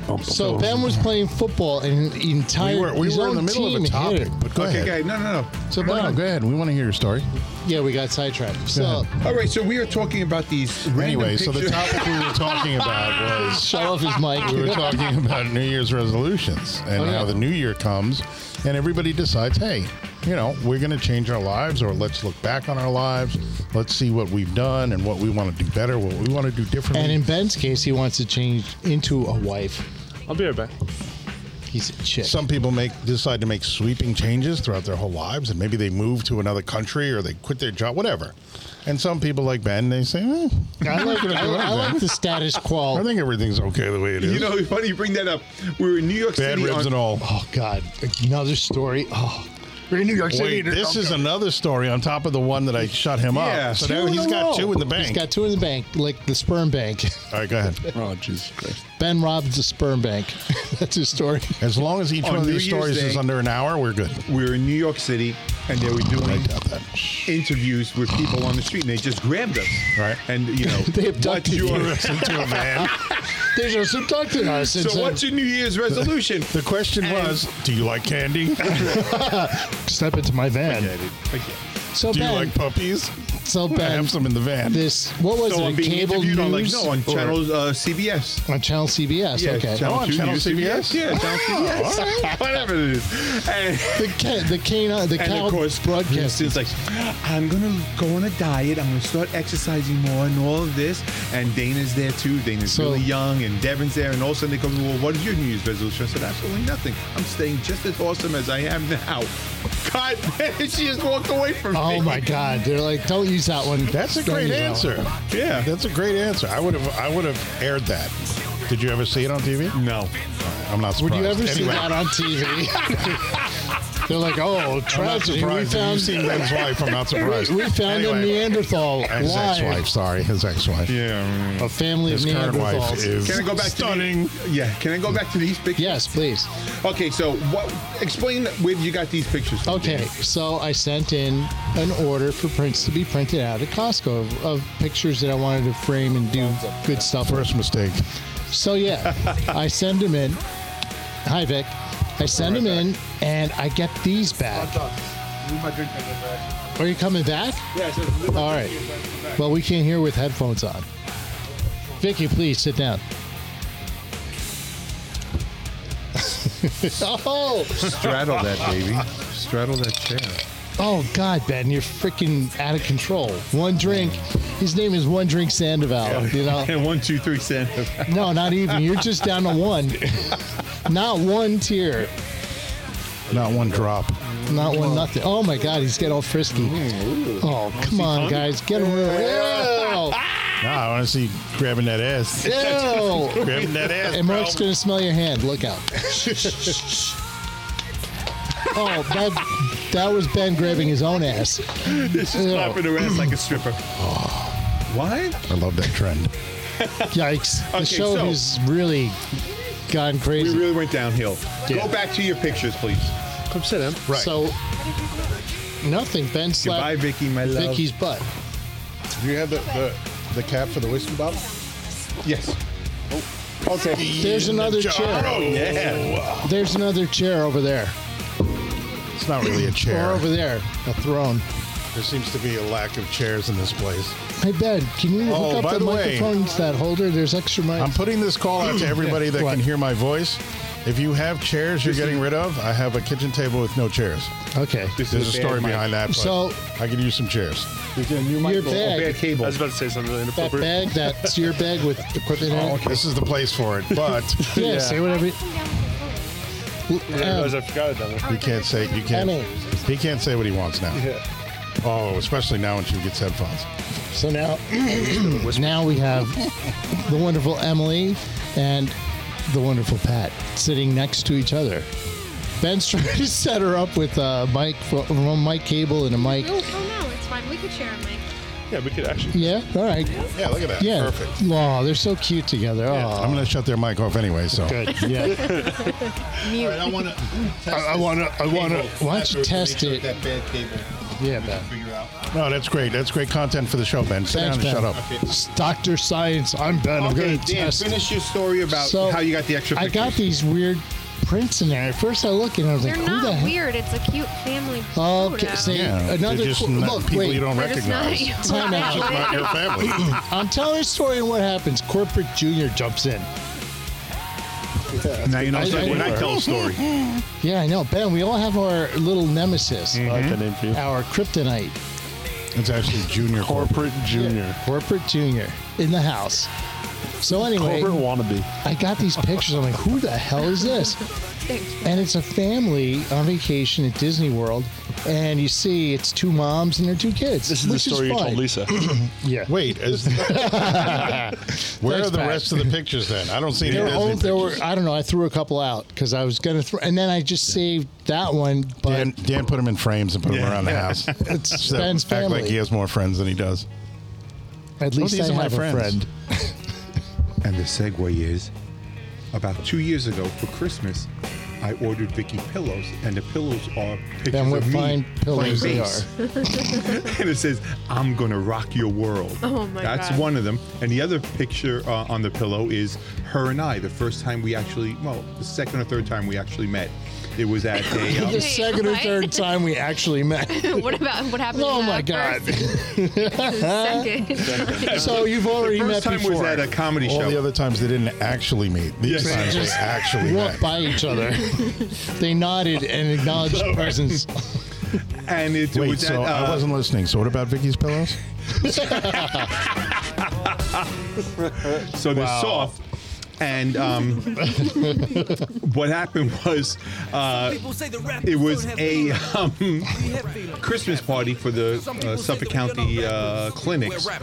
[SPEAKER 8] Oh,
[SPEAKER 1] So Ben was playing football and the entire
[SPEAKER 3] happened. we were, we
[SPEAKER 1] his
[SPEAKER 3] were in
[SPEAKER 1] own
[SPEAKER 3] the middle of
[SPEAKER 1] team
[SPEAKER 3] a
[SPEAKER 1] hit
[SPEAKER 3] topic,
[SPEAKER 1] it.
[SPEAKER 3] but go
[SPEAKER 2] okay,
[SPEAKER 3] ahead.
[SPEAKER 2] guy. No, no, no.
[SPEAKER 1] So
[SPEAKER 3] No, no,
[SPEAKER 1] Ben,
[SPEAKER 3] go ahead. We want to hear your story.
[SPEAKER 1] yeah, we got sidetracked. So
[SPEAKER 2] All right, so we are talking about these.
[SPEAKER 3] Anyway,
[SPEAKER 2] random
[SPEAKER 3] so the
[SPEAKER 2] pictures.
[SPEAKER 3] topic we were talking about was
[SPEAKER 1] shut off his mic.
[SPEAKER 3] we were talking about New Year's resolutions and
[SPEAKER 1] Oh, yeah.
[SPEAKER 3] how the new year comes and everybody decides, hey, you know, we're going to change our lives or let's look back on our lives. Let's see what we've done and what we want to do better, what we want to do differently.
[SPEAKER 1] and in Ben's case, he wants to change into a wife.
[SPEAKER 8] I'll be right back.
[SPEAKER 1] He's a chick.
[SPEAKER 3] some people make decide to make sweeping changes throughout their whole lives and maybe they move to another country or they quit their job, whatever. And some people like Ben, they say, eh,
[SPEAKER 1] I like, I, I like the status
[SPEAKER 3] I
[SPEAKER 1] quo.
[SPEAKER 3] think everything's okay the way it is.
[SPEAKER 2] You know, it's funny you bring that up. We were in New York
[SPEAKER 3] Bad
[SPEAKER 2] City.
[SPEAKER 3] ribs
[SPEAKER 2] on-
[SPEAKER 3] and all.
[SPEAKER 1] Oh God, another story. Oh, we're in New York
[SPEAKER 3] Wait, this is another story on top of the one that I shut him
[SPEAKER 2] Yeah.
[SPEAKER 3] up. So
[SPEAKER 2] Two
[SPEAKER 3] now
[SPEAKER 2] in
[SPEAKER 3] he's
[SPEAKER 2] a
[SPEAKER 3] got
[SPEAKER 2] row.
[SPEAKER 3] two in the bank.
[SPEAKER 1] He's got two in the bank, like the sperm bank.
[SPEAKER 3] All right, go ahead.
[SPEAKER 8] Oh, Jesus Christ.
[SPEAKER 1] Ben robbed the sperm bank. That's his story.
[SPEAKER 3] As long as each
[SPEAKER 2] On
[SPEAKER 3] one of
[SPEAKER 2] New
[SPEAKER 3] these
[SPEAKER 2] Year's
[SPEAKER 3] stories is
[SPEAKER 2] Day-
[SPEAKER 3] under an hour, we're good.
[SPEAKER 2] We were in New York City, and they were
[SPEAKER 3] I
[SPEAKER 2] doing
[SPEAKER 3] doubt that.
[SPEAKER 2] interviews with people on the street, and they just grabbed us.
[SPEAKER 3] Right.
[SPEAKER 2] And you know,
[SPEAKER 1] They abducted
[SPEAKER 2] what's your,
[SPEAKER 1] you.
[SPEAKER 3] Into a van.
[SPEAKER 1] They just abducted us. and
[SPEAKER 2] So
[SPEAKER 1] said,
[SPEAKER 2] what's your New Year's resolution?
[SPEAKER 3] The question was, do you like candy?
[SPEAKER 1] step into my van? So
[SPEAKER 3] Do you
[SPEAKER 1] Ben,
[SPEAKER 3] like puppies?
[SPEAKER 1] so
[SPEAKER 3] I
[SPEAKER 1] Ben,
[SPEAKER 3] have some in the van.
[SPEAKER 1] this what was
[SPEAKER 2] so
[SPEAKER 1] it?
[SPEAKER 2] I'm
[SPEAKER 1] in
[SPEAKER 2] being
[SPEAKER 1] cable
[SPEAKER 2] interviewed
[SPEAKER 1] news
[SPEAKER 2] on like no on
[SPEAKER 1] or-
[SPEAKER 2] channel uh, CBS.
[SPEAKER 1] on channel CBS.
[SPEAKER 2] Yeah,
[SPEAKER 1] okay,
[SPEAKER 2] channel
[SPEAKER 3] Oh, on
[SPEAKER 2] two,
[SPEAKER 3] channel
[SPEAKER 2] news
[SPEAKER 3] CBS?
[SPEAKER 2] Yeah, channel CBS. Whatever it is. And,
[SPEAKER 1] the ca- the canine the
[SPEAKER 2] and
[SPEAKER 1] cow
[SPEAKER 2] of course,
[SPEAKER 1] broadcast.
[SPEAKER 2] It's like, I'm gonna go on a diet. I'm gonna start exercising more and all of this. And Dana's there too. Dana's
[SPEAKER 1] So-
[SPEAKER 2] really young, and Devin's there. And all of a sudden they come, well, what is your New Year's resolution? I said, absolutely nothing. I'm staying just as awesome as I am now. God, she just walked away from me.
[SPEAKER 1] Oh my God! They're like, don't use that one.
[SPEAKER 3] That's a
[SPEAKER 1] Don't
[SPEAKER 3] great
[SPEAKER 1] use that
[SPEAKER 3] answer.
[SPEAKER 2] Yeah.
[SPEAKER 3] That's a great answer. I would have I would have aired that. Did you ever see it on TV?
[SPEAKER 2] No.
[SPEAKER 3] I'm
[SPEAKER 1] one.
[SPEAKER 3] not surprised.
[SPEAKER 1] Would you ever see
[SPEAKER 3] Anyway,
[SPEAKER 1] that on TV? They're like, oh,
[SPEAKER 3] I'm not
[SPEAKER 1] tragedy. We
[SPEAKER 3] surprised. If
[SPEAKER 1] found
[SPEAKER 3] You've seen Ben's wife. I'm not surprised.
[SPEAKER 1] we found
[SPEAKER 3] Anyway,
[SPEAKER 1] a Neanderthal
[SPEAKER 3] His ex-wife.
[SPEAKER 1] alive.
[SPEAKER 3] Sorry, his ex-wife.
[SPEAKER 2] Yeah.
[SPEAKER 1] A family
[SPEAKER 3] His
[SPEAKER 1] of
[SPEAKER 3] current wife
[SPEAKER 1] Neanderthals.
[SPEAKER 3] is
[SPEAKER 2] Can I go back
[SPEAKER 3] stunning.
[SPEAKER 2] to the, Yeah, can I go back to these pictures?
[SPEAKER 1] Yes, please.
[SPEAKER 2] Okay, so what explain where you got these pictures from.
[SPEAKER 1] Okay,
[SPEAKER 2] Dan.
[SPEAKER 1] so I sent in an order for prints to be printed out at Costco of, of pictures that I wanted to frame and do good stuff. with.
[SPEAKER 3] First mistake.
[SPEAKER 1] So yeah, I send them in. Hi Vic. I send them in and I get these back.
[SPEAKER 11] move my drink vendor back.
[SPEAKER 1] Are you coming back?
[SPEAKER 11] Yeah, so move my
[SPEAKER 1] All right.
[SPEAKER 11] drink vendor back.
[SPEAKER 1] Well, we can't hear with headphones on. Vicky, please sit down. oh,
[SPEAKER 2] Straddle that, baby. Straddle that chair.
[SPEAKER 1] oh God, Ben, you're freaking out of control. One drink. His name is One Drink Sandoval. You know.
[SPEAKER 2] And one, two, three, cent.
[SPEAKER 1] No, not even. You're just down to one. Not one tear.
[SPEAKER 3] Not one drop.
[SPEAKER 1] Not one nothing. Oh my God, he's getting all frisky.
[SPEAKER 2] Mm-hmm.
[SPEAKER 1] Oh, come on, guys, get him. Ew.
[SPEAKER 3] Nah, I want to see you grabbing that ass.
[SPEAKER 1] Ew.
[SPEAKER 3] grabbing that ass.
[SPEAKER 1] And Mark's
[SPEAKER 2] Um,
[SPEAKER 1] gonna smell your hand. Look out. oh, that that was Ben grabbing his own ass.
[SPEAKER 2] This is
[SPEAKER 1] Ew.
[SPEAKER 2] clapping her ass like a stripper. What?
[SPEAKER 3] I love that trend.
[SPEAKER 1] Yikes. The
[SPEAKER 2] Okay,
[SPEAKER 1] show
[SPEAKER 2] so-
[SPEAKER 1] has really gone
[SPEAKER 2] We
[SPEAKER 1] crazy.
[SPEAKER 2] really went downhill.
[SPEAKER 1] Yeah.
[SPEAKER 2] Go back to your pictures, please.
[SPEAKER 8] Come sit down.
[SPEAKER 3] Right.
[SPEAKER 1] So nothing. Ben
[SPEAKER 2] Goodbye,
[SPEAKER 1] slapped
[SPEAKER 2] Vicky, my love.
[SPEAKER 1] Vicky's butt.
[SPEAKER 11] Do you have the, the, the cap for the whiskey bottle?
[SPEAKER 2] Yes.
[SPEAKER 11] Okay.
[SPEAKER 1] There's another chair.
[SPEAKER 2] Yeah.
[SPEAKER 1] There's another chair over there.
[SPEAKER 3] It's not really a
[SPEAKER 1] Or
[SPEAKER 3] chair.
[SPEAKER 1] over there, a throne.
[SPEAKER 3] There seems to be a lack of chairs in this place.
[SPEAKER 1] Hey Ben, can you
[SPEAKER 3] Oh,
[SPEAKER 1] hook
[SPEAKER 3] by
[SPEAKER 1] up the,
[SPEAKER 3] the way-
[SPEAKER 1] microphones that holder? There's extra mics.
[SPEAKER 3] I'm putting this call out to everybody that
[SPEAKER 1] What?
[SPEAKER 3] can hear my voice. If you have chairs you're getting rid of, I have a kitchen table with no chairs.
[SPEAKER 1] okay.
[SPEAKER 2] This
[SPEAKER 3] There's a
[SPEAKER 2] is bad,
[SPEAKER 3] story
[SPEAKER 2] Mike.
[SPEAKER 3] behind that. But
[SPEAKER 1] So-
[SPEAKER 3] I could use some chairs.
[SPEAKER 1] Your
[SPEAKER 2] Oh,
[SPEAKER 1] bag,
[SPEAKER 2] bad
[SPEAKER 8] I
[SPEAKER 2] cable.
[SPEAKER 8] was about to say something really
[SPEAKER 1] that bag,
[SPEAKER 8] inappropriate.
[SPEAKER 1] that's your bag with equipment in it.
[SPEAKER 3] This is the place for it, but
[SPEAKER 2] Oh,
[SPEAKER 1] Yeah, say whatever. you-
[SPEAKER 8] I
[SPEAKER 1] Um,
[SPEAKER 8] realized I forgot it down there.
[SPEAKER 3] you can't say you can't.
[SPEAKER 1] Emmy.
[SPEAKER 3] He can't say what he wants now.
[SPEAKER 8] Yeah.
[SPEAKER 3] Oh, especially now when she gets headphones.
[SPEAKER 1] so now, now we have the wonderful Emily and the wonderful Pat sitting next to each other. Ben's trying to set her up with uh, a mic, a mic cable and a mic.
[SPEAKER 10] Oh no, it's fine. We could share a mic.
[SPEAKER 8] Yeah, we could actually.
[SPEAKER 1] Yeah, all right.
[SPEAKER 3] Yeah, look at that.
[SPEAKER 1] Yeah.
[SPEAKER 3] Perfect.
[SPEAKER 1] Aw, they're so cute together. Aw.
[SPEAKER 3] I'm gonna shut their mic off anyway. So
[SPEAKER 1] Good. Yeah.
[SPEAKER 11] I want to.
[SPEAKER 3] I want to. I want to.
[SPEAKER 1] Why don't you test it?
[SPEAKER 11] That bad cable.
[SPEAKER 1] Yeah, Ben.
[SPEAKER 11] Figure out.
[SPEAKER 3] No, that's great. That's great content for the show, Ben. Sit
[SPEAKER 1] Thanks,
[SPEAKER 3] down and
[SPEAKER 1] Ben.
[SPEAKER 3] shut up.
[SPEAKER 1] Doctor Science. I'm Ben. I'm
[SPEAKER 2] Okay,
[SPEAKER 1] going to
[SPEAKER 2] Dan,
[SPEAKER 1] test.
[SPEAKER 2] finish your story about
[SPEAKER 1] So,
[SPEAKER 2] how you got the extra
[SPEAKER 1] I
[SPEAKER 2] pictures.
[SPEAKER 1] got these weird prints in there. At first, I look and I was
[SPEAKER 10] They're
[SPEAKER 1] like, "Who the
[SPEAKER 10] not
[SPEAKER 1] heck?"
[SPEAKER 10] weird. It's a cute family
[SPEAKER 1] Okay,
[SPEAKER 10] photo.
[SPEAKER 1] see,
[SPEAKER 3] Yeah,
[SPEAKER 1] another
[SPEAKER 3] they're just
[SPEAKER 1] qu-
[SPEAKER 3] not
[SPEAKER 1] look.
[SPEAKER 3] people
[SPEAKER 1] Wait,
[SPEAKER 3] you don't
[SPEAKER 10] They're just not
[SPEAKER 3] recognize.
[SPEAKER 10] you.
[SPEAKER 1] Time out.
[SPEAKER 10] Not
[SPEAKER 3] Not your family.
[SPEAKER 1] I'm telling a story, and what happens? Corporate Junior jumps in.
[SPEAKER 2] Now you know
[SPEAKER 1] I-
[SPEAKER 2] so
[SPEAKER 1] I-
[SPEAKER 2] when I tell a story.
[SPEAKER 1] Yeah, I know, Ben. We all have our little nemesis,
[SPEAKER 8] I like that name for you.
[SPEAKER 1] our kryptonite,
[SPEAKER 3] It's actually Junior Corp.
[SPEAKER 8] Corporate Junior.
[SPEAKER 1] Corporate Junior, in the house. So anyway,
[SPEAKER 8] Corporate wannabe.
[SPEAKER 1] I got these pictures. I'm like, who the hell is this? And it's a family on vacation at Disney World, and you see it's two moms and their two kids.
[SPEAKER 8] This is the
[SPEAKER 1] which
[SPEAKER 8] story you
[SPEAKER 1] fine.
[SPEAKER 8] told Lisa.
[SPEAKER 1] Yeah.
[SPEAKER 3] Wait, is, where
[SPEAKER 1] Thanks,
[SPEAKER 3] are the
[SPEAKER 1] Pat.
[SPEAKER 3] rest of the pictures then? I don't see any
[SPEAKER 1] There were,
[SPEAKER 3] Disney
[SPEAKER 1] old, there were
[SPEAKER 3] pictures.
[SPEAKER 1] I don't know. I threw a couple out because I was gonna throw, and then I just saved that one. But
[SPEAKER 3] Dan, Dan put them in frames and put them around the house.
[SPEAKER 1] it's
[SPEAKER 3] So
[SPEAKER 1] Ben's
[SPEAKER 3] act
[SPEAKER 1] family.
[SPEAKER 3] like he has more friends than he does.
[SPEAKER 1] At
[SPEAKER 3] Oh,
[SPEAKER 1] least
[SPEAKER 3] these
[SPEAKER 1] I
[SPEAKER 3] are my
[SPEAKER 1] have a
[SPEAKER 3] friends.
[SPEAKER 1] friend.
[SPEAKER 2] And the segue is about two years ago for Christmas, I ordered Vicky pillows, and the pillows are pictures
[SPEAKER 1] Then what
[SPEAKER 2] of me
[SPEAKER 1] fine
[SPEAKER 2] playing
[SPEAKER 1] pillows they
[SPEAKER 2] bass.
[SPEAKER 1] are.
[SPEAKER 2] and it says, "I'm gonna rock your world."
[SPEAKER 10] Oh, my
[SPEAKER 2] That's
[SPEAKER 10] God.
[SPEAKER 2] one of them. And the other picture uh, on the pillow is her and I. The first time we actually, well, the second or third time we actually met, it was at a.
[SPEAKER 1] The
[SPEAKER 2] Um,
[SPEAKER 10] Wait,
[SPEAKER 1] second or
[SPEAKER 10] what?
[SPEAKER 1] third time we actually met.
[SPEAKER 10] what about what happened?
[SPEAKER 1] Oh
[SPEAKER 10] to
[SPEAKER 1] my
[SPEAKER 10] that
[SPEAKER 1] god!
[SPEAKER 10] first- second.
[SPEAKER 1] so you've already
[SPEAKER 2] first
[SPEAKER 1] met
[SPEAKER 2] time
[SPEAKER 1] before.
[SPEAKER 2] was at a comedy
[SPEAKER 3] All the
[SPEAKER 2] show.
[SPEAKER 3] other times they didn't actually meet. These
[SPEAKER 2] Yes,
[SPEAKER 3] times
[SPEAKER 1] just
[SPEAKER 3] they actually met.
[SPEAKER 1] walked by each other. they nodded and acknowledged presence.
[SPEAKER 2] and it
[SPEAKER 3] Wait,
[SPEAKER 2] was
[SPEAKER 3] so
[SPEAKER 2] at, uh,
[SPEAKER 3] I wasn't listening. So what about Vicky's pillows?
[SPEAKER 2] so they're soft. And um, what happened was, uh, it was a um, Christmas party for the uh, Suffolk County uh, clinics.
[SPEAKER 3] Oh,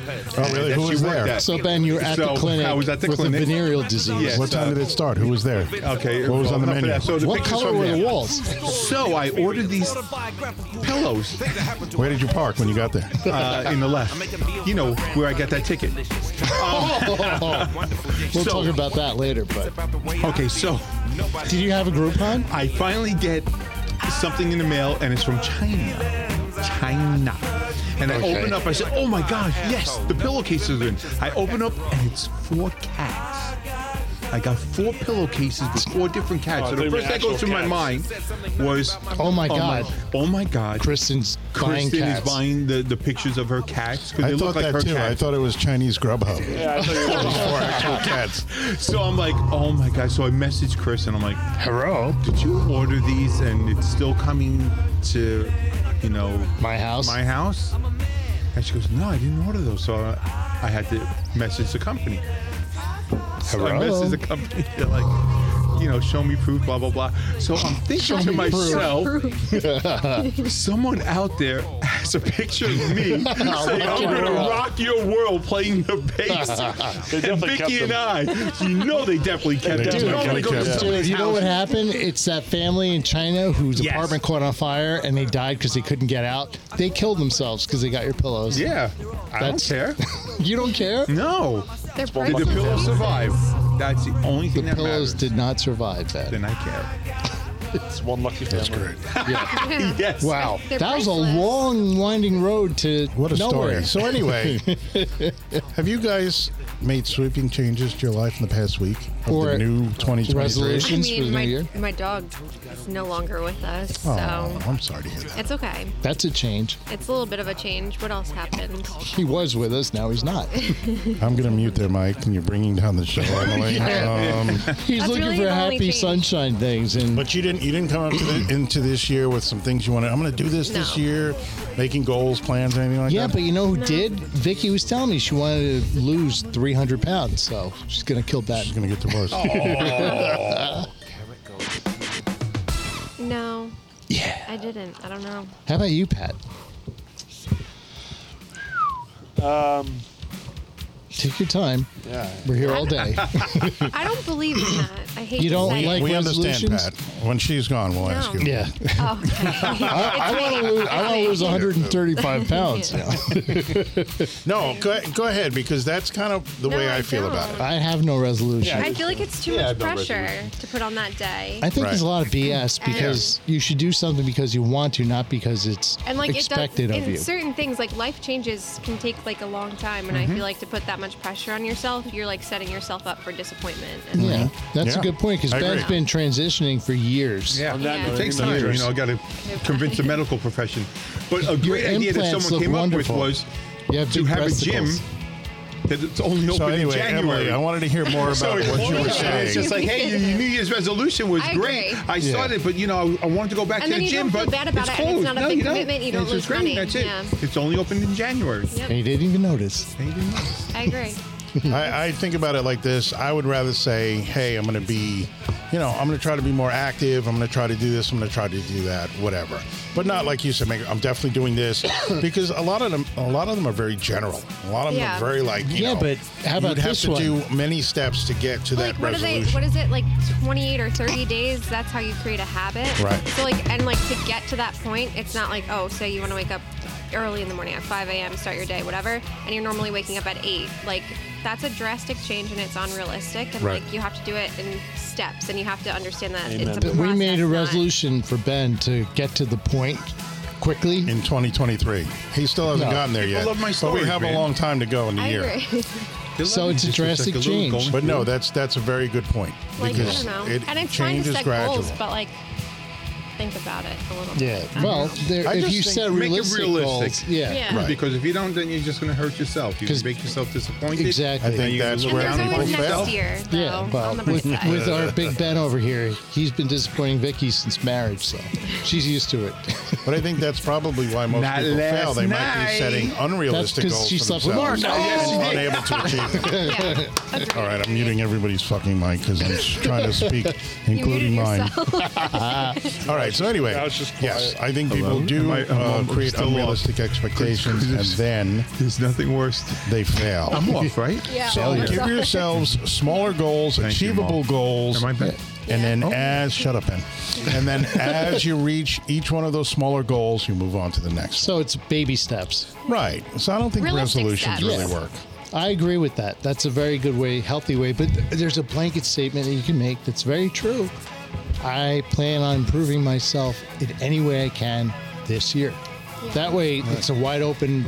[SPEAKER 3] really? Who
[SPEAKER 2] She
[SPEAKER 3] was
[SPEAKER 2] worked
[SPEAKER 3] there?
[SPEAKER 2] at-
[SPEAKER 1] So Ben, you're at the
[SPEAKER 2] So,
[SPEAKER 1] clinic
[SPEAKER 2] I was at the
[SPEAKER 1] with
[SPEAKER 2] clinic.
[SPEAKER 1] a venereal disease.
[SPEAKER 2] Yes. uh,
[SPEAKER 3] What time did it start? Who was there?
[SPEAKER 2] Okay.
[SPEAKER 3] What was on the
[SPEAKER 2] enough of
[SPEAKER 3] menu?
[SPEAKER 2] that. So the
[SPEAKER 1] What
[SPEAKER 2] pictures
[SPEAKER 1] color
[SPEAKER 2] from
[SPEAKER 1] were the
[SPEAKER 2] there.
[SPEAKER 1] walls?
[SPEAKER 2] So I ordered these pillows
[SPEAKER 3] Where did you park when you got there?
[SPEAKER 2] uh, in the left. You know where I got that ticket.
[SPEAKER 1] We'll
[SPEAKER 2] So-
[SPEAKER 1] talk about that later. But
[SPEAKER 2] Okay, so
[SPEAKER 1] did you have a Groupon?
[SPEAKER 2] I finally get something in the mail, and it's from China. China. And I
[SPEAKER 1] Okay.
[SPEAKER 2] open up. I said, "Oh my gosh, yes, the pillowcases are in." I open up, and it's four cats. I got four pillowcases with four different cats.
[SPEAKER 8] Oh,
[SPEAKER 2] so
[SPEAKER 8] they
[SPEAKER 2] the
[SPEAKER 8] were
[SPEAKER 2] first that
[SPEAKER 8] actual
[SPEAKER 2] goes through my
[SPEAKER 8] cats.
[SPEAKER 2] mind was,
[SPEAKER 1] Oh my God.
[SPEAKER 2] oh my god,
[SPEAKER 1] Kristen's buying
[SPEAKER 2] Kristen
[SPEAKER 1] cats.
[SPEAKER 2] is buying the, the pictures of her cats because
[SPEAKER 3] I
[SPEAKER 2] they
[SPEAKER 3] thought
[SPEAKER 2] look like her
[SPEAKER 3] that too. I
[SPEAKER 2] cats.
[SPEAKER 3] thought it was Chinese Grubhub.
[SPEAKER 8] Yeah, I thought you were.
[SPEAKER 3] Or actual cats.
[SPEAKER 2] So I'm like, oh my god. So I messaged Chris and I'm like,
[SPEAKER 11] Hello.
[SPEAKER 2] did you order these and it's still coming to, you know,
[SPEAKER 1] My house.
[SPEAKER 2] my house? And she goes, no, I didn't order those. So I, I had to message the company. So I
[SPEAKER 1] Hello?
[SPEAKER 2] messaged the company. They're like, you know, show me proof, blah, blah, blah. So I'm thinking to myself, someone out there has a picture of me saying, I'm going to rock your world playing the bass.
[SPEAKER 8] They
[SPEAKER 2] and
[SPEAKER 8] definitely kept
[SPEAKER 2] Vicky and
[SPEAKER 8] them.
[SPEAKER 2] I, you know they definitely kept
[SPEAKER 8] They
[SPEAKER 2] it.
[SPEAKER 8] definitely
[SPEAKER 2] Nobody
[SPEAKER 8] kept
[SPEAKER 2] goes
[SPEAKER 8] it.
[SPEAKER 1] Dude,
[SPEAKER 2] to somebody's
[SPEAKER 1] you know what
[SPEAKER 2] house.
[SPEAKER 1] happened? It's that family in China whose
[SPEAKER 2] Yes.
[SPEAKER 1] apartment caught on fire and they died because they couldn't get out. They killed themselves because they got your pillows.
[SPEAKER 2] Yeah, I
[SPEAKER 1] That's-
[SPEAKER 2] don't care.
[SPEAKER 1] You don't care?
[SPEAKER 2] No,
[SPEAKER 10] They're
[SPEAKER 2] did the
[SPEAKER 10] priceless.
[SPEAKER 2] pillows survive? That's the only
[SPEAKER 1] The
[SPEAKER 2] thing that
[SPEAKER 1] pillows
[SPEAKER 2] matters.
[SPEAKER 1] did not survive that.
[SPEAKER 2] then I care.
[SPEAKER 8] It's one lucky
[SPEAKER 3] That's
[SPEAKER 8] family.
[SPEAKER 3] great.
[SPEAKER 2] yes.
[SPEAKER 1] Wow.
[SPEAKER 10] They're
[SPEAKER 1] that was a
[SPEAKER 10] priceless.
[SPEAKER 1] long, winding road to
[SPEAKER 3] What a
[SPEAKER 1] nowhere.
[SPEAKER 3] story. So anyway, have you guys made sweeping changes to your life in the past week? Of
[SPEAKER 1] Or
[SPEAKER 3] the new 2023?
[SPEAKER 1] resolution?
[SPEAKER 10] I
[SPEAKER 1] Since for the
[SPEAKER 10] mean,
[SPEAKER 1] new year?
[SPEAKER 10] my, my dog is no longer with us,
[SPEAKER 3] Oh,
[SPEAKER 10] so
[SPEAKER 3] I'm sorry to hear that.
[SPEAKER 10] it's okay.
[SPEAKER 1] That's a change.
[SPEAKER 10] It's a little bit of a change. What else happened?
[SPEAKER 1] He was with us, now he's not.
[SPEAKER 3] I'm gonna mute there, Mike, and you're bringing down the show. Emily. um,
[SPEAKER 1] He's looking
[SPEAKER 10] That's really
[SPEAKER 1] for
[SPEAKER 10] the only
[SPEAKER 1] happy
[SPEAKER 10] change.
[SPEAKER 1] sunshine things and
[SPEAKER 3] but you didn't. You didn't come up to the, into this year with some things you want to. I'm gonna do this this
[SPEAKER 10] No.
[SPEAKER 3] year, making goals, plans, anything like
[SPEAKER 1] yeah,
[SPEAKER 3] that.
[SPEAKER 1] but you know who did? Vicky was telling me she wanted to lose 300 pounds, so she's gonna kill that.
[SPEAKER 3] She's gonna get divorced.
[SPEAKER 10] No,
[SPEAKER 1] Yeah.
[SPEAKER 10] I didn't. I don't know.
[SPEAKER 1] How about you, Pat?
[SPEAKER 8] Um,
[SPEAKER 1] Take your time.
[SPEAKER 8] yeah.
[SPEAKER 1] We're here all day.
[SPEAKER 10] I don't believe in that. I hate
[SPEAKER 1] You
[SPEAKER 10] to
[SPEAKER 1] don't
[SPEAKER 10] say
[SPEAKER 1] like-
[SPEAKER 10] it.
[SPEAKER 3] we understand, Pat.
[SPEAKER 1] resolutions?
[SPEAKER 3] When she's gone, we'll ask you.
[SPEAKER 10] No.
[SPEAKER 1] yeah.
[SPEAKER 10] Oh, okay.
[SPEAKER 1] I, I want to lose. I want to lose 135 pounds.
[SPEAKER 10] Yeah.
[SPEAKER 3] No, go, go ahead because that's kind of the
[SPEAKER 10] No,
[SPEAKER 3] way I,
[SPEAKER 10] I
[SPEAKER 3] feel
[SPEAKER 10] don't.
[SPEAKER 3] about it.
[SPEAKER 1] I have no resolution.
[SPEAKER 10] I feel like it's too
[SPEAKER 8] Yeah,
[SPEAKER 10] much
[SPEAKER 8] no
[SPEAKER 10] pressure
[SPEAKER 8] resolution.
[SPEAKER 10] to put on that day.
[SPEAKER 1] I think
[SPEAKER 3] Right.
[SPEAKER 1] there's a lot of BS
[SPEAKER 10] And-
[SPEAKER 1] because you should do something because you want to, not because it's
[SPEAKER 10] and like
[SPEAKER 1] expected
[SPEAKER 10] it does
[SPEAKER 1] of
[SPEAKER 10] in
[SPEAKER 1] you.
[SPEAKER 10] certain things like life changes can take like a long time
[SPEAKER 1] Mm-hmm.
[SPEAKER 10] and i feel like to put that much pressure on yourself you're like setting yourself up for disappointment and
[SPEAKER 1] yeah, that's
[SPEAKER 3] Yeah.
[SPEAKER 1] a good point because
[SPEAKER 3] I
[SPEAKER 1] Ben's
[SPEAKER 3] agree.
[SPEAKER 1] been transitioning for years.
[SPEAKER 2] Yeah,
[SPEAKER 8] On that
[SPEAKER 10] Yeah.
[SPEAKER 8] note,
[SPEAKER 2] it takes
[SPEAKER 8] you know,
[SPEAKER 2] time. You
[SPEAKER 8] yours.
[SPEAKER 2] know, I got to convince the medical profession. But a
[SPEAKER 1] Your
[SPEAKER 2] great idea that
[SPEAKER 1] implants
[SPEAKER 2] someone
[SPEAKER 1] look
[SPEAKER 2] came
[SPEAKER 1] wonderful.
[SPEAKER 2] up with was
[SPEAKER 1] You have
[SPEAKER 2] to
[SPEAKER 1] big
[SPEAKER 2] have a gym
[SPEAKER 1] breasticles.
[SPEAKER 2] that it's only open
[SPEAKER 3] So
[SPEAKER 2] in
[SPEAKER 3] anyway,
[SPEAKER 2] January.
[SPEAKER 3] Emily, I wanted to hear more about
[SPEAKER 2] so it's
[SPEAKER 3] what you
[SPEAKER 2] only-
[SPEAKER 3] were
[SPEAKER 2] It's
[SPEAKER 3] saying.
[SPEAKER 2] just like, hey, your your New Year's resolution was
[SPEAKER 10] I
[SPEAKER 2] great.
[SPEAKER 10] agree.
[SPEAKER 2] I started, but you know, I, I wanted to go back
[SPEAKER 10] And
[SPEAKER 2] to
[SPEAKER 10] then
[SPEAKER 2] the
[SPEAKER 10] you
[SPEAKER 2] gym,
[SPEAKER 10] don't feel
[SPEAKER 2] but
[SPEAKER 10] bad about
[SPEAKER 2] it's
[SPEAKER 10] it, and it's
[SPEAKER 2] closed.
[SPEAKER 10] not a
[SPEAKER 2] no,
[SPEAKER 10] big
[SPEAKER 2] you don't.
[SPEAKER 10] commitment, you
[SPEAKER 2] And
[SPEAKER 10] don't
[SPEAKER 2] it's just
[SPEAKER 10] lose
[SPEAKER 2] great.
[SPEAKER 10] money.
[SPEAKER 2] That's it.
[SPEAKER 10] Yeah.
[SPEAKER 2] It's only open in January.
[SPEAKER 10] Yep.
[SPEAKER 1] And he didn't even notice.
[SPEAKER 2] Hey, you know.
[SPEAKER 10] i agree
[SPEAKER 3] I, I think about it like this. I would rather say, hey, I'm going to be, you know, I'm going to try to be more active. I'm going to try to do this. I'm going to try to do that. Whatever. But not like you said. Make, I'm definitely doing this because a lot of them, a lot of them are very general. A lot of them
[SPEAKER 10] Yeah.
[SPEAKER 3] are very like, you
[SPEAKER 1] Yeah,
[SPEAKER 3] know,
[SPEAKER 1] but how about
[SPEAKER 3] you'd have
[SPEAKER 1] this
[SPEAKER 3] to
[SPEAKER 1] one?
[SPEAKER 3] do many steps to get to
[SPEAKER 10] like
[SPEAKER 3] that
[SPEAKER 10] what are they
[SPEAKER 3] resolution.
[SPEAKER 10] what is it like 28 or 30 days that's how you create a habit
[SPEAKER 3] Right.
[SPEAKER 10] so like and like to get to that point it's not like oh say you want to wake up early in the morning at 5 a.m start your day whatever and you're normally waking up at 8 like that's a drastic change and it's unrealistic and
[SPEAKER 3] Right.
[SPEAKER 10] like you have to do it in steps and you have to understand that
[SPEAKER 8] Amen.
[SPEAKER 10] it's a
[SPEAKER 8] But
[SPEAKER 10] process,
[SPEAKER 1] we made a
[SPEAKER 10] not-
[SPEAKER 1] resolution for Ben to get to the point quickly.
[SPEAKER 3] in 2023, he still hasn't
[SPEAKER 1] No.
[SPEAKER 3] gotten there
[SPEAKER 2] People
[SPEAKER 3] yet.
[SPEAKER 2] love my
[SPEAKER 3] but
[SPEAKER 2] stories,
[SPEAKER 3] we have
[SPEAKER 2] man.
[SPEAKER 3] a long time to go in the
[SPEAKER 10] I
[SPEAKER 3] year.
[SPEAKER 10] agree.
[SPEAKER 1] So it's a drastic
[SPEAKER 2] Just
[SPEAKER 1] change.
[SPEAKER 2] going
[SPEAKER 3] But no, that's that's a very good point
[SPEAKER 10] Like, I
[SPEAKER 3] because
[SPEAKER 10] don't know.
[SPEAKER 3] it
[SPEAKER 10] and it's fine to
[SPEAKER 3] changes
[SPEAKER 10] set
[SPEAKER 3] gradual.
[SPEAKER 10] goals, but like, think about it a little
[SPEAKER 1] Yeah.
[SPEAKER 10] bit. I don't
[SPEAKER 1] Well,
[SPEAKER 10] know.
[SPEAKER 1] there,
[SPEAKER 3] I
[SPEAKER 1] if
[SPEAKER 3] just
[SPEAKER 1] you
[SPEAKER 3] think-
[SPEAKER 1] set
[SPEAKER 2] make it
[SPEAKER 1] realistic,
[SPEAKER 2] realistic.
[SPEAKER 1] goals, yeah.
[SPEAKER 10] Yeah.
[SPEAKER 3] Right.
[SPEAKER 2] Because if you don't, then you're just going to hurt yourself. You
[SPEAKER 1] 'Cause-
[SPEAKER 2] can make yourself disappointed.
[SPEAKER 1] Exactly. I
[SPEAKER 3] think
[SPEAKER 2] And you
[SPEAKER 3] that's
[SPEAKER 2] look
[SPEAKER 10] and
[SPEAKER 3] where
[SPEAKER 10] there's
[SPEAKER 2] down
[SPEAKER 3] I'm
[SPEAKER 10] always
[SPEAKER 2] upon
[SPEAKER 10] next
[SPEAKER 2] yourself.
[SPEAKER 10] year, though.
[SPEAKER 1] Yeah,
[SPEAKER 10] on
[SPEAKER 1] well,
[SPEAKER 10] the bright
[SPEAKER 1] with,
[SPEAKER 10] side.
[SPEAKER 1] with our big Ben over here, he's been disappointing Vicky since marriage, so she's used to it.
[SPEAKER 3] But I think that's probably why most
[SPEAKER 2] Not
[SPEAKER 3] people fail.
[SPEAKER 2] last
[SPEAKER 3] They might be
[SPEAKER 2] night.
[SPEAKER 3] setting unrealistic
[SPEAKER 1] That's 'cause
[SPEAKER 3] goals
[SPEAKER 1] she
[SPEAKER 3] for
[SPEAKER 1] slept
[SPEAKER 3] themselves
[SPEAKER 1] with
[SPEAKER 2] Mark. Oh, yes,
[SPEAKER 3] and
[SPEAKER 2] she did.
[SPEAKER 3] unable to achieve them.
[SPEAKER 10] yeah. Agreed.
[SPEAKER 3] All right, I'm muting everybody's fucking mic because I'm just trying to speak, including mine. All right, so anyway,
[SPEAKER 8] Now it's just quiet.
[SPEAKER 3] yes, I think people
[SPEAKER 2] Hello?
[SPEAKER 3] do
[SPEAKER 2] Am I- am I-
[SPEAKER 3] uh,
[SPEAKER 2] I'm
[SPEAKER 3] create
[SPEAKER 2] still off.
[SPEAKER 3] unrealistic expectations and then
[SPEAKER 2] There's nothing worse.
[SPEAKER 3] they fail.
[SPEAKER 2] I'm off, right?
[SPEAKER 10] Yeah.
[SPEAKER 3] So give yourselves smaller goals,
[SPEAKER 2] Thank you, Mom.
[SPEAKER 3] achievable goals,
[SPEAKER 2] Am I back? Oh.
[SPEAKER 3] and then as shut up, Ben. And then as you reach each one of those smaller goals, you move on to the next.
[SPEAKER 1] So it's baby steps.
[SPEAKER 3] Right. So I don't think
[SPEAKER 10] Realistic
[SPEAKER 3] resolutions
[SPEAKER 10] steps.
[SPEAKER 3] really
[SPEAKER 1] Yeah.
[SPEAKER 3] work.
[SPEAKER 1] I agree with that. That's a very good way, healthy way. But th- there's a blanket statement that you can make that's very true. I plan on improving myself in any way I can this year. That way, it's a wide open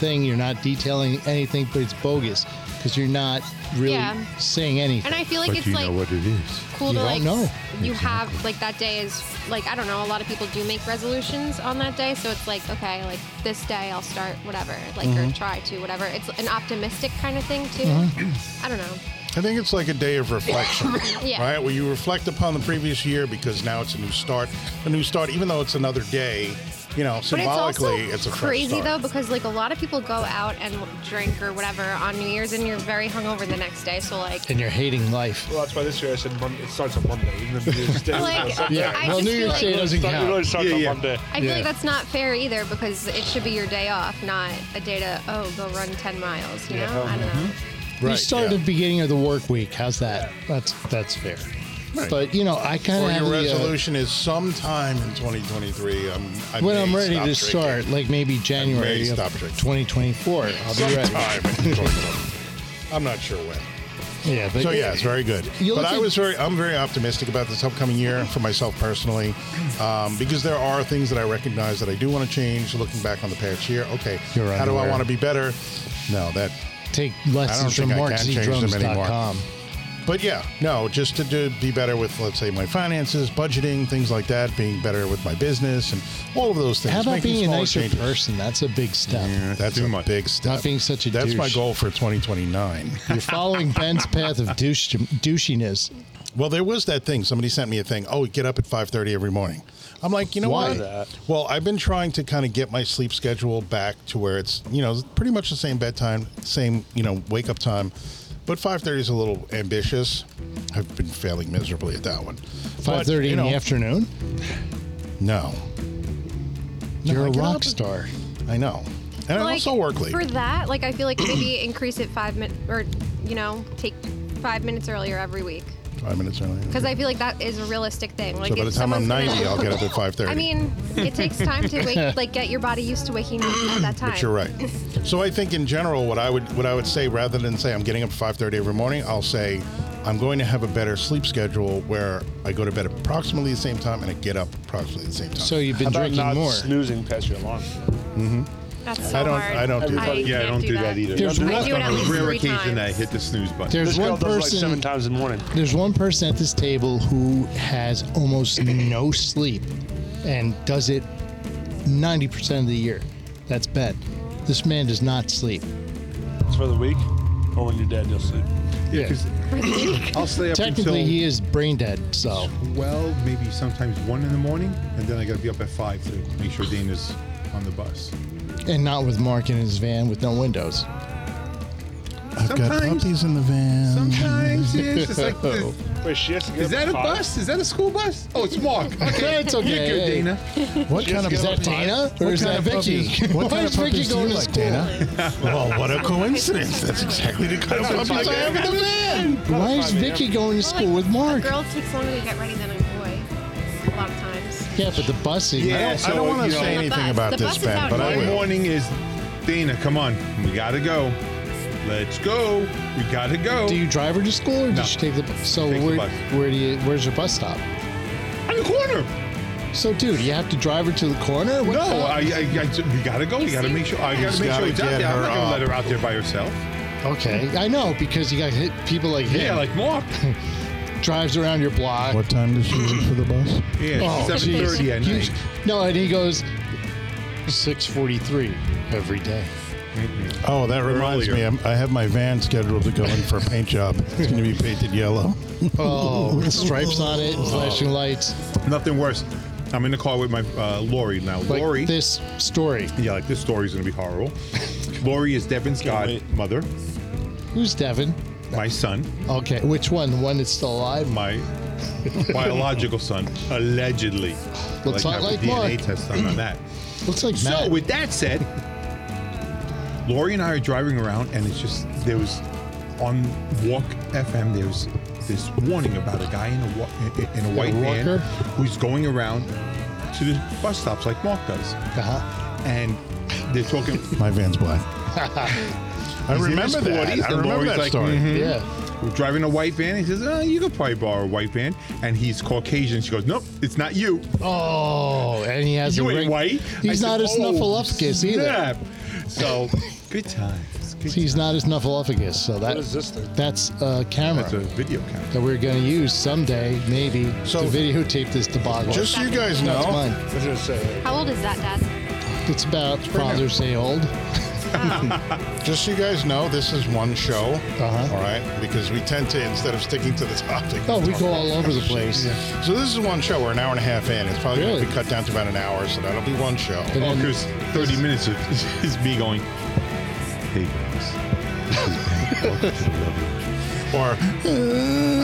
[SPEAKER 1] thing. You're not detailing anything, but it's bogus because you're not really
[SPEAKER 10] Yeah.
[SPEAKER 1] saying anything.
[SPEAKER 10] And I feel like
[SPEAKER 3] but
[SPEAKER 10] it's
[SPEAKER 3] you
[SPEAKER 10] like
[SPEAKER 3] know what it is.
[SPEAKER 10] cool
[SPEAKER 1] You
[SPEAKER 10] to
[SPEAKER 1] don't
[SPEAKER 10] like
[SPEAKER 1] know.
[SPEAKER 10] you have like that day is like I don't know. A lot of people do make resolutions on that day, so it's like okay, like this day I'll start whatever, like
[SPEAKER 1] Mm-hmm.
[SPEAKER 10] or try to whatever. It's an optimistic kind of thing too.
[SPEAKER 1] Mm-hmm.
[SPEAKER 10] I don't know.
[SPEAKER 3] I think it's like a day of reflection,
[SPEAKER 10] Yeah.
[SPEAKER 3] right? Where you reflect upon the previous year because now it's a new start. A new start, even though it's another day, you know,
[SPEAKER 10] But it's also
[SPEAKER 3] symbolically, it's, a fresh
[SPEAKER 10] crazy
[SPEAKER 3] start.
[SPEAKER 10] though because like a lot of people go out and drink or whatever on New Year's and you're very hungover the next day. So like,
[SPEAKER 1] and you're hating life.
[SPEAKER 8] Well, that's why this year I said Mon- it starts on Monday. Even though it's day.
[SPEAKER 10] like
[SPEAKER 1] Yeah.
[SPEAKER 10] I
[SPEAKER 1] well,
[SPEAKER 10] just
[SPEAKER 1] New
[SPEAKER 10] feel
[SPEAKER 1] Year's
[SPEAKER 10] like
[SPEAKER 1] Day doesn't
[SPEAKER 8] It
[SPEAKER 1] count.
[SPEAKER 8] always starts
[SPEAKER 2] Yeah,
[SPEAKER 8] on
[SPEAKER 2] yeah.
[SPEAKER 8] Monday.
[SPEAKER 10] I feel
[SPEAKER 1] Yeah.
[SPEAKER 10] like that's not fair either because it should be your day off, not a day to oh go run ten miles. You
[SPEAKER 8] Yeah,
[SPEAKER 10] know, I don't
[SPEAKER 3] Mm-hmm.
[SPEAKER 10] know.
[SPEAKER 1] you start
[SPEAKER 3] yeah.
[SPEAKER 1] at the beginning of the work week. How's that? That's that's fair. But you know, I kind
[SPEAKER 3] Or
[SPEAKER 1] of have
[SPEAKER 3] your
[SPEAKER 1] the, uh,
[SPEAKER 3] resolution is sometime in 2023. I'm, I
[SPEAKER 1] when
[SPEAKER 3] may
[SPEAKER 1] I'm ready to
[SPEAKER 3] stop
[SPEAKER 1] start,
[SPEAKER 3] drinking.
[SPEAKER 1] like maybe January of
[SPEAKER 3] stop drinking.
[SPEAKER 1] 2024, I'll be ready.
[SPEAKER 3] sometime in 2023. I'm not sure when.
[SPEAKER 1] Yeah, but
[SPEAKER 3] So yeah, it's very good.
[SPEAKER 1] You
[SPEAKER 3] But
[SPEAKER 1] look
[SPEAKER 3] I
[SPEAKER 1] at-
[SPEAKER 3] was very, I'm very optimistic about this upcoming year for myself personally, um, because there are things that I recognize that I do want to change. Looking back on the past year, okay,
[SPEAKER 1] Your
[SPEAKER 3] how do I
[SPEAKER 1] underwear.
[SPEAKER 3] want to be better? No, that.
[SPEAKER 1] take
[SPEAKER 3] I don't
[SPEAKER 1] lessons from
[SPEAKER 3] think I can change them
[SPEAKER 1] markzdrums.com.
[SPEAKER 3] anymore. But yeah, no, just to do, be better with, let's say, my finances, budgeting, things like that, being better with my business, and all of those things.
[SPEAKER 1] How about
[SPEAKER 3] Making
[SPEAKER 1] being a
[SPEAKER 3] smaller
[SPEAKER 1] nicer
[SPEAKER 3] changes.
[SPEAKER 1] person? That's a big step.
[SPEAKER 3] That's a big step.
[SPEAKER 1] Not being such a
[SPEAKER 3] That's my
[SPEAKER 1] douche.
[SPEAKER 3] goal for 2029.
[SPEAKER 1] You're following Ben's path of douche, douchiness.
[SPEAKER 3] Well, there was that thing. Somebody sent me a thing. Oh, get up at five thirty every morning. I'm like, you know
[SPEAKER 1] Why
[SPEAKER 3] what?
[SPEAKER 8] that?
[SPEAKER 3] Well, I've been trying to kind of get my sleep schedule back to where it's you know pretty much the same bedtime, same you know wake up time, but five thirty is a little ambitious. I've been failing miserably at that one.
[SPEAKER 1] Five thirty in the afternoon.
[SPEAKER 3] No,
[SPEAKER 1] You're
[SPEAKER 3] I
[SPEAKER 1] a
[SPEAKER 3] get up
[SPEAKER 1] rock
[SPEAKER 3] at-
[SPEAKER 1] star.
[SPEAKER 3] I know, and I
[SPEAKER 10] Like,
[SPEAKER 3] also work late.
[SPEAKER 10] For that, like I feel like maybe increase it five minutes, or you know, take five minutes earlier every week.
[SPEAKER 3] Five minutes early.
[SPEAKER 10] Because I feel like that is a realistic thing. Like
[SPEAKER 3] So by the
[SPEAKER 10] if
[SPEAKER 3] time I'm
[SPEAKER 10] someone's
[SPEAKER 3] 90,
[SPEAKER 10] gonna-
[SPEAKER 3] I'll get up at 5:30.
[SPEAKER 10] I mean, it takes time to wake, like get your body used to waking up at that time.
[SPEAKER 3] But you're right. So I think in general, what I would what I would say, rather than say I'm getting up at 5:30 every morning, I'll say I'm going to have a better sleep schedule where I go to bed approximately the same time and I get up approximately the same time.
[SPEAKER 1] So you've been
[SPEAKER 8] How about
[SPEAKER 1] drinking
[SPEAKER 8] not
[SPEAKER 1] more.
[SPEAKER 8] snoozing past your alarm?
[SPEAKER 10] That's so
[SPEAKER 3] I don't-
[SPEAKER 10] hard.
[SPEAKER 3] I don't do that.
[SPEAKER 2] Yeah, I
[SPEAKER 10] can't
[SPEAKER 2] don't do that either.
[SPEAKER 1] There's
[SPEAKER 2] I
[SPEAKER 1] one-
[SPEAKER 10] I do it at
[SPEAKER 2] on
[SPEAKER 10] least
[SPEAKER 2] a rare
[SPEAKER 10] three
[SPEAKER 2] occasion
[SPEAKER 10] times.
[SPEAKER 2] I hit the snooze button.
[SPEAKER 1] There's
[SPEAKER 8] This girl
[SPEAKER 1] one
[SPEAKER 8] does it like seven
[SPEAKER 1] person.
[SPEAKER 8] times in the morning.
[SPEAKER 1] there's one person at this table who has almost no sleep, and does it ninety percent of the year. That's Ben. This man does not sleep.
[SPEAKER 8] It's for the week, or when you're dead, you'll sleep.
[SPEAKER 2] Yeah, 'cause I'll stay up until
[SPEAKER 1] Technically, he is brain dead. So
[SPEAKER 2] twelve, maybe sometimes one in the morning, and then I got to be up at five to make sure Dana's on the bus.
[SPEAKER 1] and not with Mark in his van with no windows.
[SPEAKER 3] I've got
[SPEAKER 2] Sometimes-
[SPEAKER 3] puppies in the van.
[SPEAKER 2] Sometimes it's just like this.
[SPEAKER 8] Wait, she has to get
[SPEAKER 2] Is
[SPEAKER 8] up
[SPEAKER 2] that
[SPEAKER 8] at
[SPEAKER 2] a
[SPEAKER 8] five?
[SPEAKER 2] bus? Is that a school bus? Oh, it's Mark. Okay,
[SPEAKER 1] It's okay.
[SPEAKER 2] You're good, Dana.
[SPEAKER 3] What kind of
[SPEAKER 1] Is that Dana or
[SPEAKER 3] What
[SPEAKER 1] is
[SPEAKER 3] kind
[SPEAKER 1] that
[SPEAKER 3] of
[SPEAKER 1] Vicky?
[SPEAKER 3] puppies- what
[SPEAKER 1] Why
[SPEAKER 3] kind
[SPEAKER 1] is
[SPEAKER 3] of
[SPEAKER 1] Vicky
[SPEAKER 3] puppies do
[SPEAKER 1] going
[SPEAKER 3] you
[SPEAKER 1] to
[SPEAKER 3] like,
[SPEAKER 1] school?
[SPEAKER 3] Dana? well, Oh, what a coincidence! That's exactly the kind of puppies I have in the van.
[SPEAKER 1] Why is Vicky going to
[SPEAKER 10] Well,
[SPEAKER 1] school
[SPEAKER 10] like,
[SPEAKER 1] with Mark?
[SPEAKER 10] A girl takes longer to get ready than a boy. A lot of times.
[SPEAKER 1] Yeah, but the busing.
[SPEAKER 2] Yeah.
[SPEAKER 3] I
[SPEAKER 2] So,
[SPEAKER 3] don't want
[SPEAKER 2] you
[SPEAKER 3] to
[SPEAKER 2] know-
[SPEAKER 3] say
[SPEAKER 10] The
[SPEAKER 3] anything
[SPEAKER 10] bus-
[SPEAKER 3] about
[SPEAKER 10] the
[SPEAKER 3] this,
[SPEAKER 10] bus is
[SPEAKER 3] Ben,
[SPEAKER 10] out
[SPEAKER 3] but
[SPEAKER 10] now.
[SPEAKER 3] I
[SPEAKER 2] My
[SPEAKER 3] will.
[SPEAKER 2] morning is Dana, come on. We gotta go. Let's go. We gotta go.
[SPEAKER 1] Do you drive her to school or
[SPEAKER 2] No.
[SPEAKER 1] does she take the bus? So
[SPEAKER 2] Takes the
[SPEAKER 1] where,
[SPEAKER 2] bus.
[SPEAKER 1] where do you? Where's your bus stop?
[SPEAKER 2] on the corner.
[SPEAKER 1] So dude, you have to drive her to the corner. What
[SPEAKER 2] No,
[SPEAKER 1] the-
[SPEAKER 2] I, I, I, we gotta go. We gotta make sure. I gotta
[SPEAKER 3] He's
[SPEAKER 2] make
[SPEAKER 3] gotta
[SPEAKER 2] sure it's out
[SPEAKER 3] get
[SPEAKER 2] there. I'm
[SPEAKER 3] her
[SPEAKER 2] not gonna let
[SPEAKER 3] up.
[SPEAKER 2] her out there by herself.
[SPEAKER 1] Okay, I know because you got hit people like him.
[SPEAKER 2] Yeah, like Mark.
[SPEAKER 1] drives around your block.
[SPEAKER 3] What time does she leave for the bus?
[SPEAKER 2] Yeah,
[SPEAKER 1] Oh,
[SPEAKER 2] seven thirty at
[SPEAKER 1] geez.
[SPEAKER 2] night.
[SPEAKER 1] You- No, and he goes six forty three every day.
[SPEAKER 3] Oh, that reminds
[SPEAKER 2] Earlier.
[SPEAKER 3] me. I'm, I have my van scheduled to go in for a paint job. It's going to be painted yellow.
[SPEAKER 1] Oh, with stripes on it, and
[SPEAKER 2] Oh.
[SPEAKER 1] flashing lights,
[SPEAKER 2] Nothing worse. I'm in the car with my uh, Lori now.
[SPEAKER 1] like
[SPEAKER 2] Lori.
[SPEAKER 1] this story.
[SPEAKER 2] Yeah, like this story's gonna be horrible. Lori is Devin's
[SPEAKER 8] Can't
[SPEAKER 2] godmother,
[SPEAKER 1] Who's Devin?
[SPEAKER 2] my son,
[SPEAKER 1] Okay, which one? The one that's still alive?
[SPEAKER 2] my biological son, allegedly.
[SPEAKER 1] Looks
[SPEAKER 2] I
[SPEAKER 1] like
[SPEAKER 2] have a DNA
[SPEAKER 1] Mark.
[SPEAKER 2] test done on that.
[SPEAKER 1] Looks like
[SPEAKER 2] So
[SPEAKER 1] Matt.
[SPEAKER 2] with that said, Lori and I are driving around, and it's just there was on Walk FM. There was this warning about a guy in a wa- in a white
[SPEAKER 1] walker?
[SPEAKER 2] van who's going around to the bus stops like Mark does,
[SPEAKER 1] Uh-huh.
[SPEAKER 2] and they're talking.
[SPEAKER 3] My van's black. I
[SPEAKER 2] He's in his
[SPEAKER 3] remember that.
[SPEAKER 2] 40s,
[SPEAKER 3] I
[SPEAKER 2] and
[SPEAKER 3] remember
[SPEAKER 2] Lori's
[SPEAKER 3] that
[SPEAKER 2] like,
[SPEAKER 3] story.
[SPEAKER 2] "Mhm."
[SPEAKER 1] Yeah.
[SPEAKER 2] We're driving a white van. He says, oh, you could probably borrow a white van. And he's Caucasian. She goes, nope, it's not you.
[SPEAKER 1] Oh, and he has
[SPEAKER 2] You
[SPEAKER 1] a
[SPEAKER 2] ain't
[SPEAKER 1] ring.
[SPEAKER 2] white.
[SPEAKER 1] He's
[SPEAKER 2] I
[SPEAKER 1] not
[SPEAKER 2] said,
[SPEAKER 1] a
[SPEAKER 2] "Oh,
[SPEAKER 1] snuffleupagus either.
[SPEAKER 2] snap. So, good times. Good
[SPEAKER 1] He's not a snuffleupagus, so that
[SPEAKER 8] is this thing?
[SPEAKER 1] that's a camera
[SPEAKER 2] That's a video camera.
[SPEAKER 1] that we're going to use someday, maybe,
[SPEAKER 3] So-
[SPEAKER 1] to videotape this debacle.
[SPEAKER 3] Just so you guys know,
[SPEAKER 1] that's mine.
[SPEAKER 8] What did I say?
[SPEAKER 10] How old is that, Dad?
[SPEAKER 1] It's about Father's Day old.
[SPEAKER 3] Just so you guys know, this is one show.
[SPEAKER 1] Uh-huh.
[SPEAKER 3] all right, because we tend to instead of sticking to the topic.
[SPEAKER 1] Oh, we go all over the place.
[SPEAKER 3] So this is one show. We're an hour and a half in. It's probably going
[SPEAKER 1] Really?
[SPEAKER 3] to be cut down to about an hour, so that'll be one show.
[SPEAKER 1] And then-
[SPEAKER 2] Because 30 minutes of is me going, hey, guys.
[SPEAKER 3] Or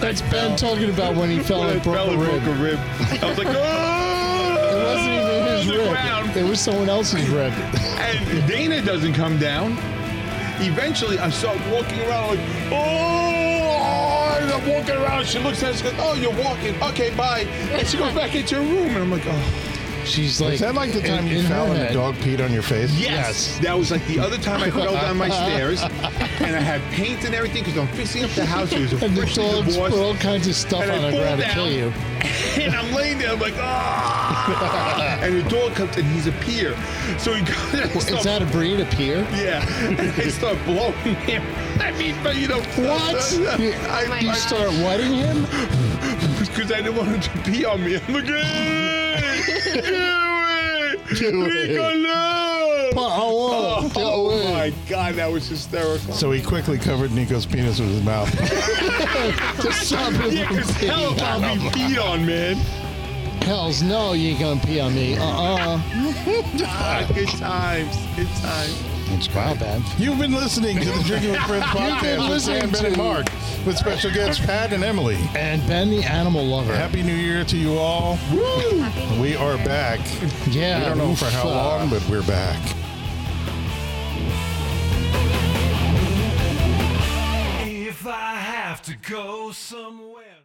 [SPEAKER 1] that's Ben talking about when he fell and broke
[SPEAKER 2] Bella
[SPEAKER 1] a
[SPEAKER 2] broke
[SPEAKER 1] rib.
[SPEAKER 2] a rib. I was like, oh!
[SPEAKER 1] It wasn't even his
[SPEAKER 2] The
[SPEAKER 1] rib.
[SPEAKER 2] ground.
[SPEAKER 1] It was someone else's rib.
[SPEAKER 2] And Dana doesn't come down. Eventually, I start walking around like, oh, and I'm walking around. She looks at us, she goes, oh, you're walking. Okay, bye. And she goes back into her room, and I'm like, oh.
[SPEAKER 1] She's like.
[SPEAKER 3] is that like the
[SPEAKER 1] in-
[SPEAKER 3] time you
[SPEAKER 1] in her
[SPEAKER 3] fell and
[SPEAKER 1] head.
[SPEAKER 3] the dog peed on your face?
[SPEAKER 2] Yes. That was like the other time I fell down my stairs, and I had paint and everything because I'm fixing up the house. It was a
[SPEAKER 1] And the
[SPEAKER 2] freshly
[SPEAKER 1] dogs put
[SPEAKER 2] divorced.
[SPEAKER 1] all kinds of stuff
[SPEAKER 2] and
[SPEAKER 1] on the
[SPEAKER 2] I fall
[SPEAKER 1] ground to
[SPEAKER 2] down.
[SPEAKER 1] kill you.
[SPEAKER 2] and I'm laying there, I'm like, ah! and the dog comes and he's a peer. So he goes, and I
[SPEAKER 1] Is
[SPEAKER 2] start-
[SPEAKER 1] that a breed of peer?
[SPEAKER 2] yeah, and I start blowing him. I mean, but you know,
[SPEAKER 1] What? You-
[SPEAKER 2] I,
[SPEAKER 1] You start wetting him?
[SPEAKER 2] because I didn't want him to pee on me. I'm like, hey, do it,
[SPEAKER 1] Do it.
[SPEAKER 2] Nicola!
[SPEAKER 1] Oh,
[SPEAKER 2] Oh, my god, that was hysterical.
[SPEAKER 3] So he quickly covered Nico's penis with his mouth.
[SPEAKER 2] yeah, because hell, if I'll be peed on, man.
[SPEAKER 1] Hells no, you ain't gonna pee on me. Uh-uh.
[SPEAKER 2] Ah, good times, good times.
[SPEAKER 3] It's
[SPEAKER 1] Wow, Ben.
[SPEAKER 3] You've been listening to the Drinking with Friends
[SPEAKER 1] been
[SPEAKER 3] podcast with Sam,
[SPEAKER 1] listening
[SPEAKER 3] Ben, and
[SPEAKER 1] to-
[SPEAKER 3] Mark, with special guests Pat and Emily.
[SPEAKER 1] And Ben the animal lover.
[SPEAKER 3] Happy New Year to you all. Woo! We are back.
[SPEAKER 1] Yeah.
[SPEAKER 3] I don't know for
[SPEAKER 1] oof,
[SPEAKER 3] how
[SPEAKER 1] uh,
[SPEAKER 3] long, but we're back.
[SPEAKER 5] If I have to go somewhere.